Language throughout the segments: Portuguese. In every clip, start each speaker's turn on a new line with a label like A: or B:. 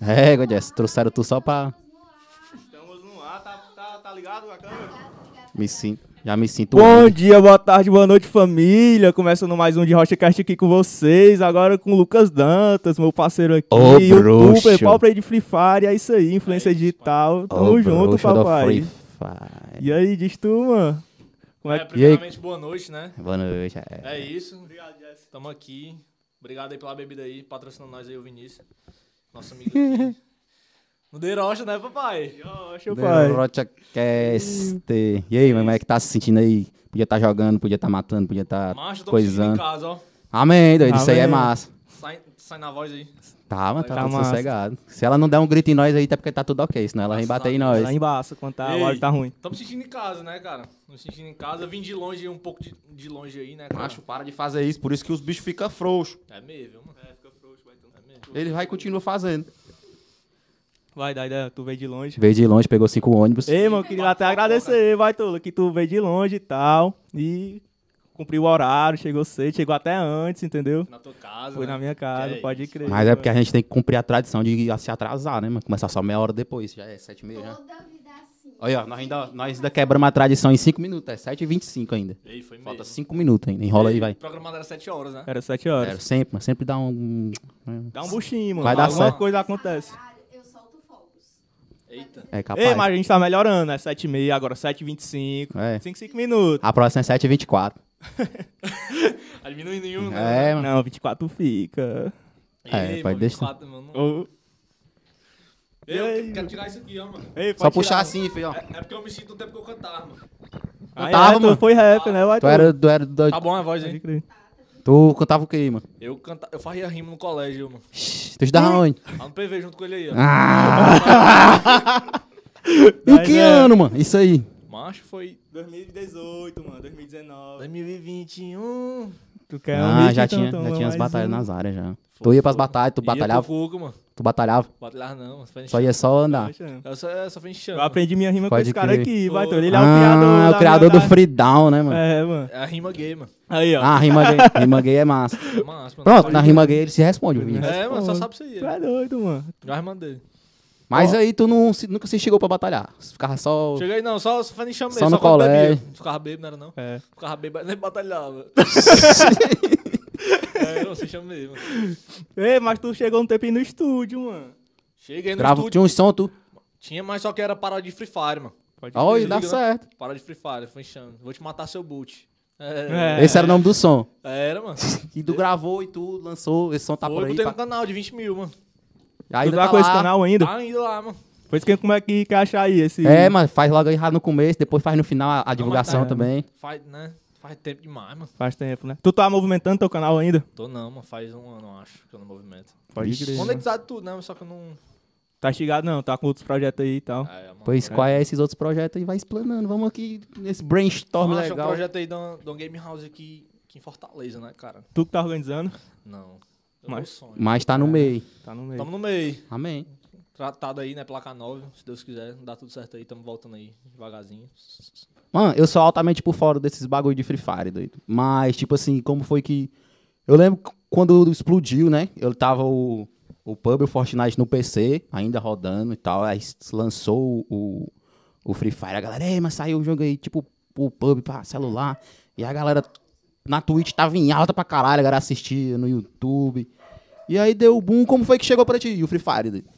A: É, Jess, trouxeram tu só pra.
B: Estamos no ar, tá, tá, tá ligado a câmera?
A: Me sinto. Já me sinto.
C: Bom
A: humilde.
C: dia, boa tarde, boa noite, família. Começando mais um de RochaCast aqui com vocês. Agora com o Lucas Dantas, meu parceiro aqui.
A: Ô,
C: youtuber,
A: bruxo.
C: pau pra ir de Free Fire, é isso aí, influência digital. Tamo
A: Ô,
C: junto,
A: bruxa do Free
C: papai.
A: Fire.
C: E aí, diz tu, mano? Como é
D: É,
C: que...
D: primeiramente, boa noite, né?
A: Boa noite. é.
D: É isso. Obrigado, Jess. Tamo aqui. Obrigado aí pela bebida aí, patrocinando nós aí, o Vinícius. Nosso amigo aqui. No The Rocha, né, papai?
C: Poxa, pai.
A: Derrotacast. E aí, mano, como é que tá se sentindo aí? Podia estar jogando, podia estar matando, podia estar
D: Macho, tô me sentindo em
A: coisando.
D: casa, ó.
A: Amém, doido. Isso aí é
C: Amém.
A: massa.
D: Sai, sai na voz aí.
A: Tá, mano, tá,
C: Tá
A: tudo
C: massa.
A: sossegado. Se ela não der um grito em nós aí, tá porque tá tudo ok. Senão ela vem
D: Nossa,
A: bater em
D: tá-
A: nós.
C: Lá embaixo, quando
A: Ah,
C: tá, o
D: Ei.
C: áudio tá ruim.
D: Tamo se sentindo em casa, né, cara? Tô me sentindo em casa. Vim de longe, um pouco de, de longe aí, né, cara?
A: Macho, para de fazer isso, por isso que os bichos ficam frouxos.
D: É mesmo, mano.
B: É, fica frouxo, vai então.
D: É mesmo.
A: Ele vai e continua fazendo.
C: Vai, Daida, tu veio de longe.
A: Veio de longe, pegou cinco ônibus.
C: Ei, mano, queria até agradecer, vai, Tula, que tu veio de longe e tal. E cumpriu o horário, chegou cedo, chegou até antes, entendeu?
D: Na tua casa.
C: Foi
D: né?
C: na minha casa,
D: Que é
C: pode
D: isso.
C: crer.
A: Mas é porque a gente tem que cumprir a tradição de se atrasar, né, mano? Começar só meia hora depois, já é sete e meia já.
E: Toda
F: é
E: vida assim.
A: Olha, ó, nós ainda, nós ainda quebramos a tradição em cinco minutos, é sete e vinte e cinco ainda.
D: Ei, foi mesmo.
A: Falta cinco minutos ainda, enrola aí, vai.
D: Programado era 7 horas, né?
C: Era sete horas.
A: Sério, sempre, mas sempre dá um...
C: Dá um buchinho, mano.
A: Vai dar
C: Alguma
A: certo.
C: coisa acontece.
E: Eu solto fogos.
D: Eita.
A: É capaz.
C: Ei, mas a gente tá melhorando, é 7h30, agora 7h25.
A: É.
C: 5, 5 minutos.
A: A próxima é sete e vinte e quatro.
D: Tá diminuindo em um, né?
A: É, mano.
C: Não, 24 fica.
A: É,
D: Ei,
A: pode
D: mano,
A: deixar.
D: 24, mano.
C: Ô,
D: Ei,
C: Ei,
D: Eu quero tirar isso aqui, ó, mano.
C: Ei,
A: Só
C: pode
A: puxar
C: tirar.
A: assim, filho, ó.
D: É, é porque eu me sinto um tempo que eu cantar, mano.
C: Aí,
A: tava,
C: é, tu
A: mano.
C: foi rap, né? Vai,
A: Tu era, tu era doido.
D: Tá bom a voz,
C: Pode
D: hein?
C: crer.
A: Tu cantava o quê, mano?
D: Eu, canta... eu fazia rima no colégio, mano.
A: Shhh, Tu estudava onde?
D: Lá no PV junto com ele aí,
A: Ah.
D: ó.
A: E
C: Mas
A: que
C: é.
A: ano, mano? Isso aí.
D: Macho foi
C: 2018, mano, 2019.
D: 2021.
C: Tu quer um
A: ah,
C: beat,
A: já
C: então,
A: tinha,
C: então,
A: já
C: vamos
A: tinha as
C: mais
A: batalhas
C: um.
A: nas áreas já. Tu
D: Foi,
A: ia pras
D: foi.
A: batalhas, tu
D: Ia
A: batalhava,
D: pro Fugo, mano.
A: tu batalhava,
D: Batalhar não, mano. Foi
A: só ia só andar.
C: Poxa,
D: Eu só, eu só fui enchendo.
C: Eu aprendi minha rima
A: Pode
C: com esse cara
A: crer.
C: aqui, vai, tu. Ele é o criador.
A: Ah, é
C: da
A: o criador do
C: minha-
A: Freedown, né, mano?
C: É, mano.
D: É a rima gay, mano.
C: Aí, ó.
A: Ah, rima gay, rima gay é massa.
D: É massa, mano.
A: Pronto, na rima gay ele se responde, o Vinícius.
D: É, mano, só sabe isso aí.
C: Tu
D: né? ó.
C: é doido, mano.
D: Já rima dele.
A: Mas aí tu não, se- nunca se chegou pra batalhar. Você ficava só.
D: Cheguei não, só, só fazia enxame
A: Só
D: mesmo,
A: no
D: quando bebia. Ficava bêbado, não era não?
C: É.
D: Ficava bêbado, nem batalhava. é, eu se chamei, mano.
C: Ei, mas tu chegou um tempinho no estúdio, mano.
D: Cheguei no
A: Grava,
D: estúdio.
A: tinha um som, tu.
D: Tinha, mas só que era paródia de Free Fire, mano.
C: Pode
A: Olha,
D: Liga,
A: dá
D: né?
A: certo.
D: Paródia de Free Fire, foi enxame. Vou te matar seu boot.
C: É.
D: É,
A: Esse era o nome do som.
D: Era, mano.
A: E tu gravou e tu lançou, esse som tá
D: Foi,
A: por aí.
D: botei no
A: Tá...
D: um canal de 20 mil, mano.
A: Aí
C: tu
A: tá
C: tá com esse
A: lá.
C: canal ainda?
D: Tá indo lá, mano.
C: Pois que como é que encaixa aí esse.
A: É, mas faz logo aí no começo, depois faz no final a- a divulgação
C: tá-
A: também.
D: Faz, né? Faz tempo demais, mano.
C: Faz tempo, né? Tu tá movimentando teu canal ainda?
D: Tô não, mano. Faz um ano, eu acho, que eu não movimento.
C: Pode
A: Vixe.
C: crer.
D: Monetizado tudo, né? Só que eu não...
C: Tá chegado não, tá com outros projetos aí e tal.
D: É, mano.
A: Pois qual é esses outros projetos aí? Vai explanando. Vamos aqui nesse brainstorm
D: Mano, achei um
A: legal.
D: projeto aí de uma, de uma game house aqui, aqui em Fortaleza, né, cara?
C: Tu que tá organizando,
D: Não. Eu
C: Mas-
D: Mas... sonho.
A: Mas tá no meio.
C: tá no meio.
D: Tamo no meio.
A: Amém.
D: Tratado aí, né? Placa 9, se Deus quiser. Dá tudo certo aí. Tamo voltando aí, devagarzinho.
A: Mano, eu sou altamente por fora desses bagulho de Free Fire, doido. Mas, tipo assim, como foi que. Eu lembro c- quando explodiu, né? Eu tava o, o pub e o Fortnite no PC, ainda rodando e tal. Aí s- lançou o, o Free Fire. A galera, ei, mas saiu o jogo aí, tipo, o pub pra celular. E a galera na Twitch tava em alta pra caralho, a galera assistia no YouTube. E aí deu boom. Como foi que chegou pra ti o Free Fire, doido?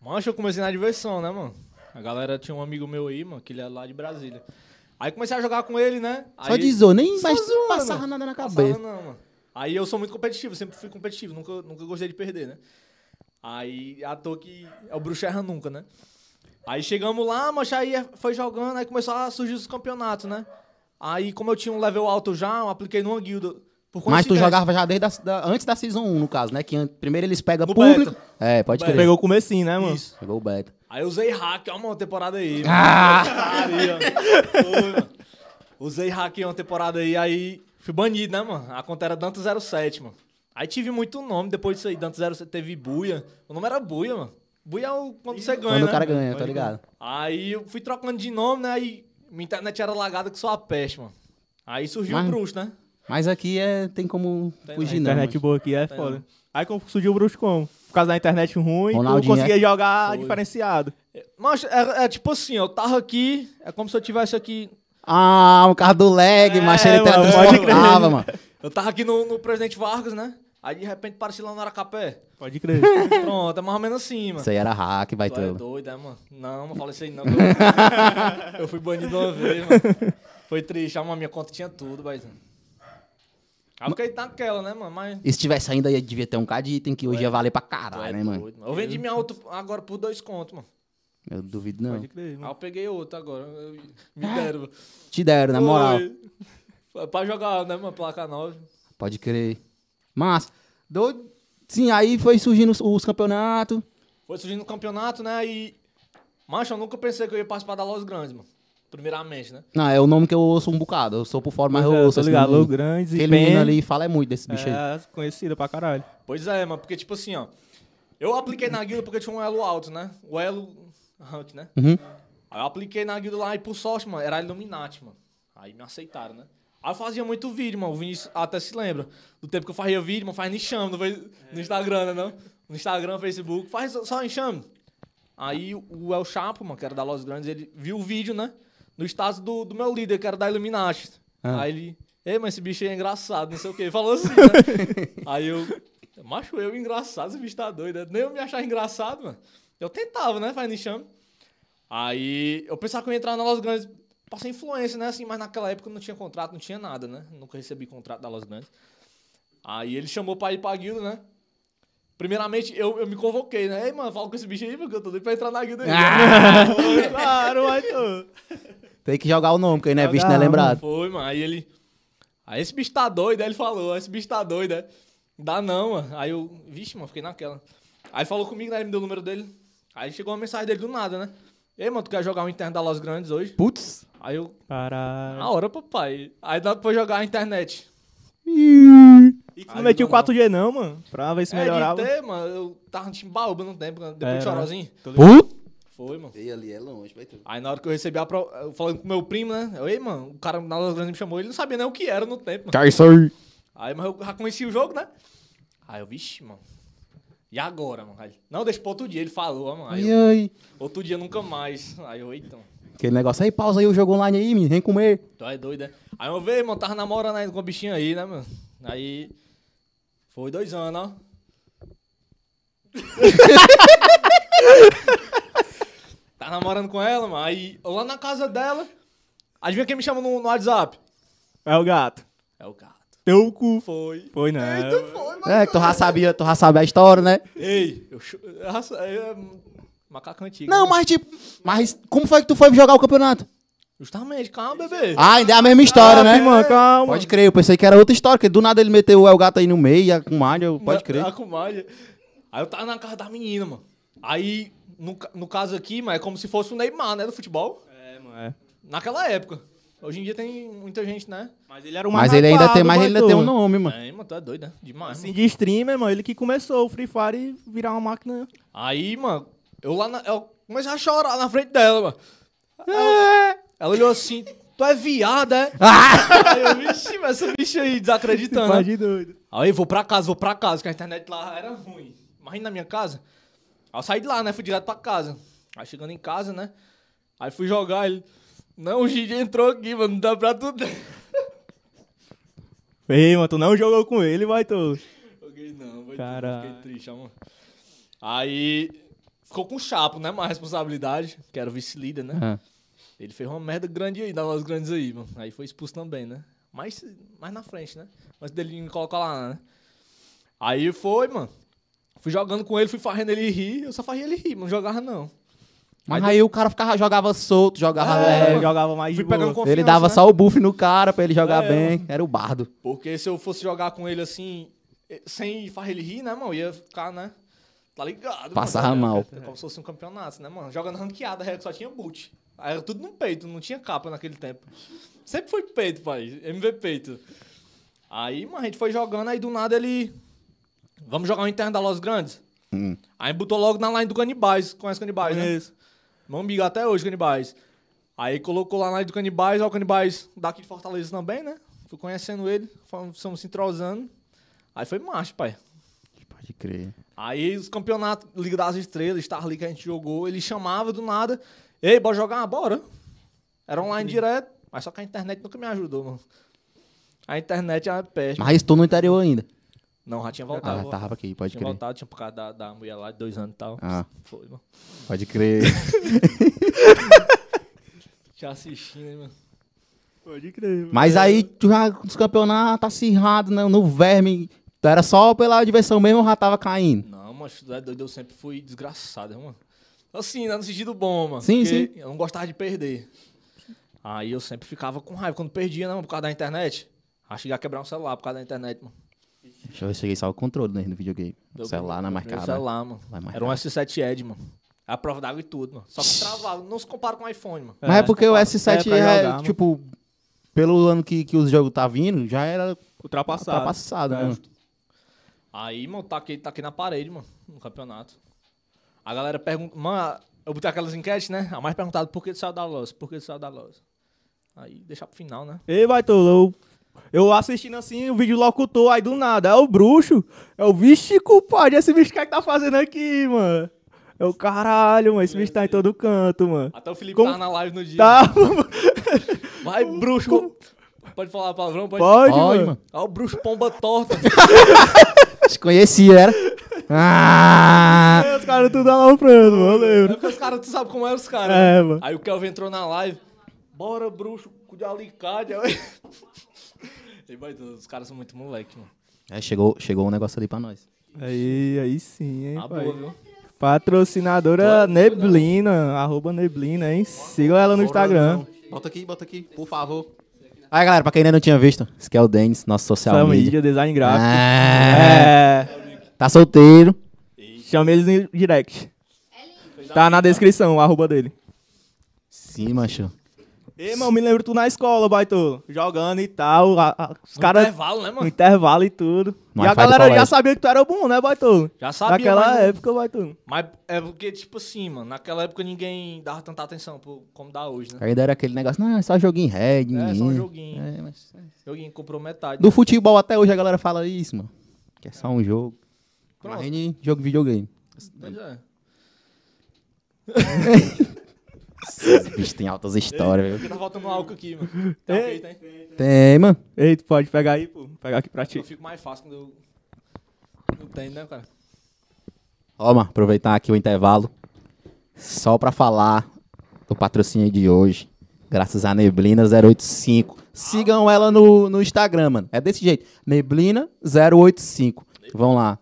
D: Mancho, eu comecei na diversão, né, mano? A galera tinha um amigo meu aí, mano, que ele é lá de Brasília. Aí comecei a jogar com ele, né?
A: Só
D: aí,
A: dizou, nem
D: Só
A: mais
D: zoando.
A: passava nada na
D: Passava
A: cabeça.
D: não, mano. Aí eu sou muito competitivo, sempre fui competitivo, nunca, nunca gostei de perder, né? Aí à toa que é o bruxo erra nunca, né? Aí chegamos lá, mas aí foi jogando, aí começou a surgir os campeonatos, né? Aí como eu tinha um level alto já, eu apliquei numa guilda. Por
A: Mas tu
D: coincidência.
A: jogava já desde a- da- antes da Season 1, no caso, né? Que an- primeiro eles pegam
D: No
A: público.
D: beta.
A: É, pode
D: Beta.
A: crer.
C: Pegou o comecinho, né, mano?
D: Isso.
A: Pegou o beta.
D: Aí eu usei hack, ó, uma temporada aí.
A: Ah!
D: Aí, ó. Foi, mano. Usei hack em uma temporada aí, aí fui banido, né, mano? A conta era Danto07, mano. Aí tive muito nome depois disso aí. Danto07 teve Buia. O nome era Buia, mano. Buia é o, quando você ganha,
A: Quando
D: né?
A: o cara ganha, tá ligado?
D: Aí eu fui trocando de nome, né? Aí minha internet era lagada que só a peste, mano. Aí surgiu
A: Mas-
D: o Bruxo, né?
A: Mas aqui é, tem como
D: Tem
A: fugir, não.
C: Internet boa aqui é
D: Tá
C: foda.
D: não.
C: Aí como surgiu o Bruxo como? por causa da internet ruim, tu
A: Ronaldinho, né?
C: conseguia jogar
D: Foi.
C: diferenciado.
D: Mas é, é tipo assim, ó, eu tava aqui, é como se eu tivesse aqui.
A: Ah, o carro do lag,
C: É,
A: mas ele
C: mano, pode
A: teletransportava, mano.
D: Eu tava aqui no, no Presidente Vargas, né? Aí de repente pareci lá no Aracapé.
C: Pode crer.
D: Pronto, é mais ou menos assim, mano.
A: Isso aí era hack, vai
D: Tu é
A: tudo.
D: doido, é, mano? Não, não fala isso aí, não. que eu- Eu fui banido uma vez, mano. Foi triste, ah, mas minha conta tinha tudo, mas. Ah, porque tá naquela, né, mano? Mas.
A: E se tivesse ainda, ia- devia ter um cadinho de item que hoje ia valer pra
D: Tu é
A: caralho, né, mano?
D: doido, Eu vendi minha auto agora por dois contos, mano.
A: Eu duvido não.
C: Pode crer,
D: Aí
C: mano.
D: eu peguei outro agora. eu- Me deram. mano.
A: Te deram, Ah, na moral.
D: Foi. Foi Pra jogar, né, mano? Placa 9.
A: Pode crer. Mas, doido. Sim, aí foi surgindo os, os campeonatos.
D: Foi surgindo o campeonato, né? E. Macho, eu nunca pensei que eu ia participar da Los Grandes, mano. Primeiramente, né?
A: Não, é o nome que eu ouço um bocado. Eu sou por fora, mas eu
C: É,
A: ouço. assim,
C: tô
A: esse
C: ligado,
A: menino.
C: Lou Grandes e
A: Aquele menino
C: Pen.
A: ali fala é muito desse bicho aí.
C: É, conhecida pra caralho.
D: Pois é, mano, porque tipo assim, ó. Eu apliquei na guilda porque tinha um elo alto, né? O elo rank, né?
A: Uhum.
D: Aí eu apliquei na guilda lá e por sorte, mano, era Illuminati, mano. Aí me aceitaram, né? Aí eu fazia muito vídeo, mano. O Vinícius até se lembra. Do tempo que eu fazia vídeo, mano, faz enxame no, Face- no Instagram, né? Não? No Instagram, Facebook, faz só- só enxame. Aí o El Chapo, mano, que era da Los Grandes, ele viu o vídeo, né? No status do, do meu líder, que era da Illuminati.
A: Ah.
D: Aí ele, ei, mas esse bicho aí é engraçado, não sei o quê. Falou assim, né? aí eu, macho, eu engraçado, esse bicho tá doido, né? Nem eu me achava engraçado, mano. Eu tentava, né, faz enxame. Aí eu pensava que eu ia entrar na Los Grandes pra ser influência, né? Assim, mas naquela época eu não tinha contrato, não tinha nada, né? Nunca recebi contrato da Los Grandes. Aí ele chamou pra ir pra guilda, né? Primeiramente, eu, eu me convoquei, né? Ei, mano, fala com esse bicho aí, porque eu tô doido pra entrar na guilda aí. né?
C: claro, vai tu.
A: Tem que jogar o nome, porque não é
C: Jogar,
A: visto, não é
C: mano.
A: lembrado.
D: Foi, mano. Aí ele. Aí esse bicho tá doido, aí ele falou, esse bicho tá doido, é. Dá não, mano. Aí eu. Vixe, mano, fiquei naquela. Aí ele falou comigo, né? Ele me deu o número dele. Aí chegou uma mensagem dele do nada, né? Ei, mano, tu quer jogar um interno da Los Grandes hoje?
A: Putz.
D: Aí eu.
C: Caralho.
D: Na hora, papai. Aí dá pra jogar a internet.
C: E tu
D: Aí
C: não metia o
D: não, não.
C: 4G não, mano? Pra ver se melhorava. É, né?
D: É, de ter, mano, eu tava no time baúba no tempo, né? depois
C: Era.
D: de chorozinho.
A: Putz.
D: Foi, mano.
A: E ali é longe, vai tudo.
D: Aí na hora que eu recebi a prova, eu falando com meu primo, né? Eu, ei, mano, o cara na Los Grandes me chamou, ele não sabia nem o que era no tempo, mano.
A: Cai isso aí.
D: Aí, mas eu já conheci o jogo, né? Aí eu, vixe, mano. E agora, mano? Aí, não, deixa pro outro dia, ele falou, ó, mano. Aí
A: Ai,
D: eu,
A: ai.
D: outro dia nunca mais. Aí eu, eita, mano.
A: Aquele negócio aí, pausa aí o jogo online aí, menino, vem comer.
D: Tu é doido, né? Aí eu veio, mano, tava namorando ainda com o bichinho aí, né, mano? Aí. Foi dois anos, ó. tá namorando com ela, mano. Aí, eu lá na casa dela. Adivinha quem me chama no, no WhatsApp?
C: É o gato.
D: É o gato.
C: Teu cu.
D: Foi.
C: Foi né? não.
A: É, que tu já sabia, tu já sabe a história, né?
D: Ei, eu. cho- eu raça- eu- é macaco antigo.
A: Não,
D: né?
A: mas tipo, mas como foi que tu foi jogar o campeonato?
D: Justamente, calma, bebê.
A: Ah, ainda é a mesma história, né?
C: Mano, calma.
A: Pode crer, eu pensei que era outra história, que do nada ele meteu o El Gato aí no meio, e a com malha, eu- pode
D: Na-
A: crer.
D: na comadre. Aí eu tava na casa da menina, mano. Aí, no, ca- no caso aqui, mano, é como se fosse o Neymar, né, do futebol.
C: É, mano, é.
D: Naquela época. Hoje em dia tem muita gente, né?
C: Mas ele era o mais
A: Mas ele ainda
C: hypado,
A: tem, mas
C: vai
A: ele ainda
C: tu.
A: tem um nome, mano.
D: É, mano, tu é doido, né? Demais,
C: Assim,
D: mano.
C: de streamer, mano, ele que começou o Free Fire virar uma máquina.
D: Aí, mano, eu lá na, eu comecei a chorar na frente dela, mano. Ela,
A: É.
D: ela olhou assim, tu é viada, é?
A: Ah.
D: Aí eu, vixi, mas essa bicha aí desacreditando. né?
C: de doido.
D: Aí vou pra casa, vou pra casa, que a internet lá era ruim. Imagina na minha casa. Aí eu saí de lá, né? Fui direto pra casa. Aí chegando em casa, né? Aí fui jogar, ele. Não, o Gigi entrou aqui, mano. Não dá pra tudo.
C: Ei, mano, tu não jogou com ele, vai tu.
D: Joguei não, foi
C: Caralho.
D: fiquei triste, ó, mano. Aí ficou com o Chapo, né? Mais responsabilidade, que era o vice-líder, né?
A: Ah.
D: Ele fez uma merda grande aí, das grandes aí, mano. Aí foi expulso também, né? Mas mais na frente, né? Antes dele me colocar lá, né? Aí foi, mano. Fui jogando com ele, fui farrendo ele rir. Eu só farria ele rir, mano. Não jogava, não.
A: Mas aí o cara ficava, jogava solto, jogava
C: É,
A: leve.
C: jogava mais
D: Fui
C: de boa.
D: pegando confiança,
A: Ele dava
D: né?
A: só o buff no cara pra ele jogar
D: É,
A: bem. Era o bardo.
D: Porque se eu fosse jogar com ele assim, eh, sem farrer ele rir, né, mano? Ia ficar, né? Tá ligado?
A: Passava
D: mano?
A: mal.
D: É como se fosse um campeonato, né, mano? Jogando ranqueada, era que só tinha boot. Aí era tudo no peito, não tinha capa naquele tempo. Sempre foi peito, pai. MV peito. Aí, mano, a gente foi jogando, aí do nada ele. Vamos jogar o interno da Los Grandes?
A: Hum.
D: Aí botou logo na line do Canibais. Conhece Canibais, né?
C: Conheço.
D: Meu amigo até hoje, Canibais. Aí colocou lá na área do Canibais, ó, o Canibais daqui de Fortaleza também, né? Fui conhecendo ele, fomos fomos se entrosando. Aí foi macho, pai.
A: Pode crer.
D: Aí os campeonatos, Liga das Estrelas, Star League que a gente jogou, ele chamava do nada. Ei, bora jogar? Bora. Era online direto, mas só que a internet nunca me ajudou, mano. A internet é uma peste.
A: Mas estou no interior ainda.
D: Não, já tinha
A: Ah,
D: voltado.
A: tava aqui, pode
D: tinha
A: crer.
D: voltado, tinha por causa da, da mulher lá de dois anos e tal.
A: Ah.
D: Foi, mano.
A: Pode crer.
D: Te assistindo, hein, mano.
C: Pode crer.
A: Mas aí, tu já, os campeonatos acirrados, né, no verme. Tu Era só pela diversão mesmo, eu já tava caindo.
D: Não, mas tu é doido, eu sempre fui desgraçado, hein, mano. Assim, né, no sentido bom, mano.
A: Sim,
D: porque Eu não gostava de perder. Aí eu sempre ficava com raiva quando perdia, não, por causa da internet. Acho que ia quebrar um celular por causa da internet, mano.
A: Deixa eu ver se cheguei só ao controle né, no videogame. O celular na mais
D: Meu
A: cara.
D: celular, mano.
A: Vai mais
D: Era um S7 Edge, mano. A prova d'água e tudo, mano. Só que travava. Não se compara com o iPhone, mano.
A: Mas é, porque o
C: É,
A: S7
C: pra
A: é,
C: jogar, mano.
A: tipo, pelo ano que, que o jogo tá vindo, já era
C: Ultrapassado.
A: ultrapassado, né?
C: É.
A: mano.
D: Aí, mano, tá aqui, tá aqui na parede, mano, no campeonato. A galera pergunta. Mano, eu botei aquelas enquetes, né? A mais perguntada, por que tu saiu da loja? Por que tu saiu da loja? Aí deixar pro final, né?
C: Ei, Baitolo, eu, eu assistindo assim o vídeo do locutor, aí do nada, é o bruxo. É o vixe, compadre, esse bicho que é que tá fazendo aqui, mano? É o caralho, mano, esse bicho tá em todo canto, mano.
D: Até o Felipe
C: Como-
D: tava na live no dia.
C: Tá,
D: Vai, bruxo! Pode falar palavrão? Pode.
C: pode,
A: Olha,
C: mano.
A: mano.
D: Ó, o bruxo pomba torta.
A: Desconhecia, era. Ah!
C: Os caras tudo alofrando, mano, eu lembro.
D: É porque os caras, tu sabe como eram os caras.
C: É,
D: né?
C: mano.
D: Aí o Kelvin entrou na live. Bora, bruxo, cu de alicate. E, vai, os caras são muito moleque, mano.
A: Aí chegou, chegou um negócio ali pra nós.
C: Aí, aí sim, hein,
D: Tá
C: pai.
D: boa, viu?
C: Patrocinadora Neblina, arroba Neblina, hein? Sigam ela no Instagram.
A: Bota aqui, bota aqui, por favor. Aí, galera, pra quem ainda não tinha visto, esse aqui é o Denis, nosso social
C: Social
A: media.
C: Media, design gráfico.
A: Ah,
C: É,
A: Tá solteiro.
C: chame É, eles no direct.
E: É lindo.
C: Tá na descrição, o arroba dele.
A: Sim, macho.
C: Ei, mano, me lembro tu na escola, baito, jogando e tal, a- a- os
D: No
C: caras
D: intervalo, né,
C: no
D: mano?
C: intervalo e tudo.
A: No
C: e a
A: Wi-Fi do
C: galera já
A: colégio.
C: sabia que tu era bom, né, baito?
D: Já sabia,
C: Naquela
D: mas não-
C: época, baito.
D: Mas é porque, tipo assim, mano, naquela época ninguém dava tanta atenção pro- como dá hoje, né?
A: Ainda era aquele negócio, não, é só joguinho red,
D: É, só
A: menino.
D: um joguinho.
A: É, mas-
D: Joguinho comprou metade. né?
A: Do futebol até hoje a galera fala isso, mano. Que é só um jogo. Imagine jogo videogame.
D: Pois é.
A: Esses bichos têm altas histórias,
D: Porque
A: viu?
D: tá faltando álcool aqui, mano. Tá ok, tá, hein?
A: Tem, mano.
C: Ei, tu pode pegar aí, pô. Pegar aqui pra ti.
D: Eu fico mais fácil quando eu. Não tem, né, cara?
A: Ó, mano, aproveitar aqui o intervalo. Só pra falar do patrocínio de hoje. Graças a Neblina 085. Sigam ela no, no Instagram, mano. É desse jeito. Neblina 085. Vão lá.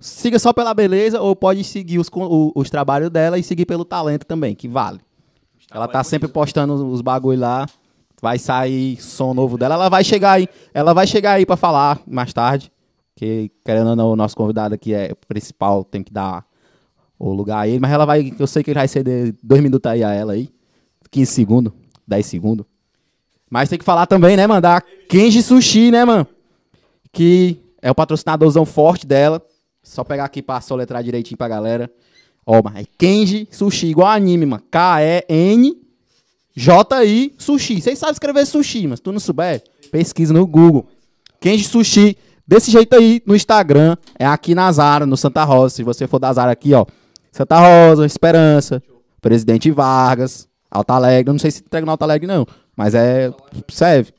A: Siga só pela beleza ou pode seguir os, con- o- os trabalhos dela e seguir pelo talento também, que vale. Ela tá sempre postando os- os bagulho lá. Vai sair som novo dela. Ela vai chegar aí. Ela vai chegar aí pra falar mais tarde. Que, querendo ou não, o nosso convidado aqui é principal, tem que dar o lugar a ele. Mas ela vai. Eu sei que ele vai ceder dois minutos aí a ela aí. 15 segundos, 10 segundos. Mas tem que falar também, né, mano? Da Kenji Sushi, né, mano? Que é o patrocinadorzão forte dela. Só pegar aqui pra soletrar direitinho pra galera. Ó, mas é Kenji Sushi, igual anime, mano. K-E-N J-I Sushi. Vocês sabem escrever sushi, mas se tu não souber, é, pesquisa no Google. Kenji Sushi, desse jeito aí, no Instagram, é aqui na Zara, no Santa Rosa. Se você for da Zara aqui, ó. Santa Rosa, Esperança, Presidente Vargas, Alta Alegre. Eu não sei se entrega no Alta Alegre, não, mas é. serve.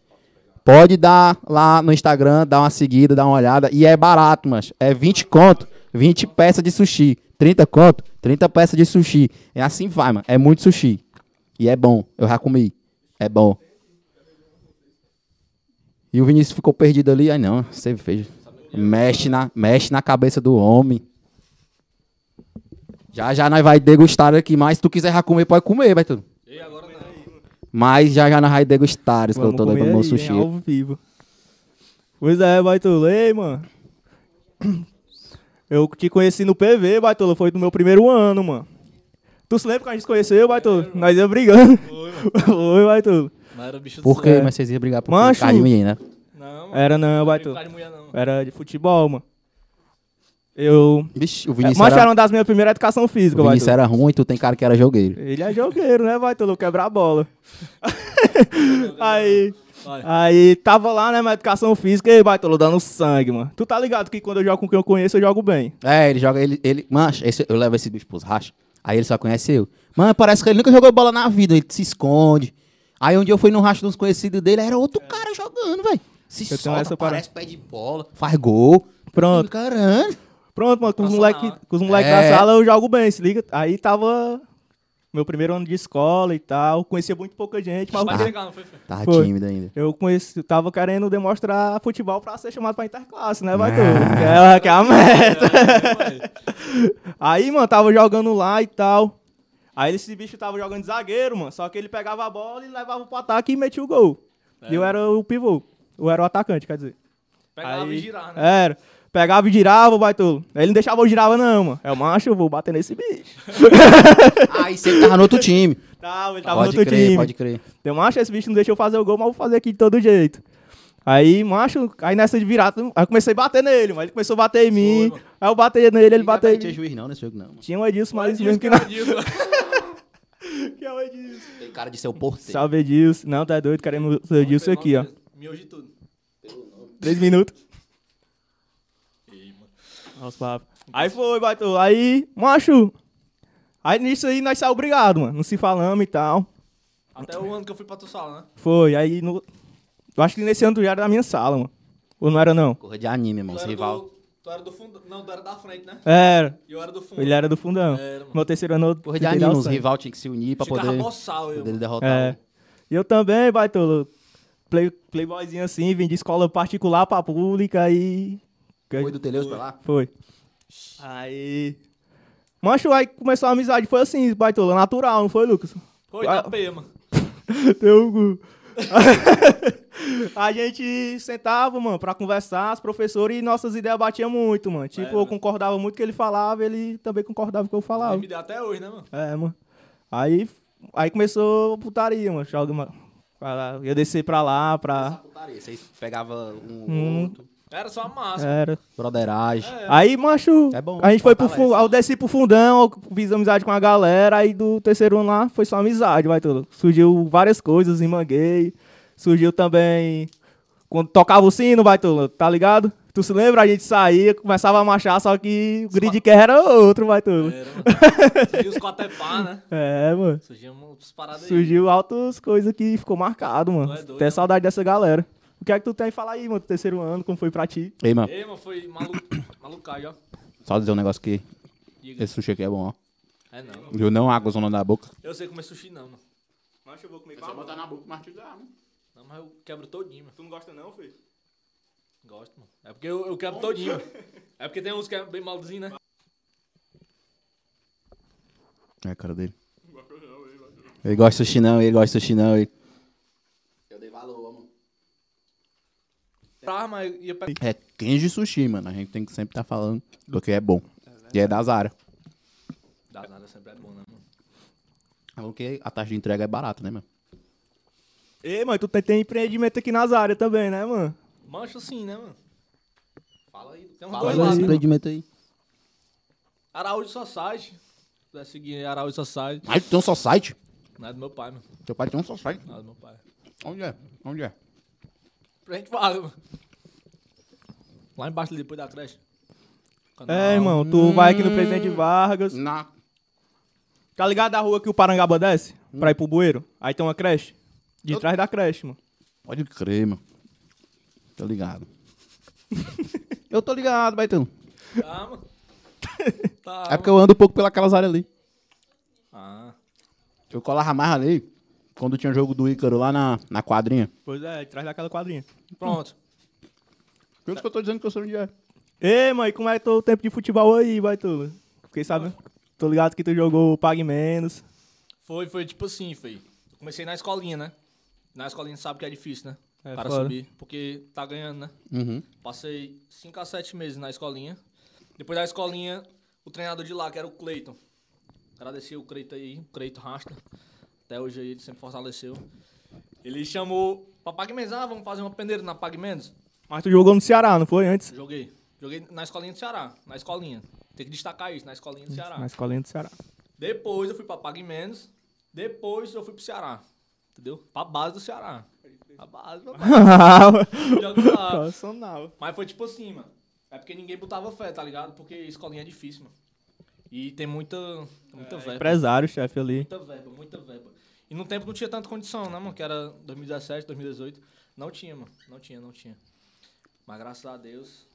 A: Pode dar lá no Instagram, dar uma seguida, dar uma olhada. E é barato, mas é 20 conto, 20 peças de sushi. 30 conto, 30 peças de sushi. É assim vai, mano. É muito sushi. E é bom. Eu já comi. É bom. E o Vinícius ficou perdido ali. Ai, não. Você fez. Mexe na, mexe na cabeça do homem. Já, já nós vai degustar aqui. Mas se tu quiser já comer, pode comer, vai tudo.
D: E agora não.
A: Mas já já nós vai degustar. Isso que eu tô
C: comer
A: levando meu
C: aí, hein,
A: sushi.
C: ao vivo. Pois é, Baitolo. Ei, mano. Eu te conheci no PV, Baitolo. Foi no meu primeiro ano, mano. Tu se lembra que a gente se conheceu, Baitolo? Nós ia brigando. Foi, Baitolo.
D: Não era bicho do
A: Por quê?
C: É.
D: céu.
A: Mas vocês iam brigar por
C: Macho.
A: causa de mim, né?
D: Não, mano.
C: Era não,
D: Não
C: Baitolo.
D: de mulher, não.
C: Era de futebol, mano. Eu...
A: Vixe, o
C: É,
A: Vinícius,
C: mas era
A: era,
C: uma das minhas primeiras educação física,
A: o Vinícius
C: Baitolo.
A: era ruim, tu tem cara que era jogueiro.
C: Ele é jogueiro, né, Baitolo? Quebrar a bola. Aí...
D: Olha.
C: Aí tava lá, né, mas educação física, ei, baitolo, dando sangue, mano. Tu tá ligado que quando eu jogo com quem eu conheço, eu jogo bem.
A: É, ele joga, ele, ele mancha, esse- eu levo esse bicho pros racha. Aí ele só conhece eu. Mano, parece que ele nunca jogou bola na vida, ele se esconde. Aí um dia eu fui no racha dos conhecidos dele, era outro cara jogando, velho. Se
C: tenho
A: solta,
C: essa parada.
A: parece pé de bola, faz gol.
C: Pronto.
A: Caramba.
C: Pronto, mano, com os
D: Passou
C: moleques
D: na hora.
C: moleque
A: É.
C: da sala eu jogo bem, se liga. Aí tava meu primeiro ano de escola e tal, conhecia muito pouca gente, mas
D: Vai chegar, não foi? foi.
A: Tava
C: Foi.
A: tímido ainda.
C: eu conheci, tava querendo demonstrar futebol pra ser chamado pra interclasse, né, vai tu? Que é, que é a meta. Aí, mano, tava jogando lá e tal. Aí esse bicho tava jogando de zagueiro, mano, só que ele pegava a bola e levava pro ataque e metia o gol. E eu era o pivô, eu era o atacante, quer dizer.
D: Pegava
C: Aí- é.
D: e girar, né?
C: Era. Pegava e girava o baitolo. Aí ele não deixava eu girava, não, mano. É o macho, eu vou bater nesse bicho.
A: Aí você tava no outro time.
C: Tava, ele tava
A: Pode
C: no outro
A: crer,
C: time.
A: pode crer.
C: Tem macho, esse bicho não deixou eu fazer o gol, mas eu vou fazer aqui de todo jeito. Aí, macho, aí nessa de virada, aí eu comecei a bater nele, mas ele começou a bater em mim. aí eu bati nele, ele bateu em
A: Não tinha
C: mim.
A: juiz não nesse jogo, não. mano.
C: Tinha um é Edilson, mas
D: Edilson,
C: mesmo que
D: cara,
C: não.
D: Edilson.
C: Que é o Edilson.
A: Tem cara de ser o porteiro.
C: Salve, Edilson. Não, tá doido, queremos o Edilson aqui, ó.
D: Miojo de tudo.
C: Três minutos. Olha os papos. Aí foi, batou. Aí, macho. Aí nisso aí nós saímos obrigado, mano. Não se falamos e tal.
D: Até o ano que eu fui pra tua sala, né?
C: Foi, aí no. Eu acho que nesse ano tu já era da minha sala, mano. Ou não era, não?
A: Corra de anime, irmão.
D: Tu
A: Esse
D: era
A: rival.
D: do- Tu era do fundo. Não, tu era da frente, né?
C: Era.
D: E eu era do fundo. É,
C: Ele era do fundão.
D: Era, mano.
C: Meu terceiro ano. eu
A: Corra de
C: tentei
A: anime,
C: dar o
A: os
C: sangue.
A: rival tinha que se unir pra
D: Ficava
A: poder,
D: boçal, eu.
A: poder
D: mano.
A: derrotar.
C: É.
A: um.
C: E eu também, baitolo. Play, playboyzinho assim, vim de escola particular pra pública e.
A: Foi do Teleus pra lá?
C: Foi. Aí. Macho, aí começou a amizade. Foi assim, baitola, natural, não foi, Lucas?
D: Foi
A: Ah,
D: da P, mano.
C: Teu cu. a gente sentava, mano, pra conversar, os professores e nossas ideias batiam muito, mano. Tipo,
D: É,
C: eu
D: mano.
C: concordava muito com o que ele falava, ele também concordava com o que eu falava.
D: Me deu até hoje, né, mano?
C: É, mano. Aí, aí começou a putaria, mano. Joga, mano. Pra lá. Eu desci pra lá, pra.
A: Putaria, Vocês pegavam um
C: Hum.
A: outro.
D: Era só a massa.
C: Era.
A: Broderagem.
C: Aí, macho,
A: É bom,
C: a gente foi pro
A: fortalece.
C: fundão, aí eu desci pro fundão, eu fiz amizade com a galera, aí do terceiro ano lá foi só amizade, vai tudo. Surgiu várias coisas em Manguei, surgiu também quando tocava o sino, vai tudo, tá ligado? Tu se lembra? A gente saía, começava a marchar, só que o grid que era outro, vai
A: É.
C: tudo.
D: né, Era, mano. Surgiu os Cotepá, né?
C: É, mano.
D: Surgiu uns paradas aí.
C: Surgiu altas coisas que ficou marcado, mano.
D: Tu é doido,
C: Até
D: né?
C: saudade dessa galera. O que é que tu tem a falar aí, mano, do terceiro ano, como foi pra ti?
A: Ei, mano,
D: Ei, mano, foi malu... malucagem, ó.
A: só dizer um negócio aqui.
D: Diga.
A: Esse sushi aqui é bom, ó.
D: É não.
A: Viu? Não água zona na boca.
D: Eu sei comer sushi, não, mano.
C: Macho, eu vou comer
B: É botar na boca e mastigar, né? mano.
D: Não, mas eu quebro todinho, mano.
C: Tu não gosta não, filho?
D: Gosto, mano. É porque eu, eu quebro todinho. É porque tem uns que é bem maldozinho, né?
A: É a cara dele. Ele gosta de sushi não, ele gosta de sushi não. Ele... Eu dei valor, mano.
D: Tá, mas ia pegar.
A: É de sushi, mano. A gente tem que sempre estar falando do que é bom. E é da Zara.
D: Dá nada, sempre é bom, né, mano?
A: Porque É a taxa de entrega é barata, né, mano?
C: Ei, mano, tu tem, tem empreendimento aqui nas áreas também, né, mano?
D: Mancho sim, né, mano? Fala aí. Tem uma
A: Fala
D: coisa lá,
A: esse
D: né, mano?
A: empreendimento aí.
D: Araújo Society. Se quiser seguir Araújo Society.
A: Mas tu tem um só site?
D: Não é do meu pai, mano.
A: Teu pai tem um só site?
D: Não é do meu pai.
A: Onde é? Onde é?
D: Pra gente fala, mano. Lá embaixo, ali, depois da creche. Canal.
C: É, irmão, tu vai aqui no Presidente Vargas.
A: Na...
C: Tá ligado a rua que o Parangaba desce? Pra ir pro bueiro? Aí tem uma creche? De trás da creche, mano.
A: Pode crer, mano. Tô ligado. eu tô ligado, Baitão.
D: Tá, mano. Tá,
A: É porque eu ando um pouco pelaquelas áreas ali.
D: Ah.
A: Eu colava mais ali quando tinha jogo do Ícaro lá na, na quadrinha.
C: Pois é, de trás daquela quadrinha.
D: Pronto.
A: Por isso que eu tô dizendo que eu sei onde é.
C: Ei, mano, e como é teu tempo de futebol aí, vai tu? Fiquei sabendo. Tô ligado que tu jogou o Pague Menos.
D: Foi, foi tipo assim, foi. Eu comecei na escolinha, né? Na escolinha sabe que é difícil, né?
C: É,
D: Para
C: fora.
D: subir. Porque tá ganhando, né? Passei 5 a 7 meses na escolinha. Depois da escolinha, o treinador de lá, que era o Cleiton. Agradeci o Cleito aí, o Cleito Rasta. Até hoje aí ele sempre fortaleceu. Ele chamou pra Pagmendes, ah, vamos fazer uma peneira na Pagmendes.
C: Mas tu jogou no Ceará, não foi antes?
D: Joguei. Joguei na escolinha do Ceará. Na escolinha. Tem que destacar isso, na escolinha do Ceará.
C: Na escolinha do Ceará.
D: Depois eu fui pra Pague Menos. Depois eu fui pro Ceará. Entendeu? Pra base do Ceará. A base, papai.
C: Profissional.
D: Joga lá. Mas foi tipo assim, mano. É porque ninguém botava fé, tá ligado? Porque escolinha é difícil, mano. E tem muita, muita verba.
C: Empresário, chefe ali.
D: Muita verba, muita verba. E no tempo não tinha tanta condição, né, mano? Que era 2017, 2018. Não tinha, mano. Não tinha, não tinha. Mas graças a Deus,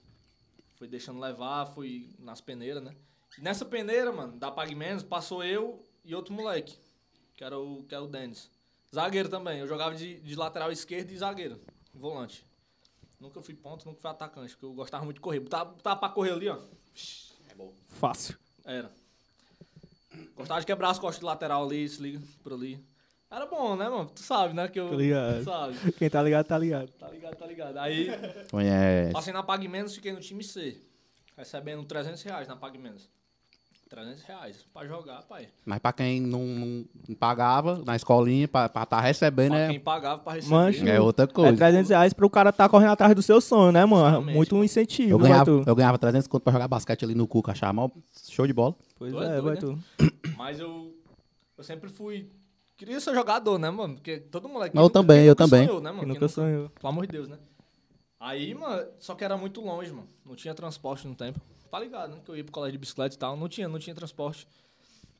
D: fui deixando levar, fui nas peneiras, né? E nessa peneira, mano, da Pague Menos, passou eu e outro moleque. Que era o, que era o Denis. Zagueiro também. Eu jogava de, de lateral esquerdo e zagueiro. Volante. Nunca fui ponto, nunca fui atacante, porque eu gostava muito de correr. Botava, botava pra correr ali, ó. É bom.
C: Fácil.
D: Era. Gostava de quebrar as costas de lateral ali, se liga, por ali. Era bom, né, mano? Tu sabe, né? Que eu.
C: Tô ligado.
D: Tu sabe.
C: Quem tá ligado, tá ligado.
D: Tá ligado, tá ligado. Aí,
A: Conhece.
D: passei na Pague Menos, fiquei no time C. Recebendo 300 reais na Pague Menos. 300 reais pra jogar, pai.
A: Mas pra quem não, não- não pagava na escolinha, pra estar tá recebendo,
D: Pra
A: é,
D: quem pagava pra receber.
C: Mancho.
A: é outra
C: É
A: coisa.
C: 300 reais pro cara tá correndo atrás do seu sonho, né, mano?
D: Exatamente.
C: Muito um incentivo,
A: eu,
C: vai
A: ganhava,
C: tu.
A: eu ganhava 300 conto pra jogar basquete ali no Cuca, achava mal show de bola.
C: Pois
D: Tu é
C: é,
D: doido,
C: vai
D: né?
C: tu.
D: Mas eu. Eu sempre fui. Queria ser jogador, né, mano? Porque todo moleque.
A: Eu
D: quem nunca-
A: também,
D: quem
A: eu
D: nunca
A: também.
D: sonhou, né, mano?
C: Que
D: Quem
C: nunca sonhou.
D: Pelo amor de Deus, né? Aí, mano, só que era muito longe, mano. Não tinha transporte no tempo. Tá ligado, né? Que eu ia pro colégio de bicicleta e tal. Não tinha, não tinha transporte.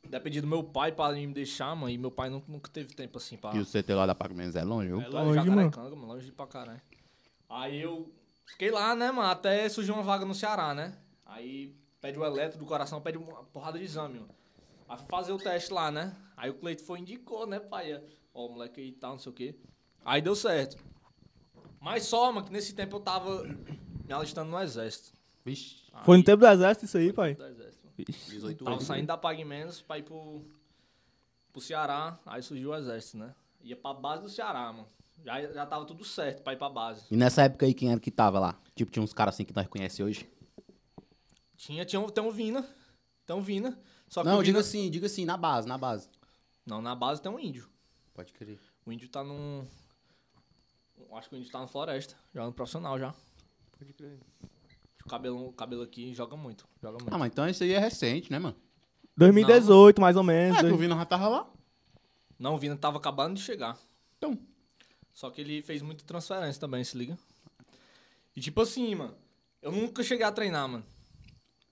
D: Dependia do meu pai pra me deixar, mano. E meu pai nunca, nunca teve tempo assim pra.
A: E o CT lá da Pago Menos é longe, viu?
D: É longe,
C: Longe,
D: longe
C: mano.
D: mano. Longe pra caralho. Aí eu fiquei lá, né, mano? Até surgiu uma vaga no Ceará, né? Aí pede o eletro do coração, pede uma porrada de exame, mano. Aí fui fazer o teste lá, né? Aí o Cleito foi e indicou, né, pai? Ó, o moleque aí e tal, não sei o quê. Aí deu certo. Mas só, mano, que nesse tempo eu tava me alistando no exército.
A: Vixe,
D: Aí-
C: Foi no tempo do exército isso aí, pai?
D: do exército, mano.
A: 18
D: Tava saindo da Pague Menos pra ir pro, pro Ceará, aí surgiu o exército, né? Ia pra base do Ceará, mano. Já, já tava tudo certo pra ir pra base.
A: E nessa época aí, quem era que tava lá? Tipo, tinha uns caras assim que nós conhecemos hoje.
D: Tinha, tinha um, tem um Vina. Tem um Vina. Só que
A: Não,
D: o
A: diga
D: Vina...
A: assim, diga assim, na base, na base.
D: Não, na base tem um índio.
A: Pode crer.
D: O índio tá num. Acho que o índio tá na floresta. Jogando profissional já.
C: Pode crer.
D: O cabelo, o cabelo aqui joga muito. Joga muito.
A: Ah, mas então isso aí é recente, né, mano?
C: 2018, mais ou menos.
A: É, que
C: dois-
A: o Vino já tava lá.
D: Não, o Vina tava acabando de chegar.
A: Então.
D: Só que ele fez muita transferência também, se liga. E tipo assim, mano, eu nunca cheguei a treinar, mano.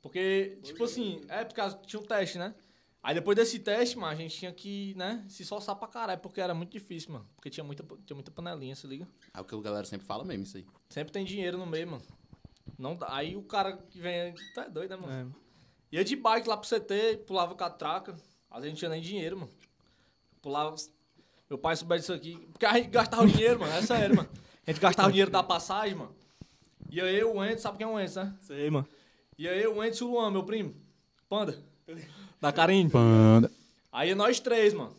D: Porque, tipo assim, é por causa tinha um teste, né? Aí depois desse teste, mano, a gente tinha que, né, se soltar pra caralho, porque era muito difícil, mano. Porque tinha muita, tinha muita panelinha, se liga.
A: É o que a galera sempre fala mesmo, isso aí.
D: Sempre tem dinheiro no meio, mano. Não, dá- aí o cara que vem, tá doido, né, mano?
C: É.
D: Ia de bike lá pro CT, pulava catraca. Às vezes não tinha nem dinheiro, mano. Pulava. Meu pai souber disso aqui. Porque a gente gastava o dinheiro, mano. É sério, mano. A gente gastava o dinheiro da passagem, mano. E aí o Entes, sabe quem é o Entes, né?
C: Sei, mano.
D: E aí o Entes e o Luan, meu primo. Panda. Da Karine.
A: Panda.
D: Aí é nós três, mano.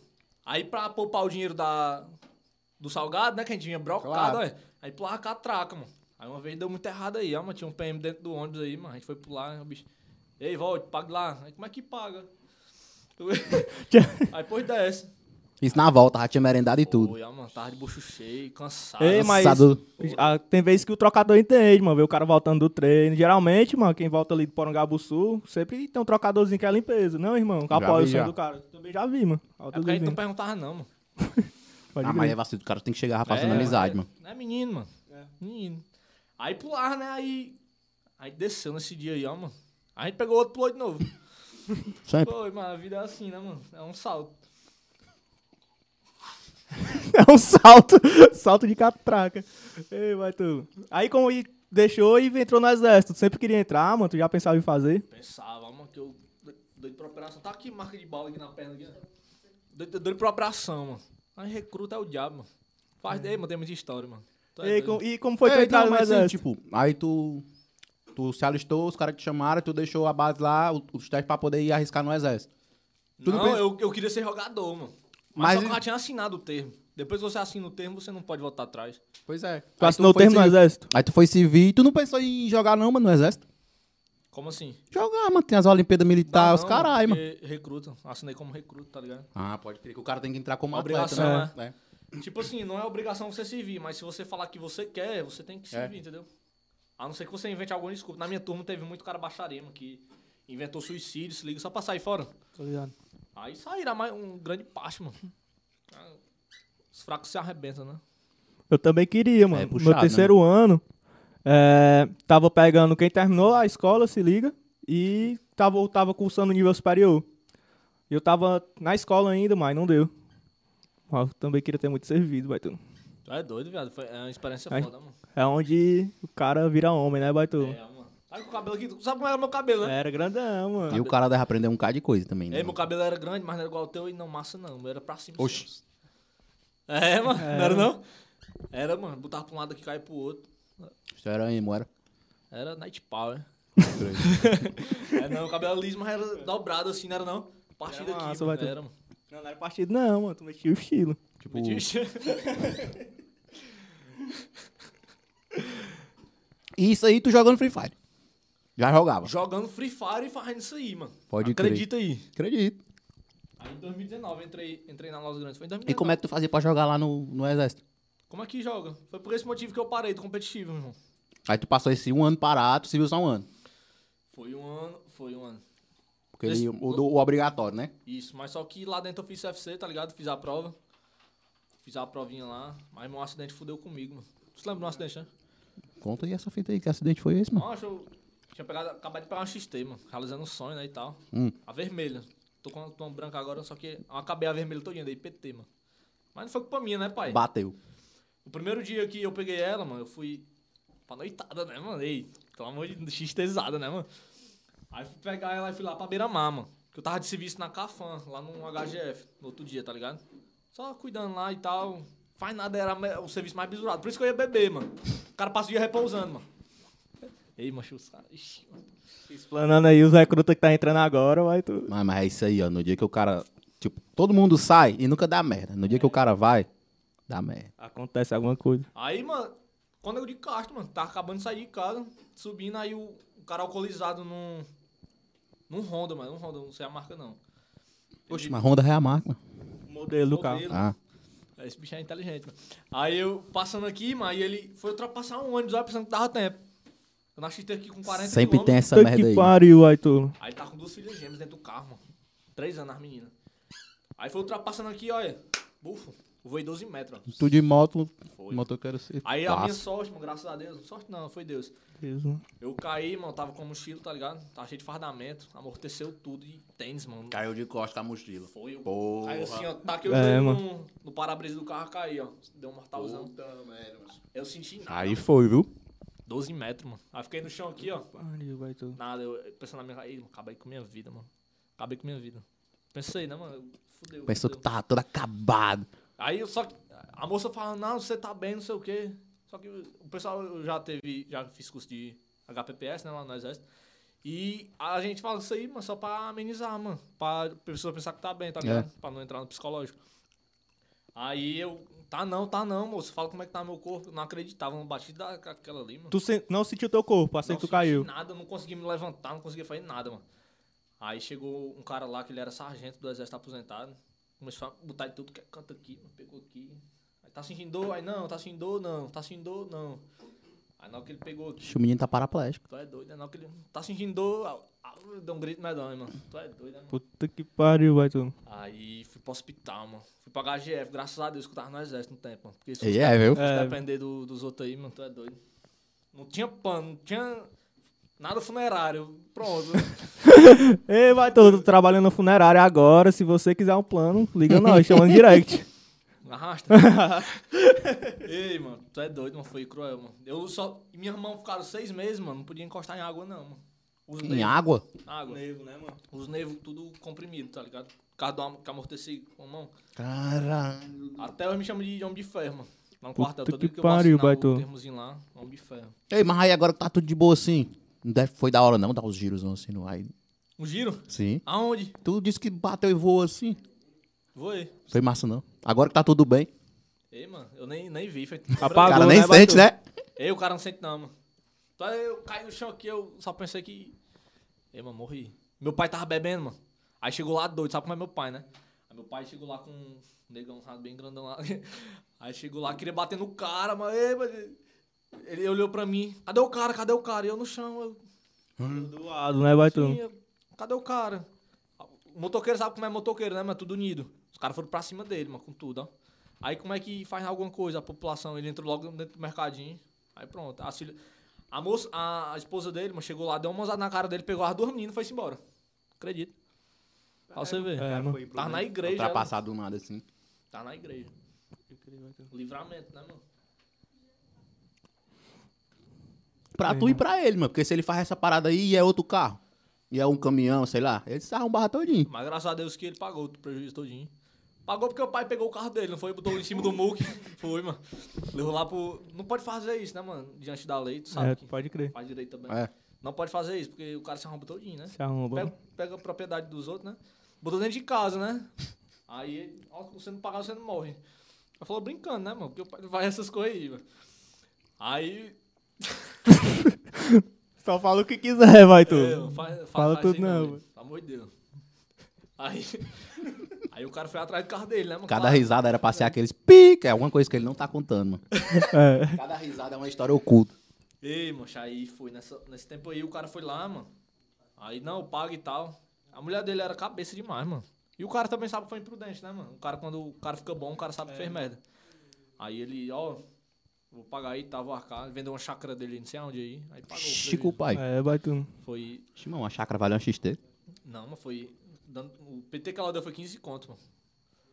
D: Aí pra poupar o dinheiro da, do salgado, né? Que a gente vinha brocado,
A: Claro.
D: ué. Aí pulava catraca, mano. Aí uma vez deu muito errado aí, ó, mano. Tinha um PM dentro do ônibus aí, mano. A gente foi pular, né, o bicho. Ei, volte, paga lá. Aí como é que paga? aí depois desce.
A: Isso na volta, já tinha merendado e tudo.
D: Oi, ó, mano. Tava de bucho cheio, cansado.
C: Ei, mas
A: Assado.
C: Ah, tem vezes que o trocador entende, mano. Vê o cara voltando do treino. Geralmente, mano, quem volta ali do Porangabu Sul, sempre tem um trocadorzinho que é limpeza, não, irmão? Que apoia
A: vi,
C: o sonho
A: já.
C: do cara. Também já vi, mano.
D: É porque a gente não perguntava, não, mano.
A: Ah, mas é vacilo do cara, tem que chegar já fazendo
D: É,
A: amizade,
D: mas
A: mano.
D: é- Não é menino, mano. Menino. Aí pular, né? Aí. Aí desceu nesse dia aí, ó, mano. Aí a gente pegou outro, pulou de novo.
A: Sempre.
D: Pô, mas a vida é assim, né, mano? É um salto.
C: É um salto. salto de catraca. Ei, vai tu. Aí como ele deixou e entrou no exército. Tu sempre queria entrar, mano. Tu já pensava em fazer.
D: Pensava, mano, que eu do- doido pra operação. Tá aqui marca de bala aqui na perna aqui, né? Doido, doido pra operação, mano. Aí recruta é o diabo, mano. Faz daí, mano, tem muita história, mano. Tu é
C: Ei,
D: doido.
C: com- e como foi é. tu entrar no
A: mas
C: exército?
A: tipo, aí tu. Tu se alistou, os caras te chamaram, tu deixou a base lá, o- os testes pra poder ir arriscar no exército. tudo
D: Não,
A: bem.
D: eu, eu queria ser jogador, mano.
A: Mas
D: Mas, só que eu
A: ele-
D: já tinha assinado o termo. Depois que você assina o termo, você não pode voltar atrás.
A: Pois é.
C: Tu assinou o termo no exército?
A: Aí tu foi servir e tu não pensou em jogar não, mano, no exército?
D: Como assim?
A: Jogar, mano, tem as Olimpíadas Militares, Tá os
D: Não,
A: caralho, mano.
D: porque Recruta. Assinei como recruta, tá ligado?
A: Ah, pode crer que o cara tem que entrar como
D: Obrigação,
A: atleta, né? É.
D: Tipo assim, não é obrigação você servir, mas se você falar que você quer, você
A: É.
D: tem que servir, entendeu? A não ser que você invente alguma desculpa. Na minha turma teve muito cara baixarema que inventou suicídio, se liga, só pra sair fora.
C: Tô ligado.
D: Aí sairá mais um grande parte, mano. Ah, Os fracos se arrebentam, né?
C: Eu também queria, mano.
A: É puxado, né?
C: Meu terceiro ano, é, tava pegando quem terminou a escola, se liga, e tava, eu tava cursando nível superior. Eu tava na escola ainda, mas não deu. Mas eu também queria ter muito servido, Baitu.
D: Tu é doido, viado. Foi, é uma experiência
C: Ai.
D: foda, mano.
C: É onde o cara vira homem, né, Baitu?
D: É, mano. Sabe que o cabelo aqui? Tu sabe como era meu cabelo, né?
C: Era grandão, mano.
A: E o cara deve aprender um bocado de coisa também, né?
D: Ei, meu cabelo era grande, mas não era igual o teu e não massa, não. O meu era pra cima. Oxi. É, mano. Não era, não? Era, mano. Botava pra um lado aqui, caia pro outro.
A: Isso era emo, era.
D: Era Night Power. é, não, o cabelo liso, mas era dobrado assim, não era não? A partir
C: Era
D: daqui,
C: massa,
D: mano,
C: vai ter-
D: era, mano.
C: Não, não era partido, não, mano. Tu metia o estilo.
A: Tipo, e isso aí tu jogando Free Fire. Já jogava.
D: Jogando Free Fire e fazendo isso aí, mano.
A: Pode crer.
D: Acredita aí.
A: Acredito.
D: Aí em 2019 entrei, entrei na Los Grandes. Foi em 2019.
A: E como é que tu fazia pra jogar lá no, no exército?
D: Como é que joga? Foi por esse motivo que eu parei do competitivo, meu irmão.
A: Aí tu passou esse um ano parado, tu viu só um ano.
D: Foi um ano, foi um ano.
A: Porque ele-
D: Esse-
A: o, do- o obrigatório, né?
D: Isso, mas só que lá dentro eu fiz CFC, tá ligado? Fiz a prova. Fiz a provinha lá, mas meu acidente fudeu comigo, mano. Tu se lembra do acidente, né?
A: Conta aí essa fita aí, que acidente foi esse, mano?
D: Nossa, eu tinha pegado, acabado de pegar uma XT, mano. Realizando um sonho, né, e tal.
A: Hum.
D: A vermelha. Tô com uma, tô uma branca agora, só que eu acabei a vermelha todinha, dei PT, mano. Mas não foi culpa minha, né, pai?
A: Bateu.
D: O primeiro dia que eu peguei ela, mano, eu fui pra noitada, né, mano? Ei, pelo amor de Deus, xtezada, né, mano? Aí fui pegar ela e fui lá pra beira-mar, mano. Que eu tava de serviço na Cafam, lá no HGF, no outro dia, tá ligado? Só cuidando lá e tal. Faz nada, era me- o serviço mais bisurado. Por isso que eu ia beber, mano. O cara passa o dia repousando, mano. Ei, macho, os caras. Ixi, mano.
C: Explanando aí os recrutas que tá entrando agora, vai tu.
A: Mas, mas é isso aí, ó. No dia que o cara. Tipo, todo mundo sai e nunca dá merda. No dia que o cara vai, dá merda.
C: Acontece alguma coisa.
D: Aí, mano, quando eu de Castro, mano, tava acabando de sair de casa, subindo, aí o, o cara alcoolizado num. Num Honda, mano, num Honda, não sei a marca não.
A: Poxa, mas Honda é a marca, mano.
C: O modelo do carro.
D: Modelo.
A: Ah.
D: Esse bicho é inteligente, mano. Aí eu passando aqui, mano, e ele foi ultrapassar um ônibus lá pensando que dava tempo. Eu nasci aqui com 40
A: Sempre tem
D: quilômetros.
A: essa
C: Puta
A: merda
C: que
A: aí.
C: pariu, aí tu.
D: Aí tá com duas filhas gêmeas dentro do carro, mano. Três anos as meninas. Aí foi ultrapassando aqui, olha. Bufo, voei 12 metros, ó.
A: Tu de moto,
D: Foi.
A: motoqueiro se
D: Aí a
A: passa.
D: minha sorte, mano, graças a Deus. Sorte não, foi Deus.
C: Deus, mano.
D: Eu caí, mano, tava com a mochila, tá ligado? Tava cheio de fardamento, amorteceu tudo e tênis, mano.
A: Caiu de costa a mochila.
D: Foi eu.
A: Porra.
D: Aí assim, ó, taquei o
C: É,
D: joelho
C: mano.
D: no, no para-brisa do carro, caí, ó. Deu um mortalzão. Eu senti nada.
A: Aí foi, viu?
D: 12 metros, mano. Aí fiquei no chão aqui, ó.
C: Pariu, vai tu.
D: Nada, eu pensando na minha. Aí, mano, acabei com minha vida, mano. Acabei com minha vida. Pensei, né, mano? Eu- Fudeu.
A: Pensou que
D: fudeu.
A: tava todo acabado.
D: Aí eu só. que- A moça fala, não, você tá bem, não sei o quê. Só que o pessoal eu já teve. Já fiz curso de HPPS, né, lá no Exército. E a gente fala isso aí, mano, só pra amenizar, mano. Pra pessoa pensar que tá bem, tá ligado? Pra não entrar no psicológico. Aí eu. Tá não, tá não, moço. Fala como é que tá meu corpo. Eu não acreditava, não bati daquela ali, mano.
C: Tu sen- não sentiu teu corpo, assim
D: Não
C: que tu
D: senti
C: caiu.
D: nada, não consegui me levantar, não conseguia fazer nada, mano. Aí chegou um cara lá que ele era sargento do exército aposentado. Começou a botar de tudo que é canto aqui, mano, pegou aqui. Aí tá sentindo dor, aí não, tá sentindo dor, não, tá sentindo dor, não. Aí na hora que ele pegou aqui,
A: Ixi, O menino tá paraplégico.
D: tu é doido, né? na hora que ele tá sentindo dor, au, au, deu um grito medonho, mano. Tu é doido, né, mano?
C: Puta que pariu, vai tu.
D: Aí fui pro hospital, mano. Fui pra HGF, graças a Deus que eu tava no exército no tempo, mano. Porque se
A: E é, viu?
D: se
C: É.
D: depender do- dos outros aí, mano, tu é doido. Não tinha pano, não tinha nada funerário. Pronto.
C: Ei, vai tu, tô trabalhando na funerária agora. Se você quiser um plano, liga nós, chamando direct.
D: Arrasta. Ei, mano, tu é doido, mano. Foi cruel, mano. Eu só. e Minhas mãos ficaram seis meses, mano. Não podia encostar em água, não, mano. Os
A: Em
D: nervos-
A: água?
D: água.
C: Nego, né, mano?
D: Os nervos tudo comprimido, tá ligado? Por causa do am- que amorteci com a mão.
A: Caralho.
D: Até hoje me chamam de homem de ferro, mano. Lá no
C: Puta
D: quartel,
C: que
D: todo dia que eu
C: pariu,
D: vou assinar
C: Baito.
D: o termozinho lá, homem de ferro.
A: Ei, mas aí agora que tá tudo de boa assim. Não deve- foi da hora não dar os giros assim no raio.
D: Um giro?
A: Sim.
D: Aonde?
A: Tu disse que bateu e voou assim.
D: Voei.
A: Foi massa não. Agora que tá tudo bem.
D: Ei, mano, eu nem, nem vi, foi.
A: O
C: Apagou,
A: cara nem
C: né,
A: sente,
C: Batu?
A: né?
D: Ei, o cara não sente não, mano. Então aí eu caí no chão aqui, eu só pensei que. Ei, mano, morri. Meu pai tava bebendo, mano. Aí chegou lá doido, sabe como é meu pai, né? Aí meu pai chegou lá com um negão sabe, bem grandão lá. Aí chegou lá, queria bater no cara, mas. Ei, mas... Ele olhou pra mim, cadê o cara? Cadê o cara? E eu no chão, eu.
C: Do lado, né, vai tu?
D: um Sim, eu- Cadê o cara? O motoqueiro sabe como é motoqueiro, né, mano? Tudo unido. Os caras foram pra cima dele, mano, com tudo, ó. Aí como é que faz alguma coisa a população? Ele entrou logo dentro do mercadinho. Aí pronto. As filhas- a, moça, a, a esposa dele mano, chegou lá, deu uma mãozada na cara dele, pegou as duas meninas e foi-se embora. Acredito. Pra você ver.
C: É,
B: cara
C: mano.
B: foi
D: Tá na
B: imprudente.
D: igreja. ela-
A: Ultrapassar do nada, assim.
D: Tá na igreja. Livramento, né, mano?
A: Pra tu e pra ele, mano. Porque se ele faz essa parada aí e é outro carro, e é um caminhão, sei lá, ele se arrombarra todinho.
D: Mas graças a Deus que ele pagou o prejuízo todinho. Pagou porque o pai pegou o carro dele, não foi? Botou em cima do muque. Foi, mano. Levou lá pro. Não pode fazer isso, né, mano? Diante da lei, tu sabe
C: É,
D: que
C: pode crer.
D: faz direito também.
A: É.
D: Não pode fazer isso, porque o cara se arromba todinho, né?
C: Se arromba.
D: Pega, pega a propriedade dos outros, né? Botou dentro de casa, né? Aí, ó, se você não pagar, você não morre. Ela falou brincando, né, mano? Porque o pai não faz essas coisas aí, mano. Aí.
C: Só fala o que quiser, vai tu.
D: É, mano, faz- né? faz-
C: Fala
D: faz
C: tudo
D: isso aí
C: não,
D: velho.
C: mano.
D: Pelo amor de Deus. Aí. aí o cara foi atrás do carro dele, né, mano?
A: Cada
D: Claro.
A: risada era pra ser aqueles pica, é alguma coisa que ele não tá contando, mano.
C: É.
A: Cada risada é uma história oculta.
D: Ei, mocha, aí foi nessa, nesse tempo aí, o cara foi lá, mano. Aí, não, paga e tal. A mulher dele era cabeça demais, mano. E o cara também sabe que foi imprudente, né, mano? O cara, quando o cara fica bom, o cara sabe que fez merda. Aí ele, ó, vou pagar aí, tá, vou arcar. Vendeu uma chácara dele, não sei aonde aí. Aí pagou. o
A: Chico pai.
C: É, vai tu.
D: prejuízo. Foi,
C: É.
A: Ximão, uma chácara valeu um XT.
D: não, mas foi, dando- o PT que ela deu foi 15 conto, mano.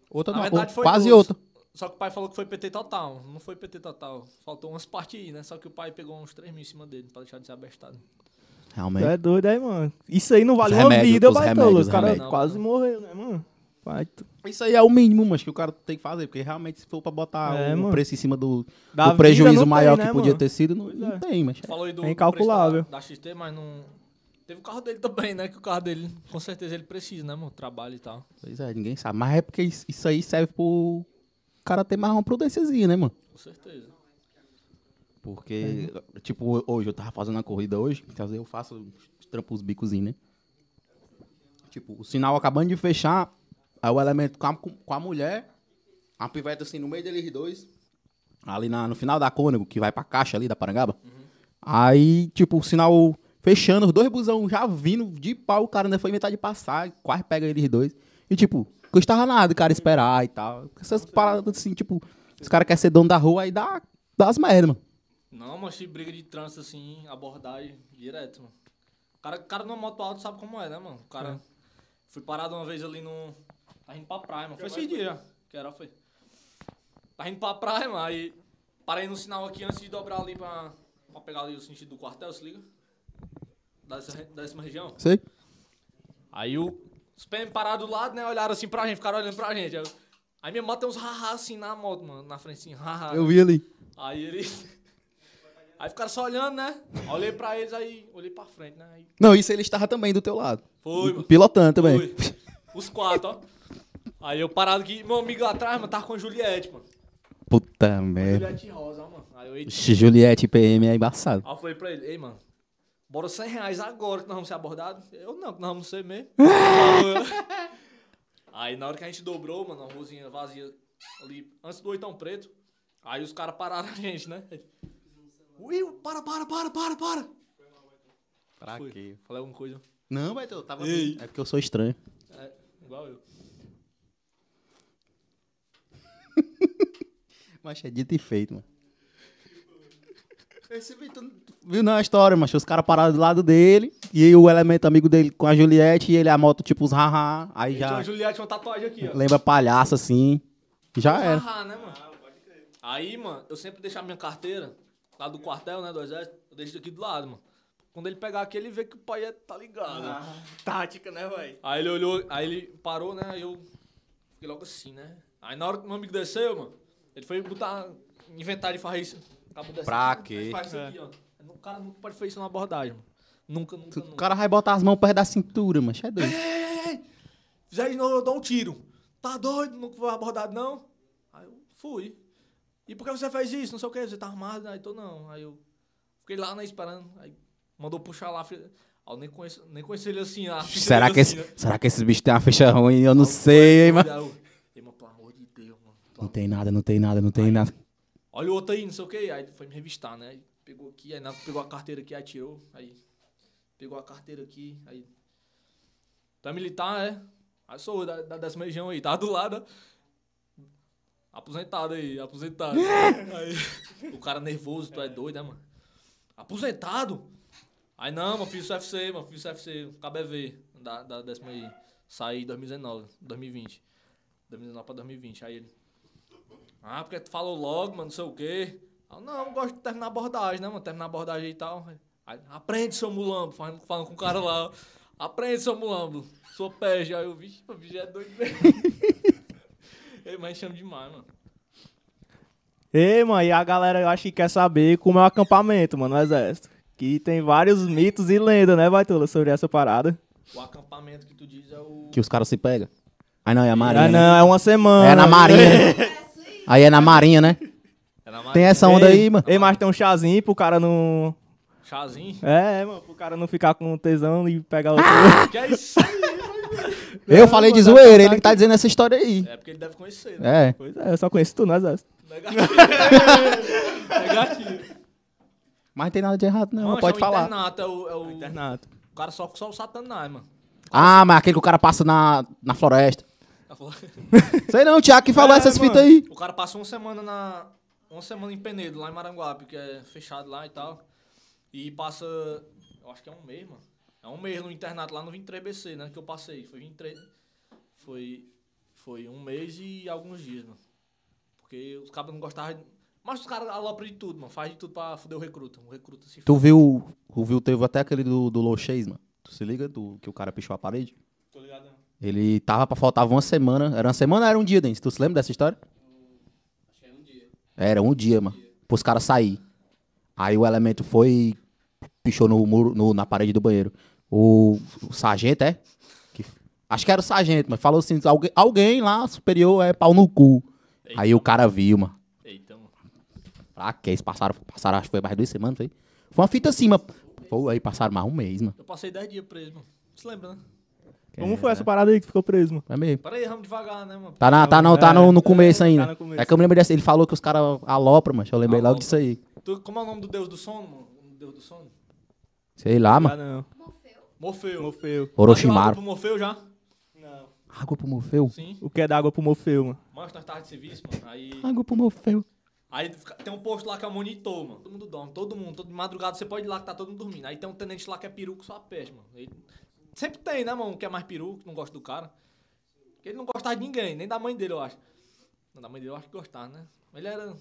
A: Outra
D: Na
A: não,
D: verdade,
A: ou-
D: foi
A: quase
D: duas.
A: outra.
D: Só que o pai falou que foi PT total. Não foi PT total. Faltou umas partes aí, né? Só que o pai pegou uns 3 mil em cima dele, pra deixar de ser abestado.
C: Tu
A: Realmente.
C: é doido aí, mano. Isso aí não vale
A: Os
C: uma
A: remédios,
C: vida,
A: os
C: vai tu.
A: remédios,
C: Os
A: os
C: caras
D: remédios.
C: quase morreram, né, mano? Vai tu.
A: Isso aí é o mínimo, mas que o cara tem que fazer, porque realmente se for pra botar
C: É,
A: um
C: mano.
A: preço em cima do,
C: Da
A: do
C: vida
A: prejuízo
C: não
A: maior
C: tem,
A: que
C: né,
A: podia
C: mano?
A: ter sido, não, não
C: é.
A: tem, mas.
D: Falou aí do
C: É incalculável.
D: do preço da, da XT, mas não. Teve o carro dele também, né? Que o carro dele, com certeza, ele precisa, né, mano? Trabalho e tal.
A: Pois é, ninguém sabe. Mas é porque isso isso aí serve pro cara ter mais uma prudênciazinha, né, mano?
D: Com certeza.
A: Porque, tipo, hoje eu tava fazendo uma corrida hoje, que às vezes eu faço uns trampos bicozinhos, né? Tipo, o sinal acabando de fechar, aí o elemento com a, com a mulher, a piveta assim no meio deles dois, ali na- no final da Cônigo, que vai pra caixa ali da Parangaba. Aí, tipo, o sinal fechando, os dois busão já vindo de pau, o cara ainda foi inventar de passar, quase pega eles dois. E, tipo, custava nada o cara esperar e tal. Essas paradas assim, tipo, os caras querem ser dono da rua, aí dá, dá as merdas, mano.
D: Não, mas se briga de trânsito assim, abordagem direto, mano. O cara, o cara numa moto alta sabe como é, né, mano? O cara. Fui parado uma vez ali no. Tá indo pra praia, mano. Foi esses dias já. Que era, foi. Tá indo pra praia, mano. Aí. Parei no sinal aqui antes de dobrar ali pra, pra pegar ali o sentido do quartel, se liga? Dessa, re- décima região.
A: Sei.
D: Aí o, os PM pararam do lado, né? Olharam assim pra gente, ficaram olhando pra gente. Aí, eu- aí minha moto tem uns haha assim na moto, mano, na frente assim, haha.
A: Eu vi ali.
D: Aí ele. Aí ficaram só olhando, né? Olhei pra eles, aí olhei pra frente, né? Aí
A: Não, isso ele estava também do teu lado.
D: foi, mano.
A: Pilotando também.
D: Foi. Os quatro, ó. Aí eu parado aqui, meu amigo lá atrás, mano, tava com a Juliette, mano.
A: Puta merda.
D: Juliette Rosa, ó, mano. Aí eu, eita.
A: Ixi, Juliette PM é embaçado.
D: Aí eu falei pra ele, ei, mano, bora 100 reais agora que nós vamos ser abordados. Eu não, que nós vamos ser mesmo. aí na hora que a gente dobrou, mano, uma rosinha vazia ali, antes do oitão preto, aí os caras pararam a gente, né? Will, para, para, para, para, para.
A: Pra
D: Fui. Falei alguma coisa.
A: Não, mas eu tava.
D: Ei.
A: É porque eu sou estranho.
D: É, igual eu.
A: Mas é dito e feito, mano. Esse tá Vitor viu na história, mas os caras pararam do lado dele. E aí o elemento amigo dele com a Juliette. E ele a moto, tipo, os haha. Aí
D: Tinha
A: já
D: uma Então, Juliette, uma tatuagem aqui, ó.
A: lembra palhaço assim. Já era.
D: Haha, né, mano? Aí, mano, eu sempre deixo a minha carteira lá do quartel, né, do exército, eu deixo aqui do lado, mano. Quando ele pegar aqui, ele vê que o pai é, tá ligado.
B: Tática, né, velho?
D: Aí ele olhou, aí ele parou, né, aí eu fiquei logo assim, né. Aí na hora que meu amigo desceu, mano, ele foi botar, inventar de fazer isso. Acabou descendo,
A: Pra
D: aí
A: quê?
D: Faz isso aqui, ó. O cara nunca pode fazer isso na abordagem, mano. Nunca, nunca,
A: O
D: nunca.
A: cara vai botar as mãos perto da cintura, mano. É doido.
D: Fizer de novo, eu dou um tiro. Tá doido? Não foi abordado, não? Aí eu fui. E por que você fez isso? Não sei o que, você tá armado? Aí tô não. Aí eu fiquei lá, né, esperando. Aí mandou puxar lá. Aí eu nem conheço, nem conheci ele assim. a ficha
A: Será
D: dele
A: que,
D: assim,
A: esse,
D: né?
A: será que esses bichos têm uma ficha ruim? Eu não sei, hein, mano.
D: Aí eu, "Ei, mano, pelo amor de Deus, mano. Pelo
A: Não tem nada, não tem nada, não tem nada.
D: Olha o outro aí, não sei o que. Aí ele foi me revistar, né? Aí pegou aqui, aí na- pegou a carteira aqui, atirou. Aí pegou a carteira aqui, aí. Tu é militar, é? Aí sou da, da décima região aí, tá do lado. ó. Aposentado aí, aposentado. Aí, o cara nervoso, tu é doido, né, mano? Aposentado? Aí não, mano, fiz UFC, mano, fiz UFC, KBV, da, da décima aí. Saí em 2019, 2020. 2019 pra 2020. Aí ele. Ah, porque tu falou logo, mano, não sei o quê. Aí eu, não, eu gosto de terminar a abordagem, né, mano? Terminar a abordagem e tal. Aí, aprende, seu mulambo, falando, falando com o cara lá. Aprende, seu mulambo, sua peste. Aí eu, vixe, o bicho é doido mesmo. Ei, Mas chama demais, mano.
C: Ei, mano, e a galera eu acho que quer saber como é o acampamento, mano, no exército. Que tem vários mitos e lendas, né, Baitula, sobre essa parada.
D: O acampamento que tu diz é o.
A: Que os caras se pegam. Aí não, é a marinha.
C: Ah,
A: né?
C: não, é uma semana.
A: É na marinha.
E: É isso aí.
A: Aí é na marinha, né?
D: É na
A: Tem essa onda aí, mano.
C: Ei, mas tem um chazinho pro cara não...
D: Chazinho?
C: É, é, mano, pro cara não ficar com tesão e pegar outro.
D: Que é isso aí?
A: Eu falei de zoeira, ele que tá dizendo essa história aí.
D: É porque ele deve conhecer, né?
A: É.
C: Pois é, eu só conheço tu no exército.
D: Negativo. Negativo.
A: Mas não tem nada de errado, não.
D: Mano,
A: pode
D: chama
A: falar.
D: Internato, é o, é o-
C: Internato.
D: o cara só, só o satanás, mano.
A: Ah, mas aquele que o cara passa na, na floresta.
D: Ela falou-
A: Sei não, o Thiago que falou
C: É,
A: essas
C: mano.
A: fitas aí.
D: O cara passou uma semana na. Uma semana em Penedo, lá em Maranguape, que é fechado lá e tal. E passa. Eu acho que é um mês, mano. É um mês no internato lá no 23BC, né? Que eu passei. Foi 23. Foi. Foi um mês e alguns dias, mano. Porque os cabos não gostavam. de- Mas os caras alopram de tudo, mano. Faz de tudo pra foder o recruta. O recruta se
A: Tu viu, tu viu, teve até aquele do, do Lochês, mano. Tu se liga do que o cara pichou a parede?
D: Tô ligado, né?
A: Ele tava pra faltava uma semana. Era uma semana ou era um dia, Denis? Tu se lembra dessa história? Era um dia, mano. Pros caras sair. Aí o elemento foi e pichou no muro, no- na parede do banheiro. O, o sargento, é? Que- acho que era o sargento, mas falou assim: "Algu- alguém lá superior é pau no cu. Aí o cara viu, mano.
D: Eita, mano.
A: Ah, que eles passaram, passaram, acho que foi mais duas semanas, foi? Foi uma fita assim, mano. Foi, aí passaram mais um mês, mano.
D: Eu passei 10 dias preso, mano. Você lembra, né?
C: Como foi essa parada aí que tu ficou preso, mano?
A: É mesmo.
D: Pera aí, vamos devagar, né, mano?
A: Tá, na, tá, não, tá no, no começo ainda.
C: no começo.
A: É que eu me lembro dessa. Ele falou que os caras alopram, mano. Eu lembrei logo
D: Alopra.
A: disso aí.
D: Tu- como é o nome do deus do sono, mano? O deus do sono?
A: Sei lá,
C: Ah,
A: mano.
C: não.
E: Morfeu.
D: Morfeu.
C: Morfeu.
D: Mas deu água
A: Orochimaru.
D: pro Morfeu já?
A: Água pro Morfeu?
D: Sim.
C: O que é d'água pro Morfeu, mano?
D: Mas nós tava de serviço, mano. Aí,
A: Água pro Morfeu.
D: aí fica- tem um posto lá que é o monitor, mano. Todo mundo dorme, todo mundo. Todo, de madrugada você pode ir lá que tá todo mundo dormindo. Aí tem um tenente lá que é peru que só peste, mano. Ele- sempre tem, né, mano? Que é mais peru, que não gosta do cara. Porque ele não gostava de ninguém, nem da mãe dele, eu acho. Não, da mãe dele eu acho que gostava, né? Ele era.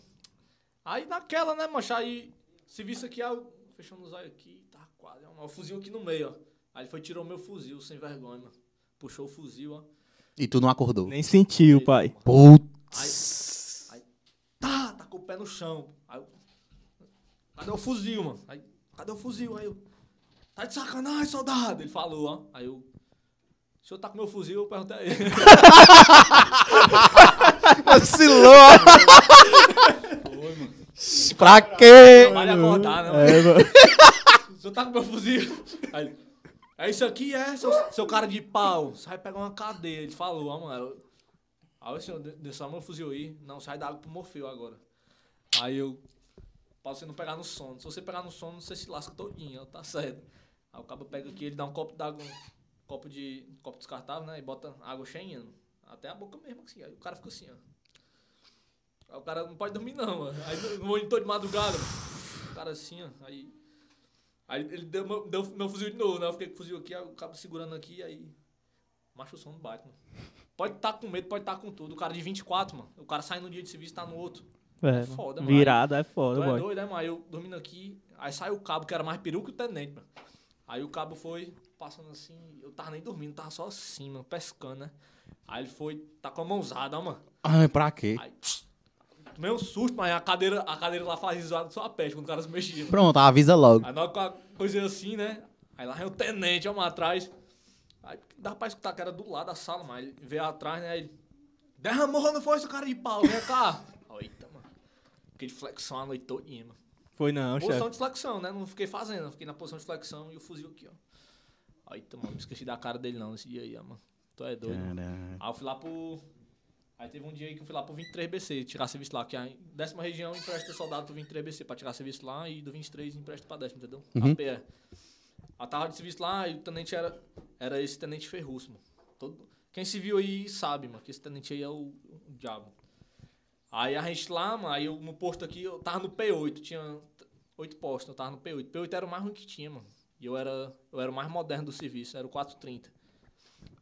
D: Aí naquela, né, mancha? Aí se visse aqui, ah, eu- fechando os olhos aqui, tá quase. ó, O fuzil aqui no meio, ó. Aí ele foi e tirou meu fuzil, sem vergonha, mano. Puxou o fuzil, ó.
A: E tu não acordou.
C: Nem sentiu, pai.
A: Putz.
D: Aí, tá, tá com o pé no chão. Aí, eu, cadê o fuzil, mano? Aí, cadê o fuzil? Aí eu, tá de sacanagem, soldado. Ele falou, ó. Aí eu, o senhor tá com meu fuzil? Eu perguntei a ele.
A: Vacilou.
D: Foi, mano.
A: pra quê?
D: Vale acordar, né, mano?
C: É, mano.
D: O senhor tá com meu fuzil? Aí ele, é isso aqui, é, seu, seu cara de pau. Você vai pegar uma cadeia. Ele falou, ó, mano. Aí eu, Aí o senhor, dê dê só meu fuzil aí. Não, sai da água pro Morfeu agora. Aí eu. Pra você não pegar no sono. Se você pegar no sono, você se lasca todinho, ó, tá certo. Aí o cabo pega aqui, ele dá um copo d'água, um copo de. um copo descartável, né? E bota água cheinha. Até a boca mesmo, assim. Aí o cara fica assim, ó. Aí o cara não pode dormir, não, mano. Aí no- no monitor de madrugada, o cara assim, ó. Aí. Aí ele deu meu, deu meu fuzil de novo, né? Eu fiquei com o fuzil aqui, aí o cabo segurando aqui, aí. Macho o sono bate, mano. Pode estar com medo, pode estar com tudo. O cara de 24, mano. O cara sai num dia de serviço, tá no outro.
C: É,
D: Foda,
C: foda,
D: mano.
C: Virada é
D: Tu
C: foda,
D: é
C: boy.
D: doido, né, mano? Eu dormindo aqui, aí sai o cabo, que era mais peru que o tenente, mano. Aí o cabo foi passando assim, eu tava nem dormindo, tava só assim, mano, pescando, né? Aí ele foi, tá com a mãozada, ó, mano.
A: Ai, pra quê?
D: Aí, tomei um susto, mas a cadeira, a cadeira lá faz zoado só a peste quando o cara se mexia. mano.
A: Pronto, avisa logo.
D: Aí nós com a coisa assim, né? Aí lá vem o tenente, ó, mano, atrás. Aí dá pra escutar que era do lado da sala, mas ele veio atrás, né? Aí Ele derramou, não foi esse cara de pau, vem cá. Eita, mano. Fiquei de flexão a noite todinha, mano.
C: Foi não,
D: Posição
C: chefe.
D: de flexão, né? Não fiquei fazendo, eu fiquei na posição de flexão e o fuzil aqui, ó. Aí, tá, mano, não esqueci da cara dele não nesse dia aí, ó, mano. Tu é doido.
A: Uhum.
D: Aí eu fui lá pro. Aí teve um dia aí que eu fui lá pro 23BC tirar serviço lá, que a décima região empresta soldado pro 23BC pra tirar serviço lá e do 23 empresta pra décima, entendeu? A pé. A tava de serviço lá e o tenente era, era esse tenente ferruço, mano. Todo... Quem se viu aí sabe, mano, que esse tenente aí é o, o diabo. Aí a gente lá, mano, aí eu, no posto aqui, eu tava no P8, tinha t- oito postos, eu tava no P8. P8 era o mais ruim que tinha, mano. E eu era, eu era o mais moderno do serviço, era o 430.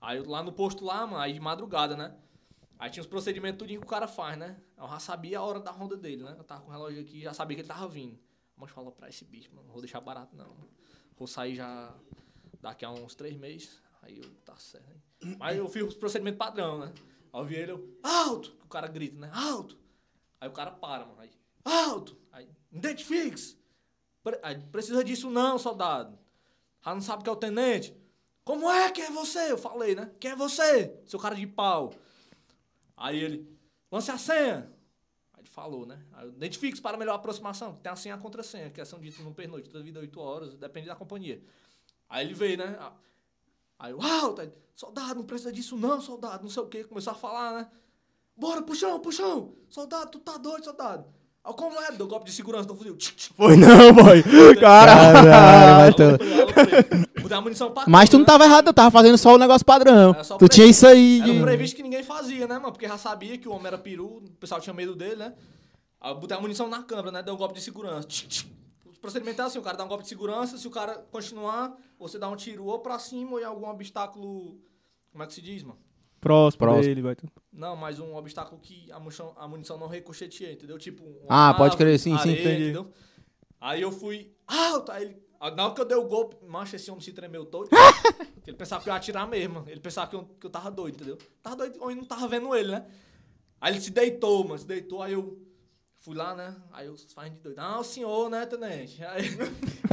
D: Aí eu lá no posto lá, mano, aí de madrugada, né? Aí tinha os procedimentos tudinho que o cara faz, né? Eu já sabia a hora da ronda dele, né? Eu tava com o relógio aqui, já sabia que ele tava vindo. Mas falou pra esse bicho, mano, não vou deixar barato não. mano. Vou sair já daqui a uns três meses. Aí eu, tá certo, hein? Mas eu fiz os procedimentos padrão, né? Aí eu vi ele, eu, alto! O cara grita, né? Alto! Aí o cara para, mano. Aí, alto! Aí, identifique-se! Pre- aí, Precisa disso não, soldado. Já não sabe que é o tenente. Como é que é você? Eu falei, né? Quem é você? Seu cara de pau. Aí ele, lance a senha. Aí ele falou, né? Aí eu, identifique-se para melhor aproximação. Tem a senha e a contrassenha, que é são ditas no pernoite, toda vida 8 horas, depende da companhia. Aí ele veio, né? A- Aí eu, alto, aí ele, soldado, não precisa disso não, soldado, não sei o quê. Começou a falar, né? Bora, puxão, puxão! Soldado, tu tá doido, soldado! Aí como é? Deu golpe de segurança no fuzil. Tch, tch.
C: Foi não, boy. Caralho.
A: Caralho,
D: Alô,
A: então.
D: primo, alô, primo. Vou dar munição pra
A: Mas tu não
D: né?
A: tava errado, eu tava fazendo só o negócio padrão.
D: Era só
A: Tu
D: pra-
A: tinha isso aí.
D: Era um
A: de-
D: previsto que ninguém fazia, né, mano? Porque já sabia que o homem era peru, o pessoal tinha medo dele, né? Aí eu botei a munição na câmera, né? Deu um golpe de segurança. Tch, tch. Os procedimentos é assim, o cara dá um golpe de segurança, se o cara continuar, você dá um tiro ou pra cima ou em algum obstáculo... Como é que se diz, mano?
C: Próximo,
A: Próximo. Tipo,
C: dele, vai. tu.
D: Não, mas um obstáculo que a munição, a munição não ricocheteia, entendeu? Tipo. uma
A: Ah, pode crer, sim, sim,
D: areia,
C: entendi.
D: Entendeu? Aí eu fui. Alto! Aí ele. Na hora que eu dei o golpe, macho, esse homem se tremeu todo. ele pensava que eu ia atirar mesmo. Ele pensava que eu, que eu tava doido, entendeu? Tava doido, ou eu não tava vendo ele, né? Aí ele se deitou, mano, se deitou, aí eu. Fui lá, né? Aí eu fazendo de doido. Não, senhor, né, tenente? Aí,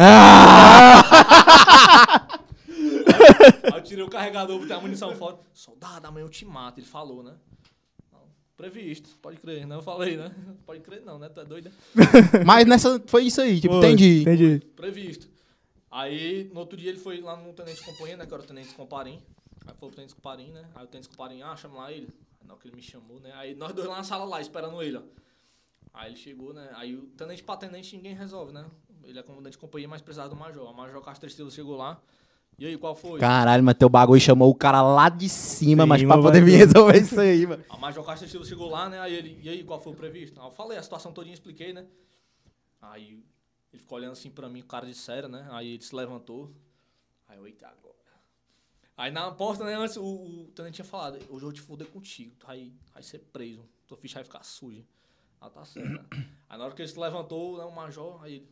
D: aí eu tirei o carregador, botei a munição fora. Soldado, amanhã eu te mato. Ele falou, né? Não, previsto, pode crer, né? Eu falei, né? Pode crer, não, né? Tu é doido, né?
A: Mas nessa foi isso aí, tipo,
C: Foi,
A: entendi.
C: Entendi.
D: previsto. Aí, no outro dia, ele foi lá no Tenente Companhia, né? Que era o Tenente Comparim. Aí foi pro Tenente Comparim, né? Aí o Tenente Comparim, ah, chama lá ele. Aí, na hora que ele me chamou, né? Aí nós dois lá na sala lá, esperando ele, ó. Aí ele chegou, né? Aí o Tenente pra Tenente ninguém resolve, né? Ele é comandante de companhia, mas precisava do Major. O Major Castro Silva chegou lá. E aí, qual foi?
A: Caralho, mas teu bagulho chamou o cara lá de cima,
C: Sim,
A: mas pra
C: mas
A: poder
C: vai-
A: vir resolver isso aí, mano.
D: A "Ah, Major Castro Silva chegou lá, né? Aí ele, e aí, qual foi o previsto? Aí eu falei a situação todinha, expliquei, né? Aí ele ficou olhando assim pra mim, com cara de sério, né? Aí ele se levantou. Aí eu, eita, agora. Aí na porta, né, antes, o, o tenente tinha falado, hoje eu vou te foder contigo, tá? tu vai, vai ser é preso, tua ficha vai ficar suja. Ah, tá certo, né? Aí na hora que ele se levantou, né, o major, aí ele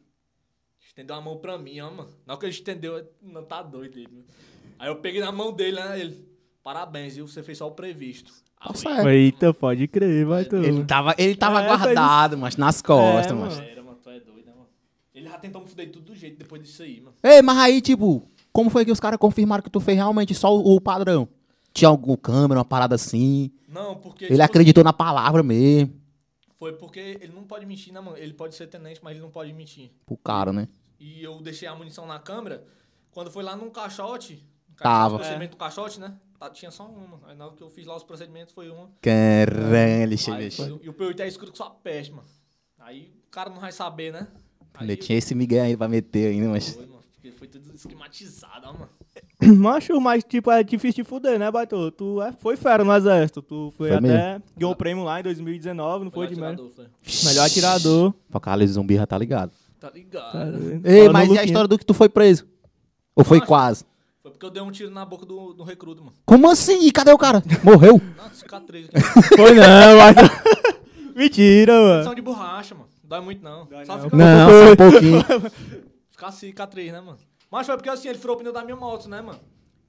D: estendeu a mão pra mim, ó, mano. Na hora que ele estendeu, eu, não tá doido ele. né? Aí eu peguei na mão dele, né, ele, parabéns, viu, você fez só o previsto. Aí eu,
A: Tá certo.
C: Eita, pode crer, vai tu.
A: Ele tava, ele tava
C: É, tá
A: guardado, mas nas costas,
C: É,
A: mano.
C: mano.
D: Era, mano, tu é doido, né, mano? Ele já tentou me fuder de tudo do jeito depois disso aí, mano.
A: Ei, mas aí, tipo, como foi que os caras confirmaram que tu fez realmente só o, o padrão? Tinha algum câmera, uma parada assim.
D: Não, porque.
A: Ele
D: tipo,
A: acreditou na palavra mesmo.
D: Foi porque ele não pode mentir, né, mano? Ele pode ser tenente, mas ele não pode mentir.
A: Pro cara, né?
D: E eu deixei a munição na câmera. Quando foi lá num caixote. no caixote,
A: Tava.
D: O procedimento do caixote, né? tá- tinha só uma. Aí na hora que eu fiz lá os procedimentos foi uma.
A: Caralho,
D: Aí,
A: chega.
D: foi- e o P8 é escuro que só peste, mano. Aí o cara não vai saber, né? Aí
A: Ainda tinha esse Miguel aí pra meter ainda, mas.
D: foi, mano. Porque foi tudo esquematizado, ó, mano.
C: Macho, mas tipo, é difícil de fuder, né, Baito? Tu é- foi fera no exército. Tu foi,
A: Foi
C: até. Ganhou o prêmio lá em 2019, não foi, de merda?
D: atirador, foi.
C: Melhor atirador.
A: Apocalipse zumbi já tá ligado.
D: Tá ligado.
A: Ei, mas e a história do que tu foi preso? Ou foi
D: Nossa.
C: assim?
A: quase?
D: Foi porque eu dei um tiro na boca do, do recruto, mano.
A: Como assim? E cadê o cara? Morreu?
D: Nossa, cicatriz aqui.
C: Foi não, mas. Mentira, mano.
D: São de borracha, mano. Dói muito, não. Só
C: não.
D: fica,
A: Não, só um pouquinho.
D: fica cicatriz, né, mano? Mas foi porque assim, ele furou o pneu da minha moto, né, mano?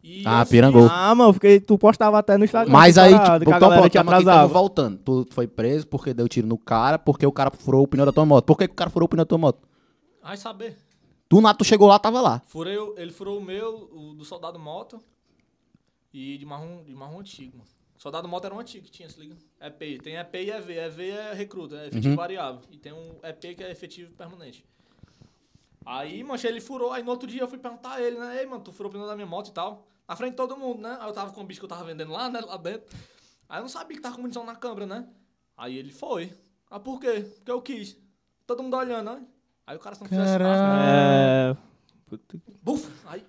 D: E
A: Ah,
D: assim,
A: pirangou.
C: Ah, mano, porque tu postava até no Instagram.
A: Mas aí,
C: parada,
A: tipo,
C: que a
A: então
C: galera
A: pronto,
C: te
A: tamo aqui, tamo
C: atrasava.
A: voltando. Tu foi preso porque deu tiro no cara, porque o cara furou o pneu da tua moto. Por que, que o cara furou o pneu da tua moto?
D: Vai saber.
A: Do nada tu chegou lá, tava lá.
D: Furei, o- ele furou o meu, o do soldado moto. E de marrom, de marrom antigo, mano. Soldado moto era um antigo que tinha, se liga. EP. Tem EP e EV. EV é recruta, é efetivo variável. E tem um EP que é efetivo permanente. Aí, mancha, ele furou. Aí no outro dia eu fui perguntar a ele, né? Ei, mano, tu furou o pneu da minha moto e tal. Na frente de todo mundo, né? Aí eu tava com o bicho que eu tava vendendo lá, né? Lá dentro. Aí eu não sabia que tava com munição na câmera, né? Aí ele foi. Ah, por quê? Porque eu quis. Todo mundo olhando, né? Aí o cara se não fizesse nada. né?
C: É.
D: Buf! Aí.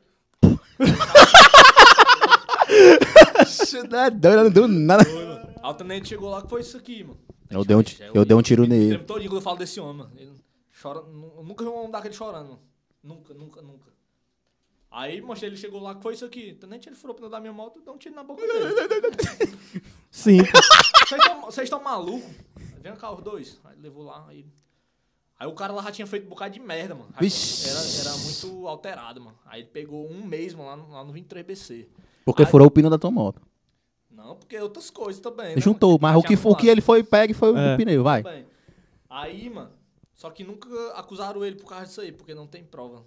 A: Isso não é doido, do nada.
C: né?
D: Aí o tenente chegou lá que foi isso aqui, mano.
A: Eu dei um, ti-
D: Já
A: eu dei um tiro
D: Eu
A: nele.
D: lembro todo dia quando eu falo desse homem, mano. Ele chora. nu- Eu nunca vi um homem daquele chorando, mano. Nunca, nunca, nunca. Aí, mocha, ele chegou lá, que foi isso aqui. Tu nem tira furou o pneu da minha moto, dá um tiro na boca dele.
C: Sim.
D: Vocês tão- Vocês estão malucos? Vem cá, os dois. Aí levou lá, aí. Aí o cara lá já tinha feito um bocado de merda, mano. Aí
A: Vixe.
D: Era, era muito alterado, mano. Aí ele pegou um mês, mano, lá no, lá no 23BC.
A: Porque
C: Ah,
D: Ai.
A: furou o pino da tua moto.
D: Não, porque outras coisas também. né,
A: Juntou,
D: mano?
A: mas o que,
D: Tinha
A: o que ele foi pega foi
C: É.
A: o pneu, vai.
D: Bem, aí, mano, só que nunca acusaram ele por causa disso aí, porque não tem prova.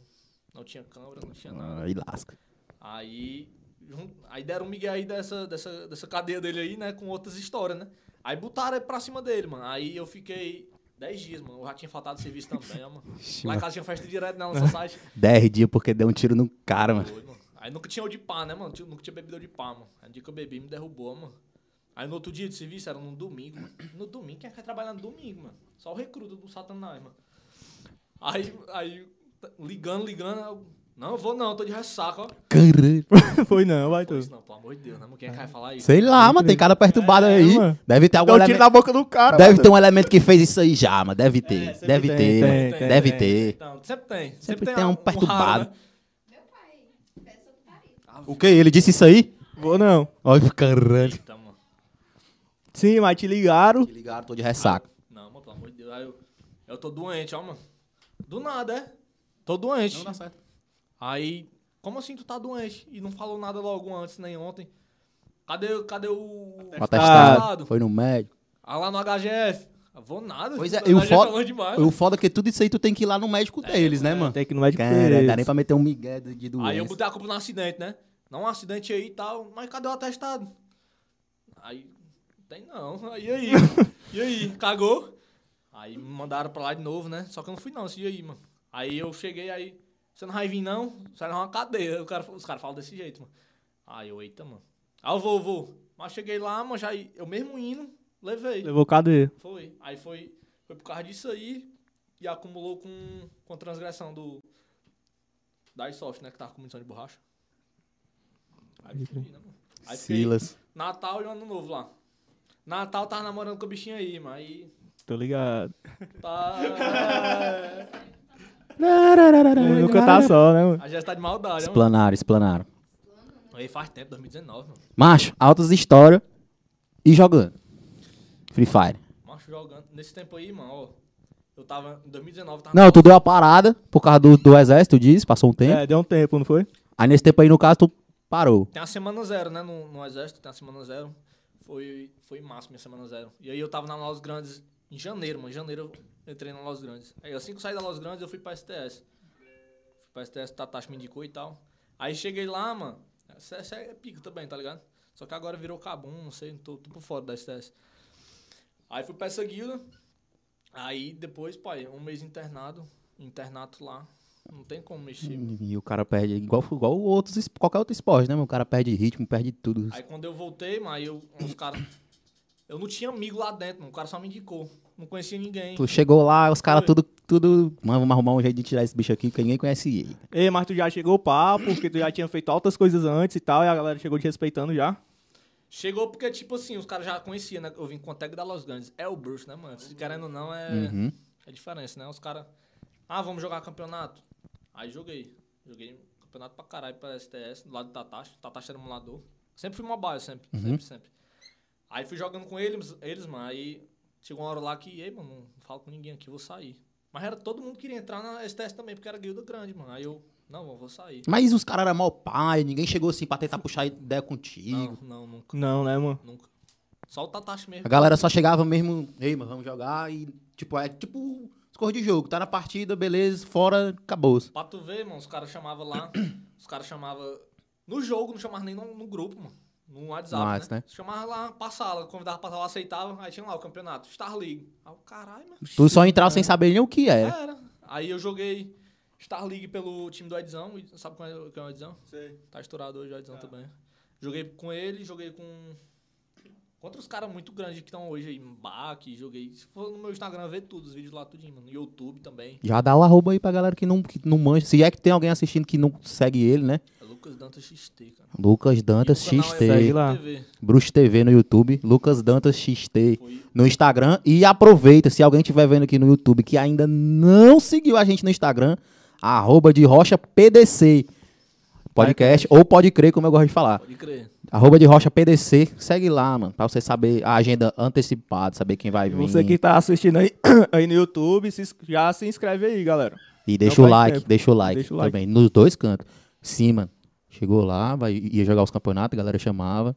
D: Não tinha câmera, não tinha
C: Ah,
D: nada.
A: Aí lasca.
D: Aí, jun- aí deram um migué aí dessa, dessa, dessa cadeia dele aí, né, com outras histórias, né? Aí botaram ele pra cima dele, mano. Aí eu fiquei 10 dias, mano. Eu já tinha faltado serviço também, ó, mano. Lá em casa tinha festa direto né, na nossa site.
A: 10 dias porque deu um tiro no cara, mano.
D: Doido, mano. Aí nunca tinha o de pá, né, mano? Tinha- Nunca tinha bebido o de pá, mano. Aí no dia que eu bebi, me derrubou, mano. Aí no outro dia de serviço, era no domingo, mano. No domingo, quem é que vai trabalhar no domingo, mano? Só o recruta do satanás, mano. Aí, aí, tá- ligando, ligando, eu, não, eu vou não, tô de ressaca, ó.
A: Caralho.
C: Foi não, vai
D: Pô,
C: tu.
D: isso não, pelo amor de Deus, né, mano? Quem é que vai falar isso?
A: Sei lá, mano, tem cara perturbado aí.
C: É, mano.
A: Deve ter algum
C: Deu um tiro
A: elemento.
C: na boca do
A: é
C: cara.
A: Deve
C: mano.
A: ter um elemento que fez isso aí já, mano. Deve
D: É,
A: ter.
D: sempre
A: Deve
C: tem,
A: ter,
C: tem,
A: mano.
C: tem,
A: Deve
C: tem.
A: ter.
D: Então, sempre tem. Sempre,
A: Sempre tem um
D: raro,
A: perturbado.
D: né?
E: Meu pai, peça do pariu.
A: O que? Ele disse isso aí?
C: Vou não.
A: Olha, caralho.
D: Eita, Então, mano.
C: Sim, mas te ligaram.
A: Me ligaram, tô de ressaca.
D: Não, mano, pelo amor de Deus. Aí eu, eu tô doente, ó, mano. Do nada, é? Tô doente.
A: certo.
D: Aí, como assim tu tá doente? E não falou nada logo antes, nem ontem. Cadê, cadê o...
A: O atestado.
D: atestado?
A: Foi no médico.
D: Ah, lá no HGF. Ah, vou nada.
A: Pois é,
D: o
A: e o
D: HGF
A: foda,
D: longe demais. É,
A: e o foda é que tudo isso aí tu tem que ir lá no médico deles, né, mano?
C: Tem que ir no médico
A: Cara,
C: deles.
A: dá nem pra meter um migué de de doença.
D: Aí eu botei a culpa no acidente, né? Não, um acidente aí e tal. Mas cadê o atestado? Aí, tem não. Aí, aí. e aí, cagou? Aí me mandaram pra lá de novo, né? Só que eu não fui não esse dia aí, mano. Aí eu cheguei aí, você não vai vir não? Sai na uma cadeia. O cara- os caras falam desse jeito, mano. Aí eu, eita, mano. Aí eu vou, vou. Mas cheguei lá, mano, já eu mesmo indo, levei.
C: Levou cadê?
D: Foi. Aí foi, foi por causa disso aí e acumulou com, com a transgressão do. Da iSoft, né? Que tava com munição de borracha. Aí eu fui, né, mano? Aí fiquei
A: Silas.
D: Natal e ano novo lá. Natal tava namorando com a bichinha aí, mas aí.
C: Tô ligado.
D: Tá.
C: Nunca tá só, né, mano?
D: A gente tá de maldade, né? mano?
A: Explanaram, explanaram.
D: Aí faz tempo, 2019, mano.
A: Macho, altas histórias e jogando. Free Fire.
D: Macho jogando. Nesse tempo aí, mano, ó. Eu tava. Em 2019 tava.
A: Não, tu deu a parada por causa do, do exército, diz, passou um tempo.
C: É, deu um tempo, não foi?
A: Aí nesse tempo aí, no caso, tu parou.
D: Tem a semana zero, né? No, no exército tem a semana zero. Foi, foi massa minha semana zero. E aí eu tava na Los Grandes em janeiro, mano. Em janeiro eu entrei na Los Grandes. Aí assim que eu saí da Los Grandes, eu fui pra STS. Fui pra STS, Tatashi me indicou e tal. Aí cheguei lá, mano. Essa, essa é pico também, tá ligado? Só que agora virou cabum, não sei, tô, tô por fora da STS. Aí fui pra essa guilda. Aí depois, pai, um mês internado. Internato lá. Não tem como mexer. mano.
A: E o cara perde, igual, igual outros, es- qualquer outro esporte, né, mano? O cara perde ritmo, perde tudo.
D: Aí quando eu voltei, mas eu, os caras. Eu não tinha amigo lá dentro, mano. o cara só me indicou. Não conhecia ninguém.
A: Tu chegou lá, os caras tudo, tudo... Mano, vamos arrumar um jeito de tirar esse bicho aqui, porque ninguém conhece ele.
C: Ei, mas tu já chegou pá, porque tu já tinha feito altas coisas antes e tal, e a galera chegou te respeitando já.
D: Chegou porque, tipo assim, os caras já conheciam, né? Eu vim com a tag da Los Grandes. É o Bruce, né, mano? Se querendo ou não, é.
A: Uhum.
D: É diferença, né? Os caras. Ah, vamos jogar campeonato? Aí joguei. Joguei campeonato pra caralho pra STS, do lado do Tatashi. Tatashi era um emulador. Sempre fui mobile, sempre.
A: Uhum.
D: Sempre, sempre. Aí fui jogando com eles, eles, mano. Aí chegou uma hora lá que, ei, mano, não falo com ninguém aqui, vou sair. Mas era todo mundo queria entrar na STS também, porque era guilda grande, mano. Aí eu, não, eu vou sair.
A: Mas os caras eram mal pai, ninguém chegou assim pra tentar puxar ideia
D: Não,
A: contigo.
D: não, nunca,
C: Não, né, mano?
D: nunca. Só o Tatashi mesmo.
A: A galera só chegava mesmo, ei, mano, vamos jogar e, tipo, é tipo score de jogo. Tá na partida, beleza, fora, acabou.
D: Pra tu ver, mano, os caras chamavam lá. os caras chamavam. No jogo, não chamavam nem no, no grupo, mano. No WhatsApp,
A: No
D: né?
A: Whats, né?
D: Chamava lá pra sala, convidava pra sala, aceitava. Aí tinha lá o campeonato, Star League. Aí eu, caralho, mano.
A: Tu só entrava sem saber nem o que é.
D: Era. Aí eu joguei Star League pelo time do Edzão. e Sabe quem é, o- quem é o Edzão?
B: Sei.
D: Tá estourado hoje o Edzão também. Joguei com ele, joguei com. com Contra os caras muito grandes que estão hoje aí, Mbak, joguei. Se for no meu Instagram, vê tudo, os vídeos lá, tudinho, mano. No YouTube também.
A: Já dá o arroba aí pra galera que não, que não manja. Se é que tem alguém assistindo que não segue ele, né?
D: É Lucas Dantas XT, cara.
A: Lucas Dantas
D: E o canal é
A: XT.
C: lá.
D: TV.
A: Bruxo TV no YouTube, Lucas Dantas XT no Instagram. E aproveita, se alguém estiver vendo aqui no YouTube que ainda não seguiu a gente no Instagram, arroba de rocha PDC. Podcast, ou pode crer, como eu gosto de falar.
D: Pode crer.
A: Arroba de rocha PDC, segue lá, mano. Pra você saber a agenda antecipada, saber quem vai vir.
C: Você que tá assistindo aí, aí no YouTube, se ins- já se inscreve aí, galera.
A: E deixa
C: Não
A: o
C: faz
A: like,
C: tempo.
A: deixa o like
C: Deixa o like.
A: também. Nos dois cantos. Sim, mano. Chegou lá, vai, ia jogar os campeonatos, a galera chamava.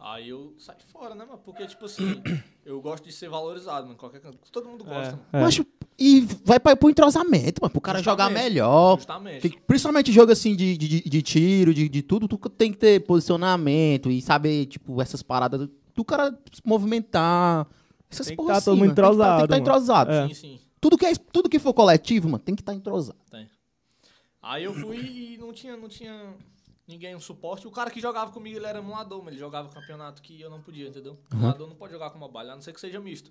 D: Aí eu saio fora, né, mano? Porque, tipo assim, eu gosto de ser valorizado, mano. Qualquer canto. Todo mundo gosta, mano.
C: É.
A: Mas, e vai pra, pro entrosamento, mano, pro cara jogar
D: Justamente.
A: melhor.
D: Justamente.
A: Que- principalmente jogo assim de, de, de- de tiro, de, de tudo, tu tem que ter posicionamento e saber, tipo, essas paradas do cara se movimentar. Essas
C: Tem que
A: porra
C: tá
A: assim,
C: todo mundo
A: mano. Tem que tá- Tem que tá
C: entrosado, mano.
A: entrosado.
C: É.
D: Sim, sim.
A: Tudo, que é, tudo que for coletivo, mano, tem que estar entrosado.
D: Tem. Aí eu fui e não tinha, não tinha ninguém um suporte. O cara que jogava comigo, ele era emulador, mas ele jogava campeonato que eu não podia, entendeu? Emulador não pode jogar com mobile, a não ser que seja misto.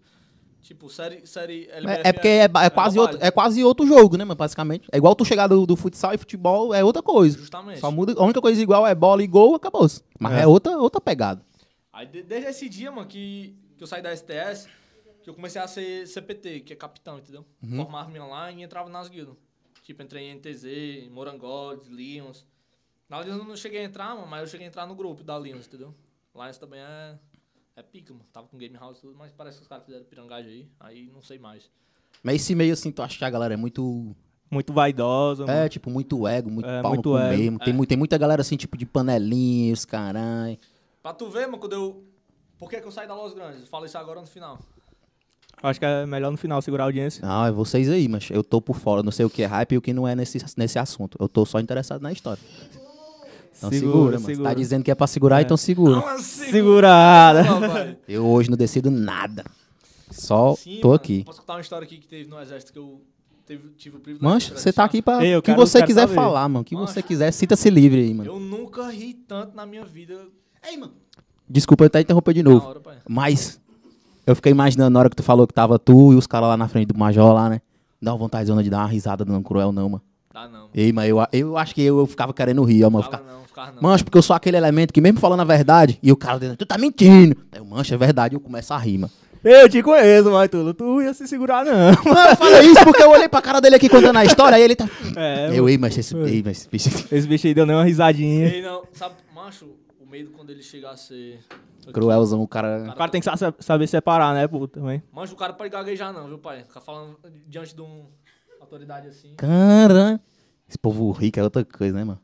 D: Tipo, série, série LBF
A: É, é porque é, ba- é quase outro, é quase outro jogo, né, mano, basicamente. É igual tu chegar do, do futsal e futebol, é outra coisa.
D: Justamente.
A: Só muda, a única coisa igual é bola e gol, acabou. Mas é, outra, outra pegada.
D: Aí de- desde esse dia, mano, que, que eu saí da STS, que eu comecei a ser CPT, que é capitão, entendeu? Formava-me online e entrava nas guildas. Tipo, entrei em NTZ, Morangodes, Lions. Na Lions eu não cheguei a entrar, mano, mas eu cheguei a entrar no grupo da Lions, entendeu? Lions também é, é pica, mano. Tava com Game House e tudo, mas parece que os caras fizeram pirangagem aí. Aí não sei mais.
A: Mas esse meio assim, tu acha que a galera é muito.
C: Muito vaidosa, mano.
A: É, tipo, muito ego, muito
C: Então, É,
A: pau no
C: muito
A: cu
C: ego.
A: mesmo. Tem, mu- tem muita galera assim, tipo, de panelinha, os caralho.
D: Pra tu ver, mano, quando eu... Por que, que eu saí da Los Grandes? Fala isso agora no final.
C: Acho que é melhor no final segurar a audiência.
A: Não, é vocês aí, mas eu tô por fora. Não sei o que é hype e o que não é nesse, nesse assunto. Eu tô só interessado na história. Então segura, mano. Você tá dizendo que é pra segurar, então segura.
C: Segurada.
D: Segurada.
A: Eu hoje não decido nada. Só
D: Sim,
A: tô
D: mano.
A: aqui.
D: Posso contar uma história aqui que teve no exército que eu teve, tive o privilégio
A: Mancha,
D: de
A: você tá
D: atravessar.
A: aqui pra.
C: Ei, eu
A: O que
C: quero-
A: você
C: quero
A: quiser
C: saber.
A: falar, mano. O que você
D: Mancha.
A: quiser, sinta-se livre aí, mano.
D: Eu nunca ri tanto na minha vida
A: Ei, mano. Desculpa eu até interromper de
D: na
A: novo.
D: hora, pai.
A: Mas eu fiquei imaginando na hora que tu falou que tava tu e os caras lá na frente do Major lá, né? Dá uma vontadezona de dar uma risada do Não Cruel, não, mano.
D: Dá não. mano.
A: Ei, mas eu, eu acho que eu, eu ficava querendo rir, ó, mano. Eu
D: Fala
A: ficava-
D: não, ficava não.
A: Mancha, porque eu sou aquele elemento que mesmo falando a verdade, e o cara dizendo, tu tá mentindo. Eu, mancha, é verdade, eu começo a rir, mano.
C: Eu te conheço, mas tu, tu ia se segurar, não.
A: Não, eu falei isso porque eu olhei pra cara dele aqui contando a história, aí ele tá...
C: É,
A: eu, ei, mas esse... Ei, mas esse bicho...
C: Esse bicho aí deu nem uma risadinha.
D: Ei, não, sabe, macho, o medo quando ele chegar a ser.
A: Cruelzão, o cara...
C: O cara tem que sa- saber separar, né, pô, também.
D: Mancho, o cara pode gaguejar, não, viu, pai? Ficar falando diante de uma autoridade assim.
A: Cara... Esse povo rico é outra coisa, né, mano?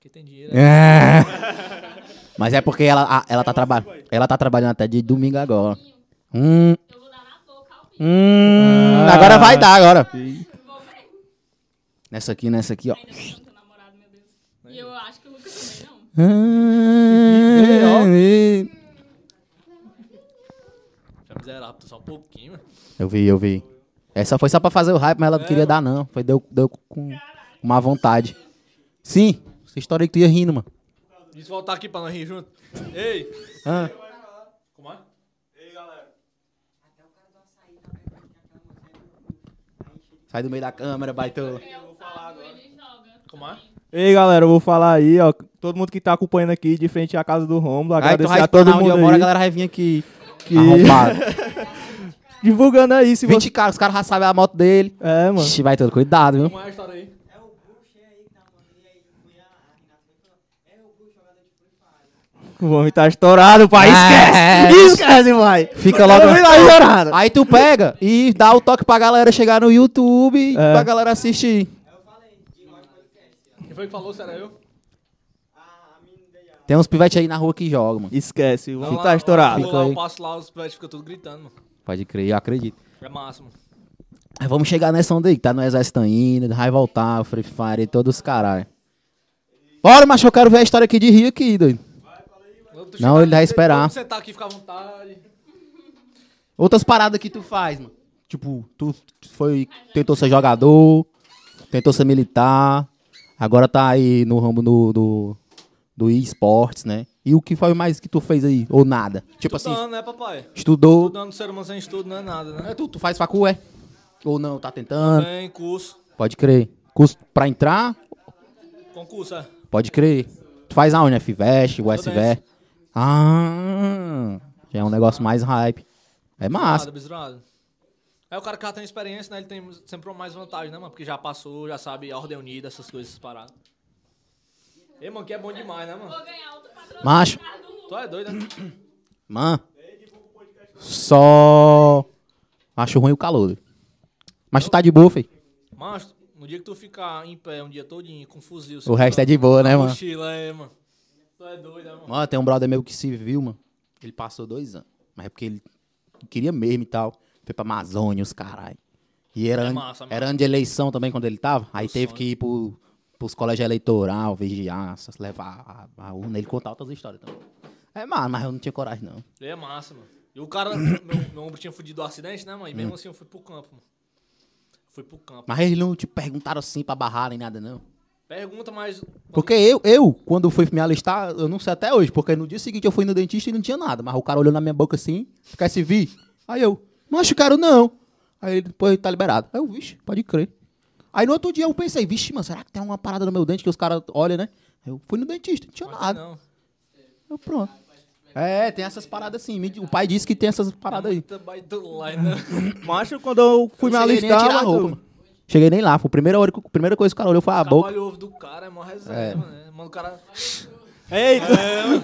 D: Quem tem dinheiro é.
A: É. Mas é porque ela, a- ela, tá traba ela tá trabalhando até de domingo agora. Hum,
E: Eu vou dar na boca ao vivo.
A: hum, agora vai dar, agora.
E: Vou bem.
A: Nessa aqui, nessa aqui, ó.
E: Ainda bem que eu não tenho namorado, meu Deus. E eu acho que o Lucas também não.
D: Já me zerava, só um pouquinho, mano.
A: Eu vi, eu vi. Essa foi só pra fazer o hype, mas ela não queria dar, não. Foi, deu, deu com uma vontade. Sim, essa história aí que tu ia rindo, mano.
D: Deixa eu voltar aqui pra nós rir junto. Ei!
A: Ah.
D: Como é?
A: Sai do meio da câmera, baitola.
E: Ele joga.
D: Como é?
C: Ei, galera, eu vou falar aí, ó. Todo mundo que tá acompanhando aqui de frente à casa do Romulo,
A: Aí tu
C: agradecer
A: vai
C: a todo
A: explanar onde
C: mundo
A: eu moro, a
C: aí,
A: galera vai vir aqui.
C: que-
A: Arrombado.
C: divulgando aí se você...
A: 20 caras, os caras já sabem a moto dele.
C: É, mano.
A: Ixi, vai todo, cuidado, viu?
D: Como é a história aí?
C: O homem tá estourado, pai.
A: É.
C: Esquece! Esquece, pai.
A: Fica
C: Eu
A: logo.
C: vim lá estourado.
A: Aí tu pega e dá o toque pra galera chegar no YouTube,
C: É.
A: pra galera assistir.
D: Quem foi que falou? Será eu?
A: Tem uns pivete aí na rua que jogam, mano.
C: Esquece, o
D: Não,
C: homem
D: lá-
C: tá estourado.
D: Lá,
A: Fica
D: lá,
A: aí.
D: eu passo lá, os pets ficam tudo gritando, mano.
A: Pode crer, eu acredito.
D: É máximo.
A: Aí vamos chegar nessa onda aí, que tá no exército ainda, vai voltar, Free Fire e todos os caralho. Bora, macho, eu quero ver a história aqui de Rio aqui, doido. Não, ele vai esperar.
D: Você tá aqui, fica à vontade.
A: Outras paradas que tu faz, mano. Tipo, tu foi, tentou ser jogador, tentou ser militar, agora tá aí no ramo do, do, do esportes, né? E o que foi mais que tu fez aí? Ou nada? Tipo assim,
D: Estudando, né, papai?
A: estudou.
D: Estudando, ser humano sem estudo não é nada, né?
A: É, Tu, tu faz facu, é? Ou não, tá tentando?
D: Tem curso,
A: Pode crer. Curso pra entrar?
D: concurso, é.
A: Pode crer. Tu faz aonde? né? FIVEST, USV?
D: Fluminense.
A: Ah, já é um negócio mais hype. É massa.
D: Nada, bisnado. Aí o cara que já tem experiência, né? Ele tem sempre mais vantagem, né, mano? Porque já passou, já sabe a ordem unida, essas coisas separadas. Ei, mano, que é bom demais, né, mano?
E: Vou ganhar outro patrocínio.
A: Macho,
D: Tu é doido, né?
A: mano. Só. Acho ruim o calor. doido. Mas tu tá de boa, fi.
D: Mas no dia que tu ficar em pé um dia todinho, com fuzil...
A: O resto é de boa, né, mano?
D: Mochila, é, mano. Tu é doido, né, mano?
A: Mano, tem um brother meu que se viu, mano. Ele passou dois anos. Mas é porque ele queria mesmo e tal. Foi pra Amazônia, os caralho. E era,
D: É
A: ano-
D: massa, massa.
A: era ano de eleição também quando ele tava. Aí teve que ir pro, pros colégios eleitoral, vigiar, essas- levar a, a urna. Ele contar outras histórias também. É, mano, mas eu não tinha coragem, não.
D: É massa, mano. E o cara, meu, meu ombro tinha fudido o acidente, né, mano? E
A: Hum.
D: mesmo assim eu fui pro campo, mano. Fui pro campo.
A: Mas eles não te perguntaram assim pra barrar nem nada, não.
D: Pergunta, mas.
A: Porque eu, eu, quando fui me alistar, eu não sei até hoje, porque no dia seguinte eu fui no dentista e não tinha nada. Mas o cara olhou na minha boca assim, quer se vir? Aí eu, não acho caro não. Aí ele, depois tá liberado. Aí eu, vixe, pode crer. Aí no outro dia eu pensei, vixe, mano, será que tem alguma parada no meu dente que os caras olham, né? Aí eu fui no dentista, não tinha
D: Mas
A: nada.
D: Não.
A: Eu, pronto. É, tem essas paradas assim. me di- O pai disse que tem essas paradas aí.
D: Tá baitolai, né?
C: Macho, quando eu fui
A: Eu não
C: me
A: cheguei nem a
C: alistar,
A: tirar a
C: mas
A: roupa,
C: eu-
A: mano. Cheguei nem lá. Foi a primeira, hora, que- a primeira coisa que o cara olhou foi a boca.
D: Trabalho o ovo do cara, é mó resenha,
A: É.
D: mano. né? Mano, o cara.
C: Eita,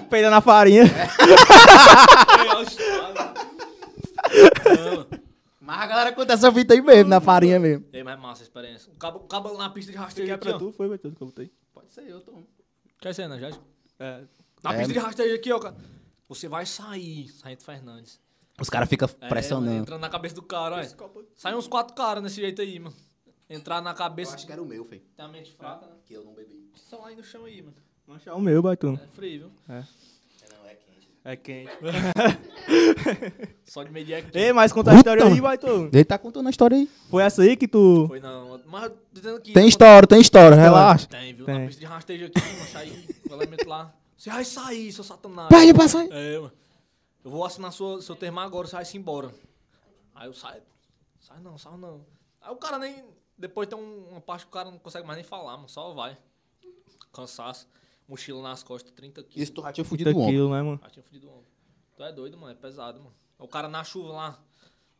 C: peida na farinha.
A: Mas Ah, a galera conta essa fita aí mesmo, na farinha mesmo.
D: Ei, mas é massa a experiência. O cabo, o cabo na pista de
C: Que
D: rasteiro
C: é
D: aqui,
C: pra
D: ó.
C: tu, foi, Matheus, que eu botei.
A: Pode ser, eu tô.
D: Quer ser, né, Jorge?
C: É.
D: Na
A: É.
D: pista de rasteiro aqui, ó, cara. Você vai sair, Sargento Fernandes.
A: Os caras ficam
D: É, mano,
A: pressionando.
D: entrando na cabeça do cara, olha. Sai uns quatro caras nesse jeito aí, mano. Entrar na cabeça.
A: era o meu, feio.
D: Tem a mente fraca, né?
A: Que eu não bebi.
D: Só lá aí no chão aí, mano.
C: Manchar o meu, Baituna.
D: É frio, viu?
C: É quente.
D: Só de mediac.
C: Ei, mas conta a
A: Puta,
C: história
A: mano.
C: aí, Baituna.
A: Ele tá contando a história aí.
C: Foi essa aí que tu...
D: Foi não. Mas eu tô dizendo que.
A: Tem história, tem história, relaxa.
D: Tem, viu?
C: Tem.
D: Na pista de rastejo aqui, mano, sai o elemento lá. Você vai sair, seu satanás.
A: Perde pra sair.
D: É, mano. Eu vou assinar sua, seu termo agora, você vai-se embora. Aí eu saio. Sai não, sai não. Aí o cara nem. Depois tem um- uma parte que o cara não consegue mais nem falar, mano. Só vai. Cansaço. Mochila nas costas, 30 quilos.
A: Isso tu já tinha fudido um o ombro.
C: Aquilo, né, mano?
D: Aí Ah, tinha fudido o ombro. Tu é doido, mano. É pesado, mano. O cara na chuva lá.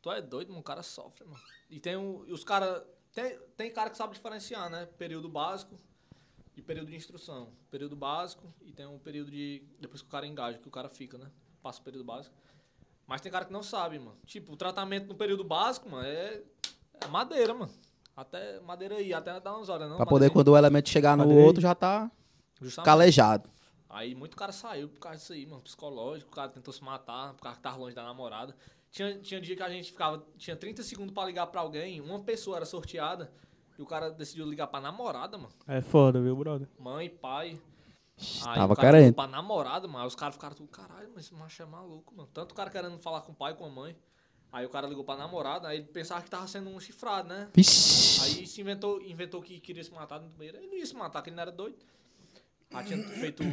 D: Tu é doido, mano. O cara sofre, mano. E tem um, e os caras. Tem, tem cara que sabe diferenciar, né? Período básico e período de instrução. Período básico e tem um período de. Depois que o cara engaja, que o cara fica, né? Passa o período básico. Mas tem cara que não sabe, mano. Tipo, o tratamento no período básico, mano, é, é madeira, mano. Até madeira aí, até dar umas horas, não.
A: Pra poder,
D: madeira.
A: quando o elemento chegar no
C: Padre.
A: outro, já tá
D: Justamente.
A: calejado.
D: Aí muito cara saiu por causa disso aí, mano, psicológico, o cara tentou se matar, por causa que tava longe da namorada. Tinha, tinha dia que a gente ficava, tinha 30 segundos pra ligar pra alguém, uma pessoa era sorteada, e o cara decidiu ligar pra namorada, mano.
C: É foda, viu, brother?
D: Mãe, pai. Aí
A: tava
D: o cara
A: carente.
D: ligou Pra namorada, mano. Aí os caras ficaram tudo, caralho, mas esse macho é maluco, mano. Tanto o cara querendo falar com o pai, com a mãe. Aí o cara ligou pra namorada, aí ele pensava que tava sendo um chifrado, né?
A: Vixi.
D: Aí se inventou, inventou que queria se matar no banheiro. Ele não ia se matar, que ele não era doido. Aí tinha feito.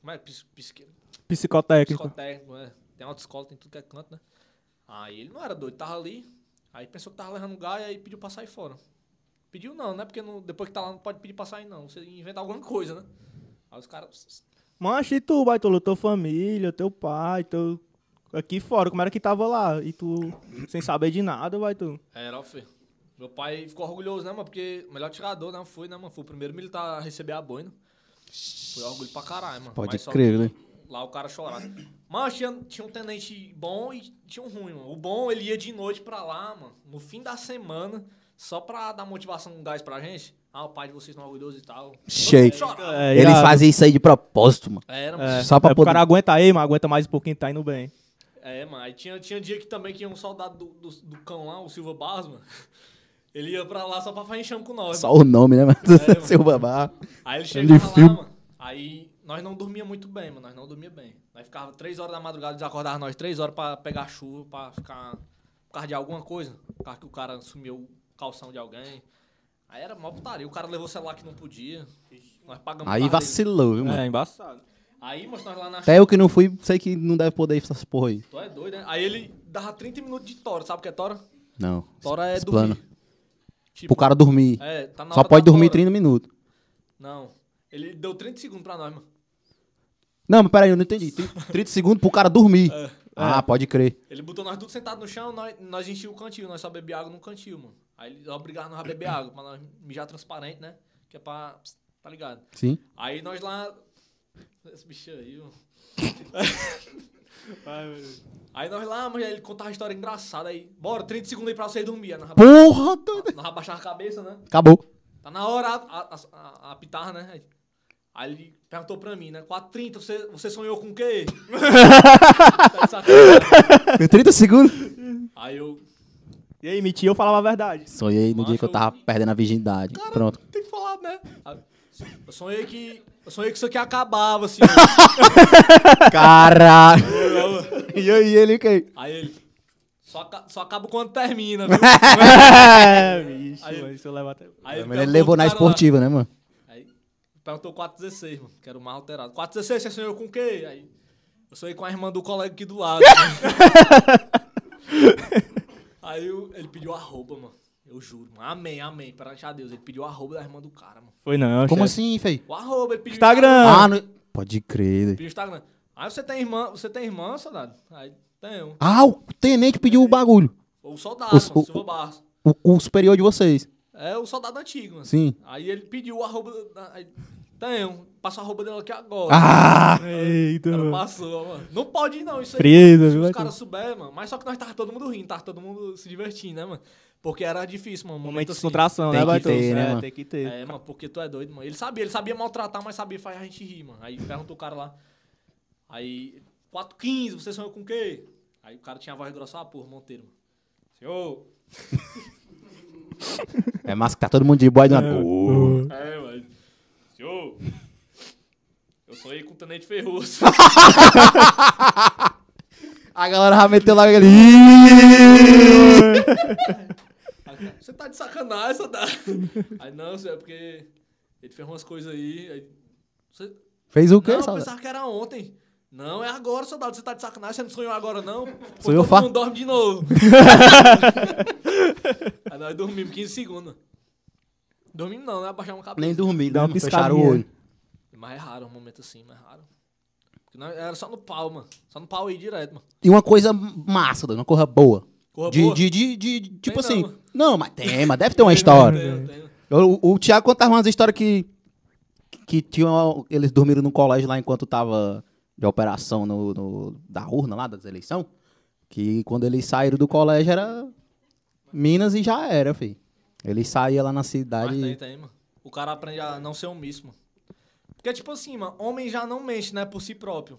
D: Como é? Pis, pisque-
C: Psicotécnico.
D: psicotécnico, né? Tem autoescola, tem tudo que é canto, né? Aí ele não era doido, tava ali. Aí pensou que tava levando gaia aí pediu pra sair fora. Pediu não, né? Porque não- depois que tá lá não pode pedir pra sair, não. Você inventa alguma coisa, né? Aí os caras.
C: Mancha, e tu, Baituna? Tua família, teu pai, teu... Aqui fora, como era que tava lá? E tu, sem saber de nada, Baituna.
D: é, Era, feio. Meu pai ficou orgulhoso, né, mano? Porque o melhor tirador, né? Fui, né, mano? Fui o primeiro militar a receber a boina. Foi orgulho pra caralho, mano.
A: Pode
D: Mas só
A: crer, né?
D: Lá o cara chorava. Mas tinha, tinha um tenente bom e tinha um ruim, mano. O bom, ele ia de noite pra lá, mano. No fim da semana, só pra dar motivação, um gás pra gente. Ah, o pai de vocês não é orgulhoso e tal.
A: Shake.
D: Chorava.
C: É,
A: Eles
C: irado.
A: fazem isso aí de propósito, mano.
D: Era, mano.
C: É,
A: Só pra
C: é
A: poder-
C: O cara aguenta aí, mas aguenta mais um pouquinho, tá indo bem.
D: É, mano, aí tinha, tinha dia que também que um soldado do, do, do cão lá, o Silva Barros, mano. Ele ia pra lá só pra fazer enxame com nós.
A: Só o nome, né, mano?
D: É, mano.
A: Seu babá.
D: Aí ele
A: Ele
D: chegava lá,
A: filma.
D: mano. Aí nós não dormia muito bem, mano. Nós não dormia bem. Nós ficava três horas da madrugada, desacordava nós três horas pra pegar chuva, pra ficar. Por causa de alguma coisa. Por causa que o cara sumiu o calção de alguém. Aí era mó putaria. O cara levou o celular que não É. podia. Nós pagamos por
A: Aí
D: causa dele.
A: vacilou, viu, mano?
C: embaçado.
D: Aí, mas nós lá na
A: Até eu que não fui, sei que não deve poder ir pra essas porra aí.
D: Tu é doido, né? Aí ele dava 30 minutos de tora, sabe o que é tora?
A: Não.
D: Tora é
A: esse
D: dormir. Tipo,
A: Pro cara dormir.
D: é, tá na
A: Só
D: hora
A: pode
D: da
A: dormir
D: tora.
A: 30 minutos.
D: Não. Ele deu 30 segundos pra nós, mano.
A: Não, mas peraí, eu não entendi. Tem 30 segundos pro cara dormir.
D: É,
A: Ah, pode crer.
D: Ele botou nós tudo sentado no chão, nós, nós enchia o cantil, nós só bebia água no cantil, mano. Aí ele obrigava nós a beber água, pra nós mijar transparente, né? Que é pra. Tá ligado?
A: Sim.
D: Aí nós lá. Esse bicho aí, mano. Aí nós lá, mas ele contava a história engraçada aí. Bora, 30 segundos aí pra vocês dormir. Aí Nós, aba-
A: Porra, doido.
D: nós abaixava a cabeça, né?
A: Acabou.
D: Tá na hora a, a, a, a pitar, né? Aí ele perguntou pra mim, né? 4h30, você, você sonhou com o quê? Tá de sacanagem.
A: Tem 30 segundos.
D: Aí eu,
C: E aí, mentia, eu falava a verdade.
A: Sonhei no dia que eu tava perdendo a virgindade. Pronto.
D: tem que falar, né? Aí, Eu sonhei que. Eu sonhei que isso aqui acabava, assim.
A: Caralho. e aí, ele o quê?
D: né? Aí ele. Só, aca- só acaba quando termina, viu?
C: É, bicho,
D: Aí-
C: mas isso leva até.
A: Mas
D: Aí
A: ele
D: perguntou
A: levou
D: pro
A: na
D: cara lá.
A: esportiva, né, mano?
D: Aí perguntou 416, mano, que era o mais alterado. 416, você sonhou com o quê? Aí eu sonhei com a irmã do colega aqui do lado. né? Aí eu- ele pediu a roupa, mano. Eu juro, mano. Amém, amém. Perante a Deus. Ele pediu a roupa da irmã do cara, mano.
C: Foi não,
A: Como
C: chefe.
A: assim, fei?
D: O arroba, ele pediu.
C: Instagram.
A: Ah, não... Pode crer, doido.
D: Pediu Instagram. Aí você tem irmã, você tem irmã, soldado? Aí um. tenho.
A: Ah, o tenente pediu o bagulho.
D: O soldado,
A: Os-
D: mano,
A: o-
D: Silva Barros.
A: O, o superior de vocês.
D: É o soldado antigo, mano.
A: Sim.
D: Aí ele pediu a roupa. da- Aí, tenho. Passa a roupa dela aqui agora.
A: Ah!
C: Eita,
D: Cara,
C: mano.
D: passou, mano. Não pode ir, não, isso aí.
C: Frieza,
D: se
C: viu,
D: né?
C: vai
D: os caras souberem, mano. Mas só que nós tava todo mundo rindo, tava todo mundo se divertindo, né, mano? Porque era difícil, mano. um
C: Momento de
D: assim.
C: contração,
A: Tem
C: né,
A: que
C: Bartô?
A: ter, né,
C: É,
A: mano?
C: Tem que ter.
D: É, mano, porque tu é doido, mano. Ele sabia, ele sabia maltratar, mas sabia fazer a gente rir, mano. Aí perguntou o cara lá. Aí, 4,15, você sonhou com o quê? Aí o cara tinha a voz grossa, ah, porra, Monteiro, mano. Senhor.
A: É massa que tá todo mundo de boy do nada. Ô.
D: É, mano. Senhor. Eu sonhei com o Tenente Ferroso.
A: A galera já meteu lá ele. Ih!
D: Você tá de sacanagem, soldado. Aí não, senhor, é porque ele fez umas coisas aí. aí você...
A: Fez o quê,
D: não, eu
A: saudade?
D: pensava que era ontem. Não, é agora, soldado. Você tá de sacanagem, você não sonhou agora, não? Pô,
A: Sonhou
D: todo
A: fa-
D: mundo dorme de novo. aí nós dormimos 15 segundos. Dormimos não, né? Abaixamos a cabeça.
A: Nem dormi,
C: Dá
A: né,
C: uma
A: mano? Fecharam o
C: piscadinha.
A: olho.
D: Mas é raro um momento assim, mas é raro. Porque nós- era só no pau, mano. Só no pau aí direto, mano.
A: E uma coisa massa, doido, uma coisa boa.
D: Corra
A: de,
D: boa.
A: de, de, de- de- tipo
D: não,
A: assim.
D: mano.
A: Não, mas tem, mas deve ter uma
D: Tem,
A: história.
D: tem.
A: Eu- o, o Thiago contava umas histórias que. Que tinham. Eles dormiram no colégio lá enquanto tava de operação no, no- da urna lá, das eleições. Que quando eles saíram do colégio era. Minas e já era, filho. Eles saíam lá na
D: Mas tem,
A: cidade.
D: tem, mano. O cara aprende a não ser omisso, mano. Porque, tipo assim, mano, homem já não mente, né, por si próprio.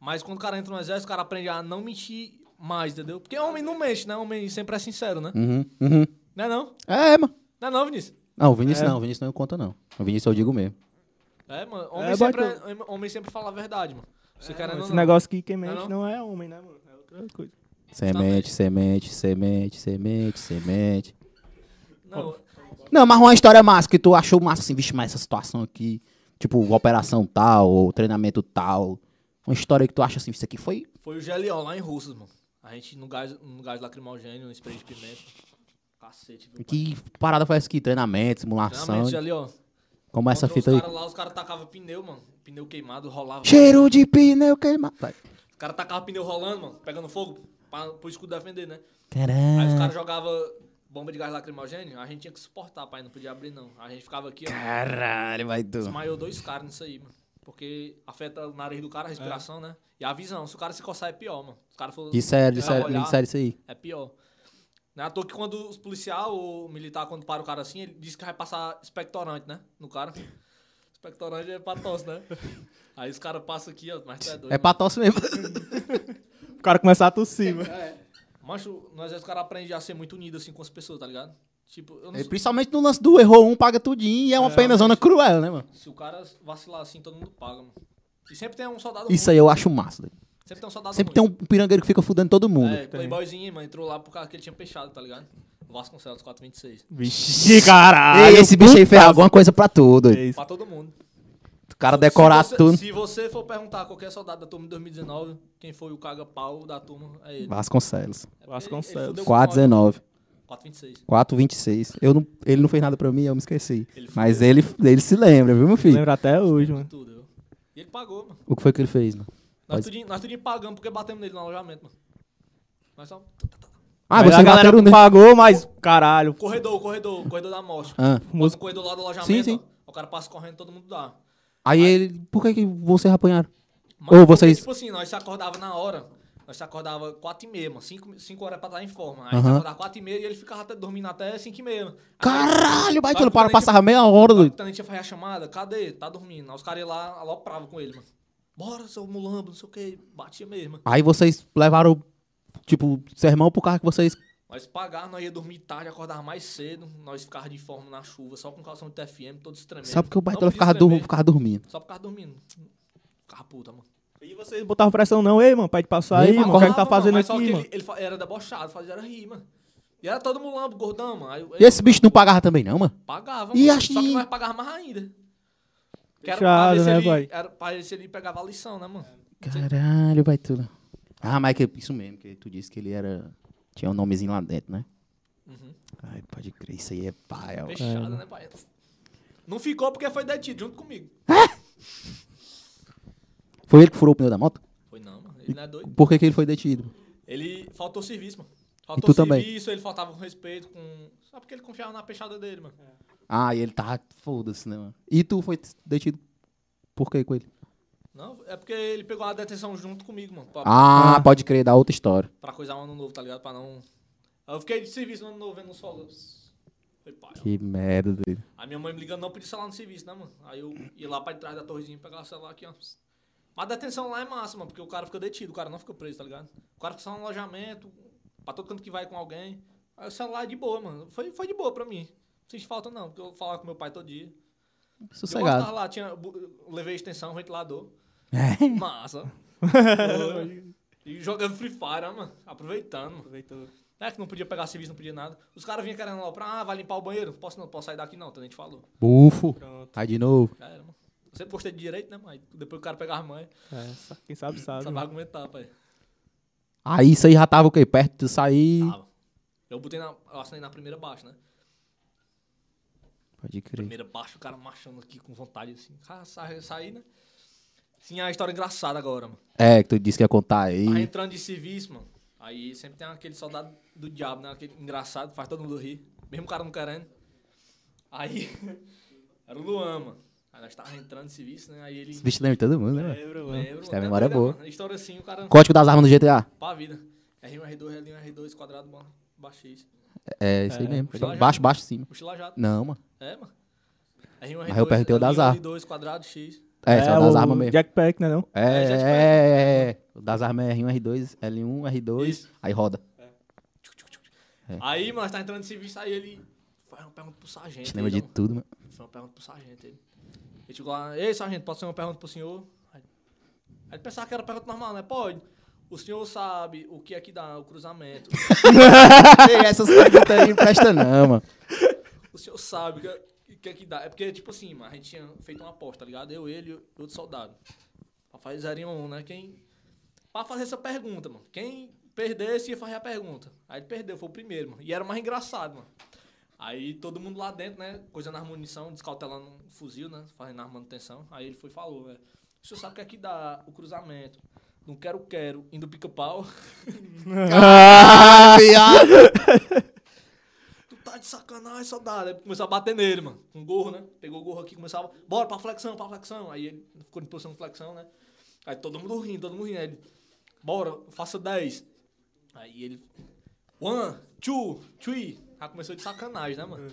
D: Mas quando o cara entra no exército, o cara aprende a não mentir mais, entendeu? Porque homem não mente, né? Homem sempre é sincero, né?
A: Uhum, uhum.
D: Não é não?
A: É, mano.
D: Não é não, Vinícius?
A: Não, o Vinícius não, o Vinícius não conta, não. O Vinícius eu digo mesmo.
D: É, mano. Homem,
C: É,
D: sempre,
C: bacana.
D: é- homem sempre fala a verdade, mano.
A: É,
D: Você quer
C: Esse
D: não, não.
C: negócio que quem
D: Não é
C: mente
D: não?
C: não é homem, né, mano? É outra coisa.
A: Semente, semente, semente, semente, semente.
D: Não,
A: Não, mas uma história massa que tu achou massa assim, vixe, mas essa situação aqui, tipo, operação tal, ou treinamento tal. Uma história que tu acha assim, isso aqui foi.
D: foi o GLO lá em Russas, mano. A gente no gás, no gás lacrimogênio, no spray de pimenta. Cacete, viu?
A: Que parada foi essa aqui? Treinamento, simulação.
D: Realmente, GLO.
A: Como essa
D: Contra
A: fita
D: os
A: aí.
D: caras lá, os caras tacavam pneu, mano. Pneu queimado, rolava.
A: Cheiro de pneu queimado. Vai.
D: O cara tacava pneu rolando, mano, pegando fogo, pra, pro escudo defender, né?
A: É.
D: Aí os caras
A: Caralho.
D: jogavam bomba de gás lacrimogênio, a gente tinha que suportar, pai, não podia abrir, não. A gente ficava aqui, ó,
A: Caralho, vai tu.
D: desmaiou dois caras nisso aí, mano. Porque afeta o nariz do cara, a respiração, né? E a visão, se o cara se coçar é pior, mano. Os caras foram...
A: De sério, de
D: tentar
A: sério,
D: olhar,
A: de sério é, isso aí.
D: É pior. Não é à toa que quando os policial ou militar, quando para o cara assim, ele diz que vai passar expectorante, né? No cara. Expectorante é pra tosse, né? Aí os caras passam aqui, ó, mas tu é doido.
A: É pra tosse mesmo.
C: O cara começar a tossir, mano.
D: Macho, nós os caras aprendem a ser muito unidos assim com as pessoas, tá ligado? Tipo, eu não
A: E
D: sei
A: Principalmente no lance do errou um, paga tudinho e é uma pena zona cruel, né, mano?
D: se o cara vacilar assim, todo mundo paga, mano. E sempre tem um soldado
A: Isso
D: ruim.
A: aí eu acho massa. doido.
D: Sempre tem um soldado
A: Sempre um tem
D: ruim.
A: um pirangueiro que fica fudendo todo mundo.
D: É, playboyzinho, mano, entrou lá por causa que ele tinha fechado, tá ligado? Vasconcelos 426.
C: Vixe, caralho.
A: Ei, esse bicho aí fez alguma coisa pra tudo.
C: É isso.
D: Pra todo mundo.
A: Tu cara decorar
D: se você,
A: tudo.
D: Se você for perguntar a qualquer soldado da turma de 2019, quem foi o caga-pau da turma, é ele.
A: Vasconcelos.
C: Vasconcelos.
A: 419.
D: 426.
A: 426. Eu não, ele não fez nada pra mim, eu me esqueci.
D: Ele foi-
A: Mas ele, ele se lembra, viu, meu filho?
C: Lembro até hoje, mano.
D: Tudo, viu? E ele pagou, mano.
A: O que foi que ele fez, mano?
D: Nós
A: Mas-
D: tudinho, nós tudinho pagamos porque batemos nele no alojamento, mano. Nós só...
A: Ah,
C: Aí
A: você
C: a galera
A: bateram
C: não
A: nele.
C: pagou, mas caralho.
D: Corredor, corredor, corredor da morte.
A: Ah,
D: Bota o corredor lá do alojamento,
A: Sim, sim.
D: ó. o cara passa correndo, todo mundo dá.
A: aí ele. Por que, que vocês apanharam?
D: Mas,
A: Ô, vocês-
D: Tipo assim, nós se acordava na hora. Nós se acordava 4 e meia, mano. 5, horas pra estar em forma. Aí se
A: Aham.
D: acordava 4 e meia e ele ficava até, dormindo até 5 e meia. mano.
A: Caralho,
D: Aí,
A: baitolo,
D: quando a
A: para,
D: gente-
A: passava meia hora,
D: O
A: doido.
D: tenente ia fazer a chamada, cadê? Tá dormindo. Aí os caras iam lá, alopravam com ele, mano. Bora, seu mulambo, não sei o que. Batia mesmo. mano.
A: Aí vocês levaram, tipo, sermão pro carro que vocês.
D: Nós pagava, nós ia dormir tarde, acordava mais cedo. Nós ficava de forma na chuva, só com calção de TFM, todos tremendo.
A: Só porque o
D: Não
A: baitolo
D: podia
A: ficava,
D: tremer,
A: dur- ficava dormindo.
D: Só por causa dormindo. Ficava puta, mano.
C: E vocês não botavam pressão não, ei, mano, pede passar
A: Ei,
C: aí, mano, o que é que tá
D: Falava, mano,
C: fazendo
D: mas
C: aqui,
D: só que
C: mano?
D: Ele, ele fa- era debochado, fazia era rir, mano. E era todo mulambo, gordão, mano. Aí, eu-
A: E esse bicho não pagava também, não, mano?
D: Pagava,
A: E
D: mano.
A: acho
D: Só que
A: que-
D: nós pagávamos mais ainda. Que era pra
C: Fechado,
D: ver se
C: né,
D: ele-
C: pai? É,
D: Era pra ver se ele pegava a lição, né, mano?
A: Caralho, baitolo. Ah, mas que isso mesmo, que tu disse que ele era. Tinha um nomezinho lá dentro, né?
D: Uhum.
A: Ai, pode crer, isso aí é
C: então,
A: paia, mano.
D: Fechado, né, pai? Não ficou porque foi detido junto comigo.
A: Foi ele que furou o pneu da moto?
D: Foi não, mano. Ele não é doido.
A: Por que, que ele foi detido?
D: Ele faltou serviço, mano.
A: tu
D: Faltou
A: também?
D: serviço, ele faltava com respeito, com. Só porque ele confiava na peixada dele, mano.
A: Ah, e ele tá foda-se, né, mano? E tu foi detido por que com ele?
D: Não, é porque ele pegou a detenção junto comigo, mano. Pra,
A: Ah, pode crer, dá outra história.
D: pra coisar um ano novo, tá ligado? Pra não. Aí Eu fiquei de serviço no ano novo vendo o sol. Foi pai.
A: Que merda, doido.
D: A minha mãe me ligando, não pedi celular no serviço, né, mano? Aí eu ia lá pra trás da torrezinha e pegava o celular aqui, ó. Mas a detenção lá é massa, mano, porque o cara fica detido, o cara não fica preso, tá ligado? O cara fica só no alojamento, pra todo canto que vai com alguém. Aí o celular é de boa, mano. Foi, foi de boa pra mim. Não senti falta, não, porque eu falava com meu pai todo dia. Eu
A: Sossegado.
D: gostava lá, tinha, bu- levei a extensão, ventilador.
A: É.
D: Massa. e jogando Free Fire, ó, mano. Aproveitando, mano. É que não podia pegar serviço, não podia nada. Os caras vinham querendo lá pra, ah, vai limpar o banheiro? Posso não, posso sair daqui não, o tenente falou.
A: Bufo. Tá de novo.
D: Já era, mano. Eu sempre gostei de direito, né, mãe? Depois o cara pegava a mãe,
C: É, só quem sabe sabe,
D: sabe
C: mano.
D: argumentar, pai.
A: Aí isso aí já tava o quê? Perto de sair.
D: Tava. Eu botei na. Eu assinei na primeira baixa, né?
A: Pode crer.
D: Primeira baixa, o cara marchando aqui com vontade, assim. Cara, sa- saí, né? Sim, é uma história engraçada agora, mano.
A: É, que tu disse que ia contar aí.
D: Aí entrando de serviço, mano. Aí sempre tem aquele soldado do diabo, né? Aquele engraçado, faz todo mundo rir. Mesmo o cara não querendo. Aí. era o Luan, mano. Aí nós tava entrando de serviço, né? Aí ele.
A: Esse bicho lembra de todo mundo, né, mano?
C: Lembro, mano.
D: Lembro,
A: Isso é
D: até
A: memória
D: doida,
A: boa.
D: mano. História assim, o cara.
A: Código das armas no GTA.
D: Pra vida. R1, R2, R1, R2, quadrado, mano. Baixei isso.
A: É, isso aí mesmo.
D: Mochila
A: Baixo,
D: já.
A: baixo, cima.
D: Mochila jato.
A: Não, mano.
D: É, mano. R1, R2,
A: Mas eu perguntei o das
D: R1,
A: armas.
D: R2, um, quadrado, X.
A: É, isso é o das
C: o
A: armas mesmo.
C: Jackpack, né não?
A: É,
D: É,
A: é,
D: já te
A: é, é. O das armas é R1, R2, L1, R2.
D: Isso.
A: Aí roda.
D: Tchuc, tchuc, tchuc.
A: É.
D: Aí, mano, nós tá entrando nesse serviço, aí ele... Faz uma pergunta pro sargento.
A: Te lembra
D: ele,
A: de tudo, mano.
D: mano. Faz uma pergunta pro sargento. Ele, ele chegou lá, ei, sargento, posso fazer uma pergunta pro senhor? Aí aí ele pensava que era pergunta normal, né? Pode. O senhor sabe o que é que dá o cruzamento.
A: Ei, essas perguntas aí não presta não, mano.
D: O senhor sabe o que, é- o que é que dá. É porque, tipo assim, mano, a gente tinha feito uma aposta, tá ligado? Eu, ele e outro soldado. Pra fazer 1 né? Quem. Pra fazer essa pergunta, mano. Quem perdesse ia fazer a pergunta. Aí ele perdeu, foi o primeiro, mano. E era o mais engraçado, mano. Aí todo mundo lá dentro, né? Coisa na munição, descautelando um fuzil, né? Fazendo a manutenção. Aí ele foi e falou, né? O senhor sabe o que é que dá o cruzamento. Não quero, quero, indo pica-pau.
A: Ah, viado.
D: Tu tá de sacanagem, saudade. Aí começou a bater nele, mano. Com gorro, né? Pegou o gorro aqui, começava. Bora pra flexão, pra flexão. Aí ele ficou em posição de flexão, né? Aí todo mundo rindo, todo mundo rindo. Aí ele, bora, faça 10. Aí ele. One, two, three. Já começou de sacanagem, né, mano?